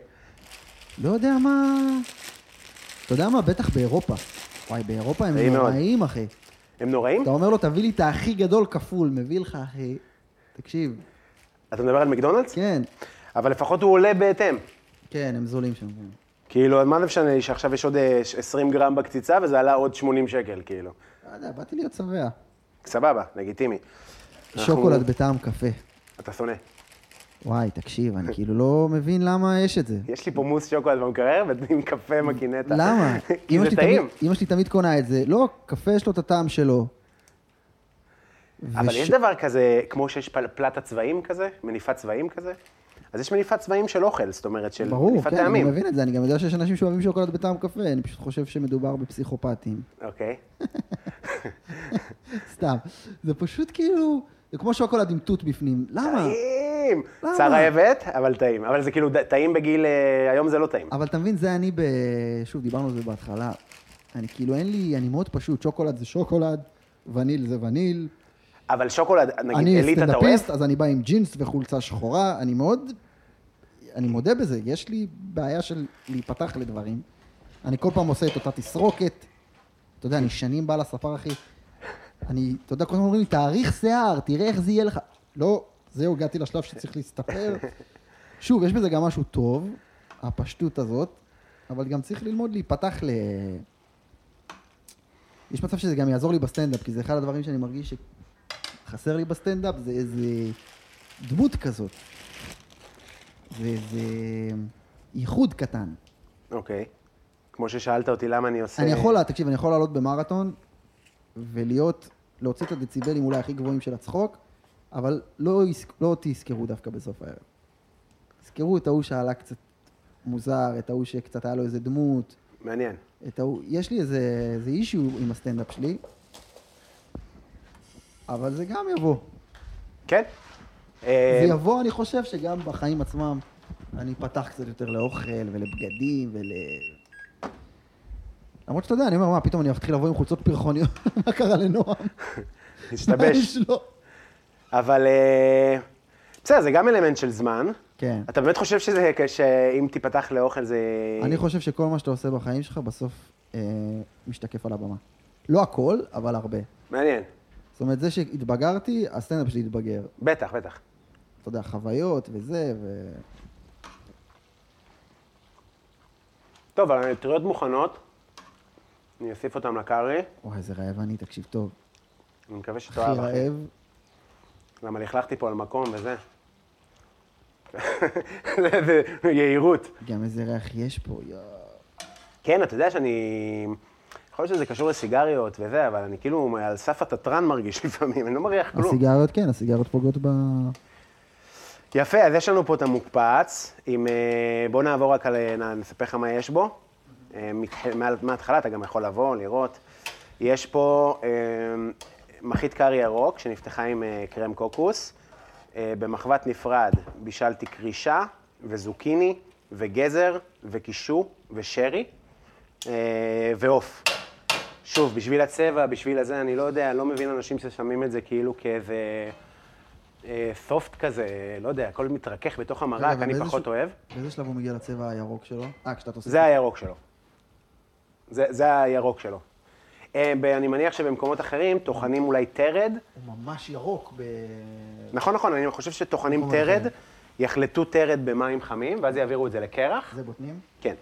Speaker 6: לא יודע מה... אתה יודע מה? בטח באירופה. וואי, באירופה הם
Speaker 2: טעים מאוד.
Speaker 6: נוראים, אחי.
Speaker 2: הם נוראים?
Speaker 6: אתה אומר לו, תביא לי את הכי גדול כפול, מביא לך, אחי. תקשיב,
Speaker 2: אתה מדבר על מקדונלדס?
Speaker 6: כן.
Speaker 2: אבל לפחות הוא עולה בהתאם.
Speaker 6: כן, הם זולים שם. כן.
Speaker 2: כאילו, מה זה משנה לי שעכשיו יש עוד אה, 20 גרם בקציצה וזה עלה עוד 80 שקל, כאילו.
Speaker 6: לא יודע, באתי להיות שבע.
Speaker 2: סבבה, לגיטימי. אנחנו-
Speaker 6: שוקולד בטעם קפה.
Speaker 2: אתה שונא.
Speaker 6: וואי, תקשיב, אני כאילו לא מבין למה יש את זה.
Speaker 2: יש לי פה מוס שוקולד במקרר ונותנים קפה מקינטה.
Speaker 6: למה?
Speaker 2: כי
Speaker 6: אמא
Speaker 2: זה
Speaker 6: שלי
Speaker 2: טעים.
Speaker 6: תמיד- אמא שלי תמיד קונה את זה. לא, קפה יש לו את הטעם שלו.
Speaker 2: אבל
Speaker 6: וש-
Speaker 2: יש דבר כזה, כמו שיש פל- פלטה צבעים כזה, מניפת צבעים כזה, אז יש מניפת צבעים של אוכל, זאת אומרת, של
Speaker 6: ברור,
Speaker 2: מניפת
Speaker 6: כן, אני
Speaker 2: טעמים.
Speaker 6: מבין את זה. אני גם יודע שיש אנשים שאוהבים שוקולד בטעם קפה, אני פשוט חושב שמדובר בפסיכופטים.
Speaker 2: אוקיי.
Speaker 6: סתם. זה פשוט כאילו... זה כמו שוקולד עם תות בפנים. למה?
Speaker 2: אה, טעים!
Speaker 6: למה?
Speaker 2: צר האבט, אבל טעים. אבל זה כאילו ד- טעים בגיל... אה, היום זה לא טעים.
Speaker 6: אבל אתה מבין, זה אני ב... שוב, דיברנו על זה בהתחלה. אני כאילו, אין לי... אני מאוד פשוט. שוקולד זה שוקולד, וניל זה וניל.
Speaker 2: אבל שוקולד, נגיד,
Speaker 6: אני
Speaker 2: עילית אתה אוהב?
Speaker 6: סטנדאפיסט, אז אני בא עם ג'ינס וחולצה שחורה. אני מאוד... אני מודה בזה, יש לי בעיה של להיפתח לדברים. אני כל פעם עושה את אותה תסרוקת. אתה יודע, אני שנים בא לספר, אחי. אני, אתה יודע, כל הזמן אומרים לי, תאריך שיער, תראה איך זה יהיה לך. לא, זהו, הגעתי לשלב שצריך להסתפר. שוב, יש בזה גם משהו טוב, הפשטות הזאת, אבל גם צריך ללמוד להיפתח ל... יש מצב שזה גם יעזור לי בסטנדאפ, כי זה אחד הדברים שאני מרגיש שחסר לי בסטנדאפ, זה איזה דמות כזאת. זה איזה ייחוד קטן.
Speaker 2: אוקיי. כמו ששאלת אותי למה אני עושה...
Speaker 6: אני יכול, לה- תקשיב, אני יכול לעלות במרתון ולהיות, להוציא את הדציבלים אולי הכי גבוהים של הצחוק, אבל לא, יזכ- לא אותי יזכרו דווקא בסוף הערב. יזכרו את ההוא שעלה קצת מוזר, את ההוא שקצת היה לו איזה דמות,
Speaker 2: מעניין.
Speaker 6: את ההוא, יש לי איזה, איזה אישיו עם הסטנדאפ שלי, אבל זה גם יבוא.
Speaker 2: כן? אה,
Speaker 6: זה יבוא, אני חושב שגם בחיים עצמם אני פתח קצת יותר לאוכל ולבגדים ול... למרות שאתה יודע, אני אומר, מה, פתאום אני אתחיל לבוא עם חולצות פרחוניות, מה קרה לנועם?
Speaker 2: השתבש.
Speaker 6: ממש לא.
Speaker 2: אבל אה, בסדר, זה גם אלמנט של זמן.
Speaker 6: כן.
Speaker 2: אתה באמת חושב שזה, שאם תיפתח לאוכל זה...
Speaker 6: אני חושב שכל מה שאתה עושה בחיים שלך בסוף אה, משתקף על הבמה. לא הכל, אבל הרבה.
Speaker 2: מעניין.
Speaker 6: זאת אומרת, זה שהתבגרתי, הסטנדאפ שלי התבגר.
Speaker 2: בטח, בטח.
Speaker 6: אתה יודע, חוויות וזה, ו...
Speaker 2: טוב, אבל הנטריות מוכנות. אני אוסיף אותן לקארי.
Speaker 6: וואי, איזה רעב אני, תקשיב טוב.
Speaker 2: אני מקווה
Speaker 6: הכי
Speaker 2: שתאהב. אחי.
Speaker 6: רעב.
Speaker 2: למה לכלכתי פה על מקום וזה. זה- זה יהירות.
Speaker 6: גם איזה ריח יש פה, יואו.
Speaker 2: כן, אתה יודע שאני... יכול להיות שזה קשור לסיגריות וזה, אבל אני כאילו על סף התתרן מרגיש לפעמים, אני לא מריח כלום.
Speaker 6: הסיגריות, כן, הסיגריות פוגעות ב...
Speaker 2: יפה, אז יש לנו פה את המוקפץ, עם... אה, בוא נעבור רק על... אה, נ- נספר לך מה יש בו. אה, מתח- מעל- מההתחלה אתה גם יכול לבוא, לראות. יש פה אה, מחית קר ירוק, שנפתחה עם אה, קרם קוקוס. אה, במחבת נפרד בישלתי קרישה, וזוקיני, וגזר, וקישו, ושרי, אה, ועוף. שוב, בשביל הצבע, בשביל הזה, אני לא יודע, לא מבין אנשים ששמים את זה כאילו כאיזה... אה, סופט כזה, לא יודע, הכל מתרכך בתוך
Speaker 6: רגע,
Speaker 2: המרק,
Speaker 6: אוקיי, אבל
Speaker 2: אני
Speaker 6: באיזה
Speaker 2: פחות
Speaker 6: ש-
Speaker 2: אוהב.
Speaker 6: באיזה שלב הוא מגיע לצבע הירוק שלו? אה, כשאתה תוסף.
Speaker 2: זה הירוק שלו. זה, זה הירוק שלו. אה, ב- אני מניח שבמקומות אחרים טוחנים אולי טרד.
Speaker 6: הוא ממש ירוק ב...
Speaker 2: נכון, נכון, אני חושב שטוחנים
Speaker 6: מקומות
Speaker 2: טרד,
Speaker 6: אחרים.
Speaker 2: יחלטו טרד במים חמים, ואז יעבירו את זה לקרח.
Speaker 6: זה בוטנים?
Speaker 2: כן.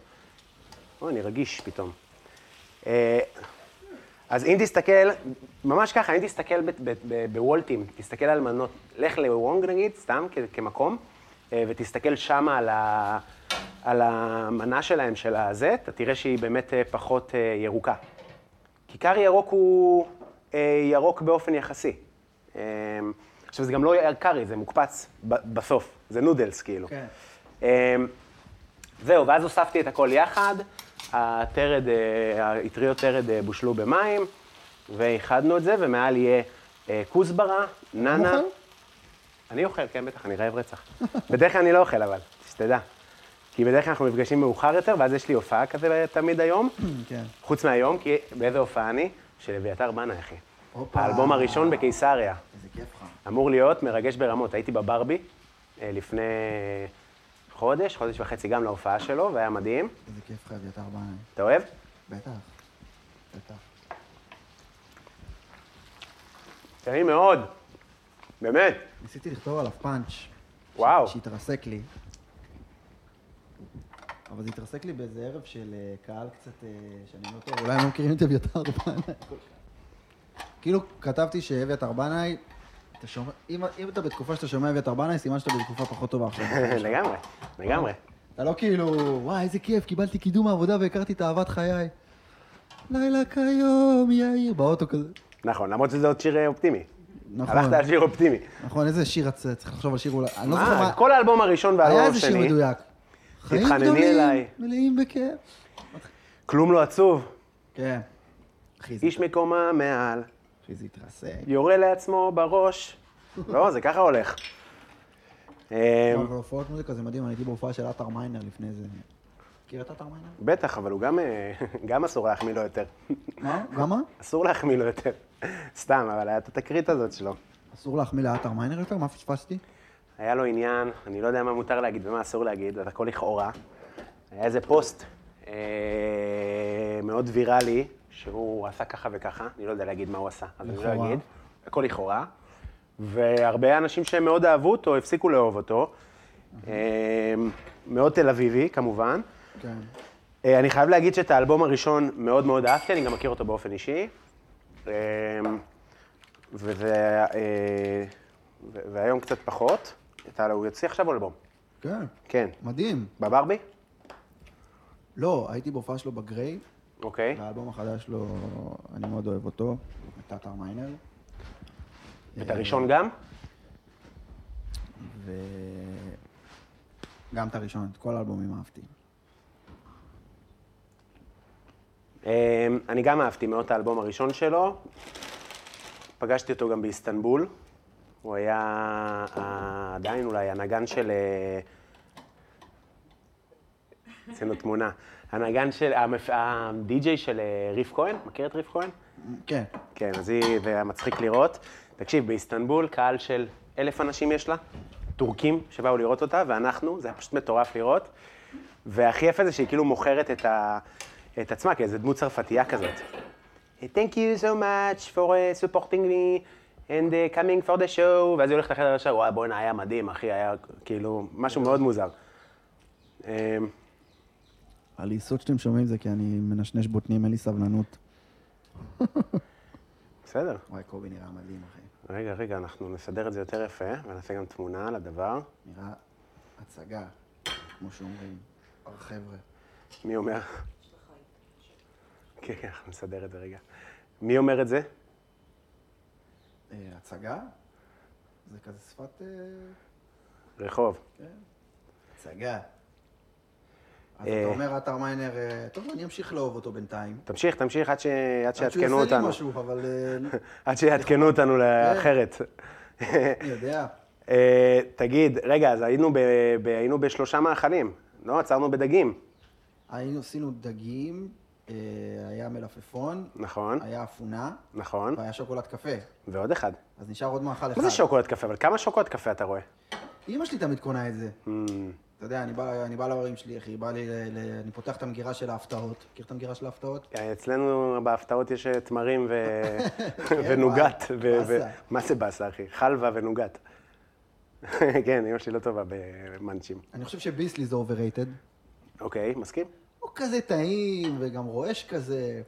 Speaker 2: או, אני רגיש פתאום. אה, אז אם תסתכל, ממש ככה, אם תסתכל ב- ב- ב- בוולטים, תסתכל על מנות, לך לוונג נגיד, סתם כ- כמקום, אה, ותסתכל שמה על, ה, על המנה שלהם, של הזה, אתה תראה שהיא באמת אה, פחות אה, ירוקה. כיכר ירוק הוא אה, ירוק באופן יחסי. אה, עכשיו, זה גם לא היה קארי, זה מוקפץ ב- בסוף, זה נודלס כאילו.
Speaker 6: כן.
Speaker 2: אמ, זהו, ואז הוספתי את הכל יחד, הטרד, אה, האטריות טרד אה, בושלו במים, ואיחדנו את זה, ומעל יהיה אה, כוסברה, נאנה.
Speaker 6: אוכל?
Speaker 2: אני אוכל, כן, בטח, אני רעב רצח. בדרך כלל אני לא אוכל, אבל, שתדע. כי בדרך כלל אנחנו נפגשים מאוחר יותר, ואז יש לי הופעה כזה תמיד היום,
Speaker 6: כן.
Speaker 2: חוץ מהיום, כי באיזה הופעה אני? של אביתר בנה, אחי.
Speaker 6: הופה.
Speaker 2: האלבום הראשון בקיסריה.
Speaker 6: איזה כיף לך.
Speaker 2: אמור להיות מרגש ברמות. הייתי בברבי אה, לפני חודש, חודש וחצי גם להופעה שלו, והיה מדהים.
Speaker 6: איזה כיף לך, אביתר בעיניים.
Speaker 2: אתה אוהב?
Speaker 6: בטח. בטח.
Speaker 2: טעים מאוד. באמת.
Speaker 6: ניסיתי לכתוב עליו פאנץ'. ש-
Speaker 2: וואו.
Speaker 6: שהתרסק לי. אבל זה התרסק לי באיזה ערב של אה, קהל קצת, אה, שאני לא טוב, אולי הם לא מכירים את אביתר בנאי. כאילו, כתבתי שאביתר בנאי, אתה שומע, אם אם אתה בתקופה שאתה שומע אביתר בנאי, סימן שאתה בתקופה פחות טובה עכשיו.
Speaker 2: לגמרי, לגמרי.
Speaker 6: אתה לא כאילו, וואי, איזה כיף, קיבלתי קידום העבודה והכרתי את אהבת חיי. לילה כיום, יאיר, באוטו כזה.
Speaker 2: נכון, למרות שזה עוד שיר אה, אופטימי.
Speaker 6: נכון.
Speaker 2: הלכת על שיר אופטימי.
Speaker 6: נכון, איזה שיר, את צריך לחשוב על שיר אולי, אני לא זוכר
Speaker 2: מה,
Speaker 6: מה...
Speaker 2: כל האלבום הראשון
Speaker 6: היה
Speaker 2: והאלבום
Speaker 6: איזה שיר
Speaker 2: השני,
Speaker 6: מדויק. חיים
Speaker 2: תתחנני
Speaker 6: גדולים,
Speaker 2: אה, אליי.
Speaker 6: מלאים בכיף.
Speaker 2: כלום לא עצוב,
Speaker 6: כן. אחי, זה-
Speaker 2: איש מקומה מעל,
Speaker 6: אחי, זה התרסק.
Speaker 2: יורה לעצמו בראש. לא, זה ככה הולך. אה,
Speaker 6: אבל הופעות מוזיקה זה מדהים, אני הייתי בהופעה של עטר מיינר לפני זה. מכיר את עטר מיינר?
Speaker 2: בטח, אבל הוא גם, אה, גם אסור להחמיא לו יותר.
Speaker 6: מה? גם מה?
Speaker 2: אסור להחמיא לו יותר. סתם, אבל היה את התקרית הזאת שלו.
Speaker 6: אסור להחמיא לעטר מיינר יותר? מה פספסתי?
Speaker 2: היה לו עניין, אני לא יודע מה מותר להגיד ומה אסור להגיד, זה הכל לכאורה. היה איזה פוסט אה, מאוד ויראלי, שהוא עשה ככה וככה, אני לא יודע להגיד מה הוא עשה, אז אני לא
Speaker 6: לכאורה.
Speaker 2: אגיד. הכל לכאורה. והרבה אנשים שמאוד אהבו אותו, הפסיקו לאהוב אותו. אה, מאוד תל אביבי, כמובן.
Speaker 6: כן.
Speaker 2: אה, אני חייב להגיד שאת האלבום הראשון מאוד מאוד אהבתי, אני גם מכיר אותו באופן אישי. אה, וזה... אה, ו- והיום קצת פחות. את ה- הוא יוציא עכשיו אלבום.
Speaker 6: כן.
Speaker 2: כן.
Speaker 6: מדהים.
Speaker 2: בברבי?
Speaker 6: לא, הייתי בהופעה שלו בגריי,
Speaker 2: אוקיי.
Speaker 3: אה,
Speaker 6: והאלבום החדש שלו, לא, אני מאוד אוהב אותו, את עטר מיינר.
Speaker 2: את הראשון גם?
Speaker 6: וגם את הראשון, את כל האלבומים אהבתי.
Speaker 2: אה, אני גם אהבתי מאוד את האלבום הראשון שלו. פגשתי אותו גם באיסטנבול. הוא היה אה, עדיין אולי הנגן של... אה, עשינו תמונה. הנגן של... המפ- הדי-ג'יי של אה, ריף כהן, מכיר את ריף כהן?
Speaker 6: כן.
Speaker 2: כן, אז היא, זה היה מצחיק לראות. תקשיב, באיסטנבול קהל של אלף אנשים יש לה, טורקים שבאו לראות אותה, ואנחנו, זה היה פשוט מטורף לראות. והכי יפה זה שהיא כאילו מוכרת את, ה, את עצמה כאיזה דמות צרפתייה כזאת. Thank you so much for uh, supporting me and uh, coming for the show, ואז היא הולכת לחדר השאר, וואי, בואנה, היה מדהים, אחי, היה כאילו משהו מאוד מוזר. אה,
Speaker 6: הליסות שאתם שומעים זה כי אני מנשנש בוטנים, אין לי סבלנות.
Speaker 2: בסדר.
Speaker 6: וואי, קובי נראה מדהים, אחי.
Speaker 2: רגע, רגע, אנחנו נסדר את זה יותר יפה, ונעשה גם תמונה לדבר.
Speaker 6: נראה הצגה, כמו שאומרים, החבר'ה.
Speaker 2: מי אומר? כן, כן, אנחנו נסדר את זה רגע. מי אומר את זה?
Speaker 6: אה, הצגה? זה כזה שפת... אה,
Speaker 2: רחוב.
Speaker 6: הצגה. אז
Speaker 2: אה.
Speaker 6: אתה אומר, עטר מיינר, אה, טוב, אני אמשיך לאהוב אותו בינתיים.
Speaker 2: תמשיך, תמשיך עד ש- עד
Speaker 6: עד שהוא
Speaker 2: שיעדכנו
Speaker 6: יעשה לי
Speaker 2: אותנו.
Speaker 6: משהו, אבל אה,
Speaker 2: עד שיעדכנו אותנו לאחרת.
Speaker 6: אני יודע.
Speaker 2: אה, תגיד, רגע, אז היינו ב- ב- היינו בשלושה מאכלים. לא, עצרנו בדגים.
Speaker 6: היינו, עשינו דגים, אה, היה מלפפון,
Speaker 2: נכון,
Speaker 6: היה אפונה,
Speaker 2: נכון.
Speaker 6: והיה שוקולד קפה.
Speaker 2: ועוד אחד.
Speaker 6: אז נשאר עוד מאכל אה. אחד.
Speaker 2: מה זה שוקולד קפה? אבל כמה שוקולד קפה אתה רואה?
Speaker 6: אימא שלי תמיד קונה את זה.
Speaker 2: אמ,
Speaker 6: אתה יודע, אני בא, אני בא להורים שלי, אחי, בא לי, ל- ל- אני פותח את המגירה של ההפתעות. מכיר את המגירה של ההפתעות?
Speaker 2: אצלנו בהפתעות יש אה, תמרים ו-
Speaker 6: וואי,
Speaker 2: ונוגת. ו- ו-
Speaker 6: כן, באסה.
Speaker 2: מה זה באסה, אחי? חלבה ונוגת. כן, אמא שלי לא טובה במאנצ'ים.
Speaker 6: אני חושב שביסלי זה אוברייטד.
Speaker 2: אוקיי, מסכים?
Speaker 6: הוא כזה טעים, וגם רועש כזה.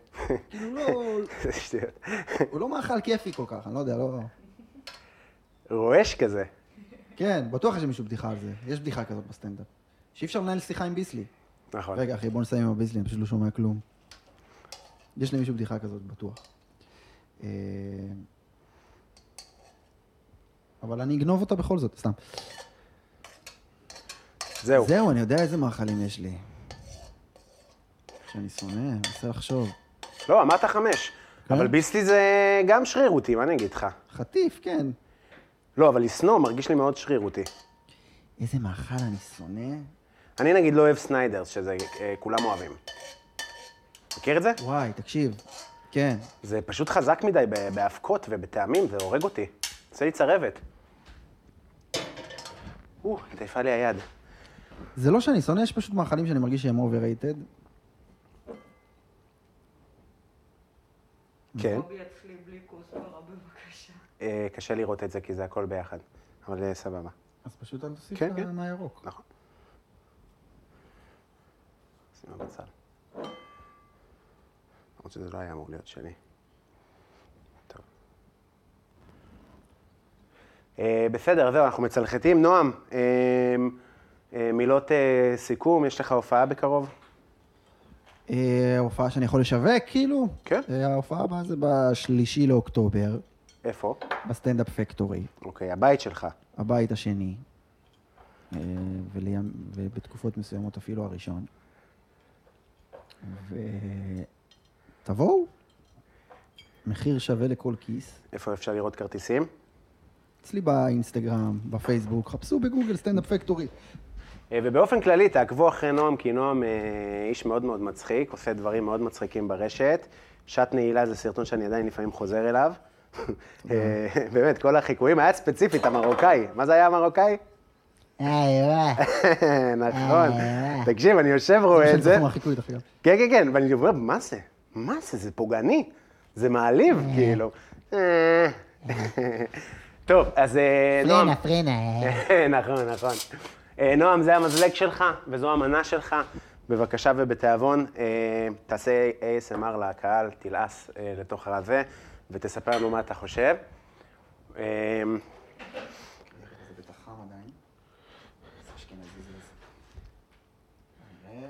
Speaker 6: כאילו, לא,
Speaker 2: זה שטויות.
Speaker 6: הוא לא מאכל כיפי כל כך, אני לא יודע, לא...
Speaker 2: רועש כזה.
Speaker 6: כן, בטוח יש למישהו בדיחה על זה. יש בדיחה כזאת בסטנדאפ. שאי אפשר לנהל שיחה עם ביסלי.
Speaker 2: נכון.
Speaker 6: רגע, אחי, בוא נסיים עם הביסלי, אני פשוט לא שומע כלום. יש למישהו בדיחה כזאת, בטוח. אה, אבל אני אגנוב אותה בכל זאת, סתם.
Speaker 2: זהו.
Speaker 6: זהו, אני יודע איזה מאכלים יש לי. שאני שונא, אני מנסה לחשוב.
Speaker 2: לא, אמרת חמש.
Speaker 6: כן.
Speaker 2: אבל ביסלי זה גם שרירותי, מה אני אגיד לך?
Speaker 6: חטיף, כן.
Speaker 2: לא, אבל לשנוא מרגיש לי מאוד שרירותי.
Speaker 6: איזה מאכל אני שונא.
Speaker 2: אני נגיד לא אוהב סניידרס, שזה אה, כולם אוהבים. מכיר את זה?
Speaker 6: וואי, תקשיב. כן.
Speaker 2: זה פשוט חזק מדי ב- באבקות ובטעמים, זה הורג אותי. עושה לי צרבת. או, התעייפה לי היד.
Speaker 6: זה לא שאני שונא, יש פשוט מאכלים שאני מרגיש שהם overrated.
Speaker 2: כן.
Speaker 5: קובי אצלי בלי כוסברה בבקשה.
Speaker 2: אה, קשה לראות את זה, כי זה הכל ביחד. אבל אה, סבבה.
Speaker 6: אז פשוט אל תוסיף
Speaker 2: כן, כן.
Speaker 6: מהירוק.
Speaker 2: נכון. שימה בצד. למרות שזה לא היה אמור להיות שלי. טוב. אה, בסדר, זהו, אנחנו מצלחתים. נועם, אה, אה, מילות אה, סיכום, יש לך הופעה בקרוב?
Speaker 6: אה, הופעה שאני יכול לשווק, כאילו.
Speaker 2: כן.
Speaker 6: אה, ההופעה הבאה זה בשלישי לאוקטובר,
Speaker 2: איפה?
Speaker 6: בסטנדאפ פקטורי,
Speaker 2: אוקיי, הבית שלך.
Speaker 6: הבית השני. אה, ולימים- ובתקופות מסוימות אפילו הראשון. ותבואו. מחיר שווה לכל כיס.
Speaker 2: איפה אפשר לראות כרטיסים?
Speaker 6: אצלי באינסטגרם, בפייסבוק, חפשו בגוגל סטנדאפ פקטורי.
Speaker 2: אה, ובאופן כללי, תעקבו אחרי נועם, כי נועם אה, איש מאוד מאוד מצחיק, עושה דברים מאוד מצחיקים ברשת. שעת נעילה זה סרטון שאני עדיין לפעמים חוזר אליו. אה, באמת, כל החיקויים. היה ספציפית, המרוקאי. מה זה היה המרוקאי?
Speaker 6: איי, וואי.
Speaker 2: נכון. תקשיב, אני יושב, רואה את זה.
Speaker 6: לא מהחיקוי, דרך אגב.
Speaker 2: כן, כן, כן, ואני אומר, מה זה? מה זה? זה פוגעני. זה מעליב, כאילו. אה. טוב, אז אה, נועם...
Speaker 4: פרינה, פרינה.
Speaker 2: נכון, נכון. אה, נועם, זה המזלג שלך, וזו המנה שלך. בבקשה ובתיאבון, אה, תעשה ASMR לקהל, תלעס אה, לתוך הרזה, ותספר לנו מה אתה חושב. אה,
Speaker 6: זה בטח חם עדיין. זה אשכנזי זה זה. נראה.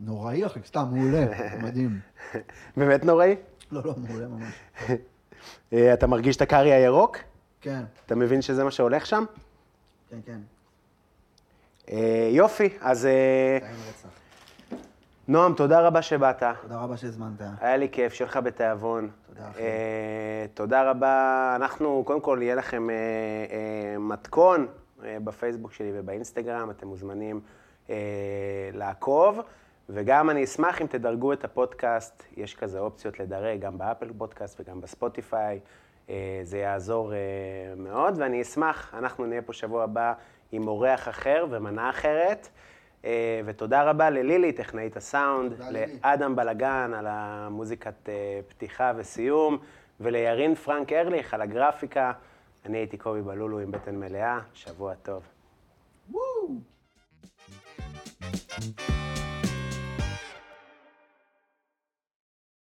Speaker 6: נוראי אחי, סתם מעולה, מדהים.
Speaker 2: באמת נוראי?
Speaker 6: לא, לא, מעולה ממש.
Speaker 2: אה, אתה מרגיש את הקארי הירוק?
Speaker 6: כן,
Speaker 2: אתה מבין שזה מה שהולך שם?
Speaker 6: כן, כן,
Speaker 2: אה, יופי, אז אה,
Speaker 6: טעים רצח.
Speaker 2: נועם, תודה רבה שבאת.
Speaker 6: תודה רבה שהזמנת.
Speaker 2: היה לי כיף, שיהיה לך בתיאבון.
Speaker 6: תודה, אחי.
Speaker 2: אה, תודה רבה. אנחנו, קודם כל, יהיה לכם אה, אה, מתכון אה, בפייסבוק שלי ובאינסטגרם, אתם מוזמנים אה, לעקוב. וגם אני אשמח אם תדרגו את הפודקאסט, יש כזה אופציות לדרג, גם באפל פודקאסט וגם בספוטיפיי, אה, זה יעזור אה, מאוד, ואני אשמח, אנחנו נהיה פה שבוע הבא עם אורח אחר ומנה אחרת. אה, ותודה רבה ללילי, טכנאית הסאונד,
Speaker 6: תודה, לילי.
Speaker 2: לאדם בלגן על המוזיקת אה, פתיחה וסיום, ולירין פרנק ארליך על הגרפיקה. אני הייתי קובי בלולו עם בטן מלאה, שבוע טוב.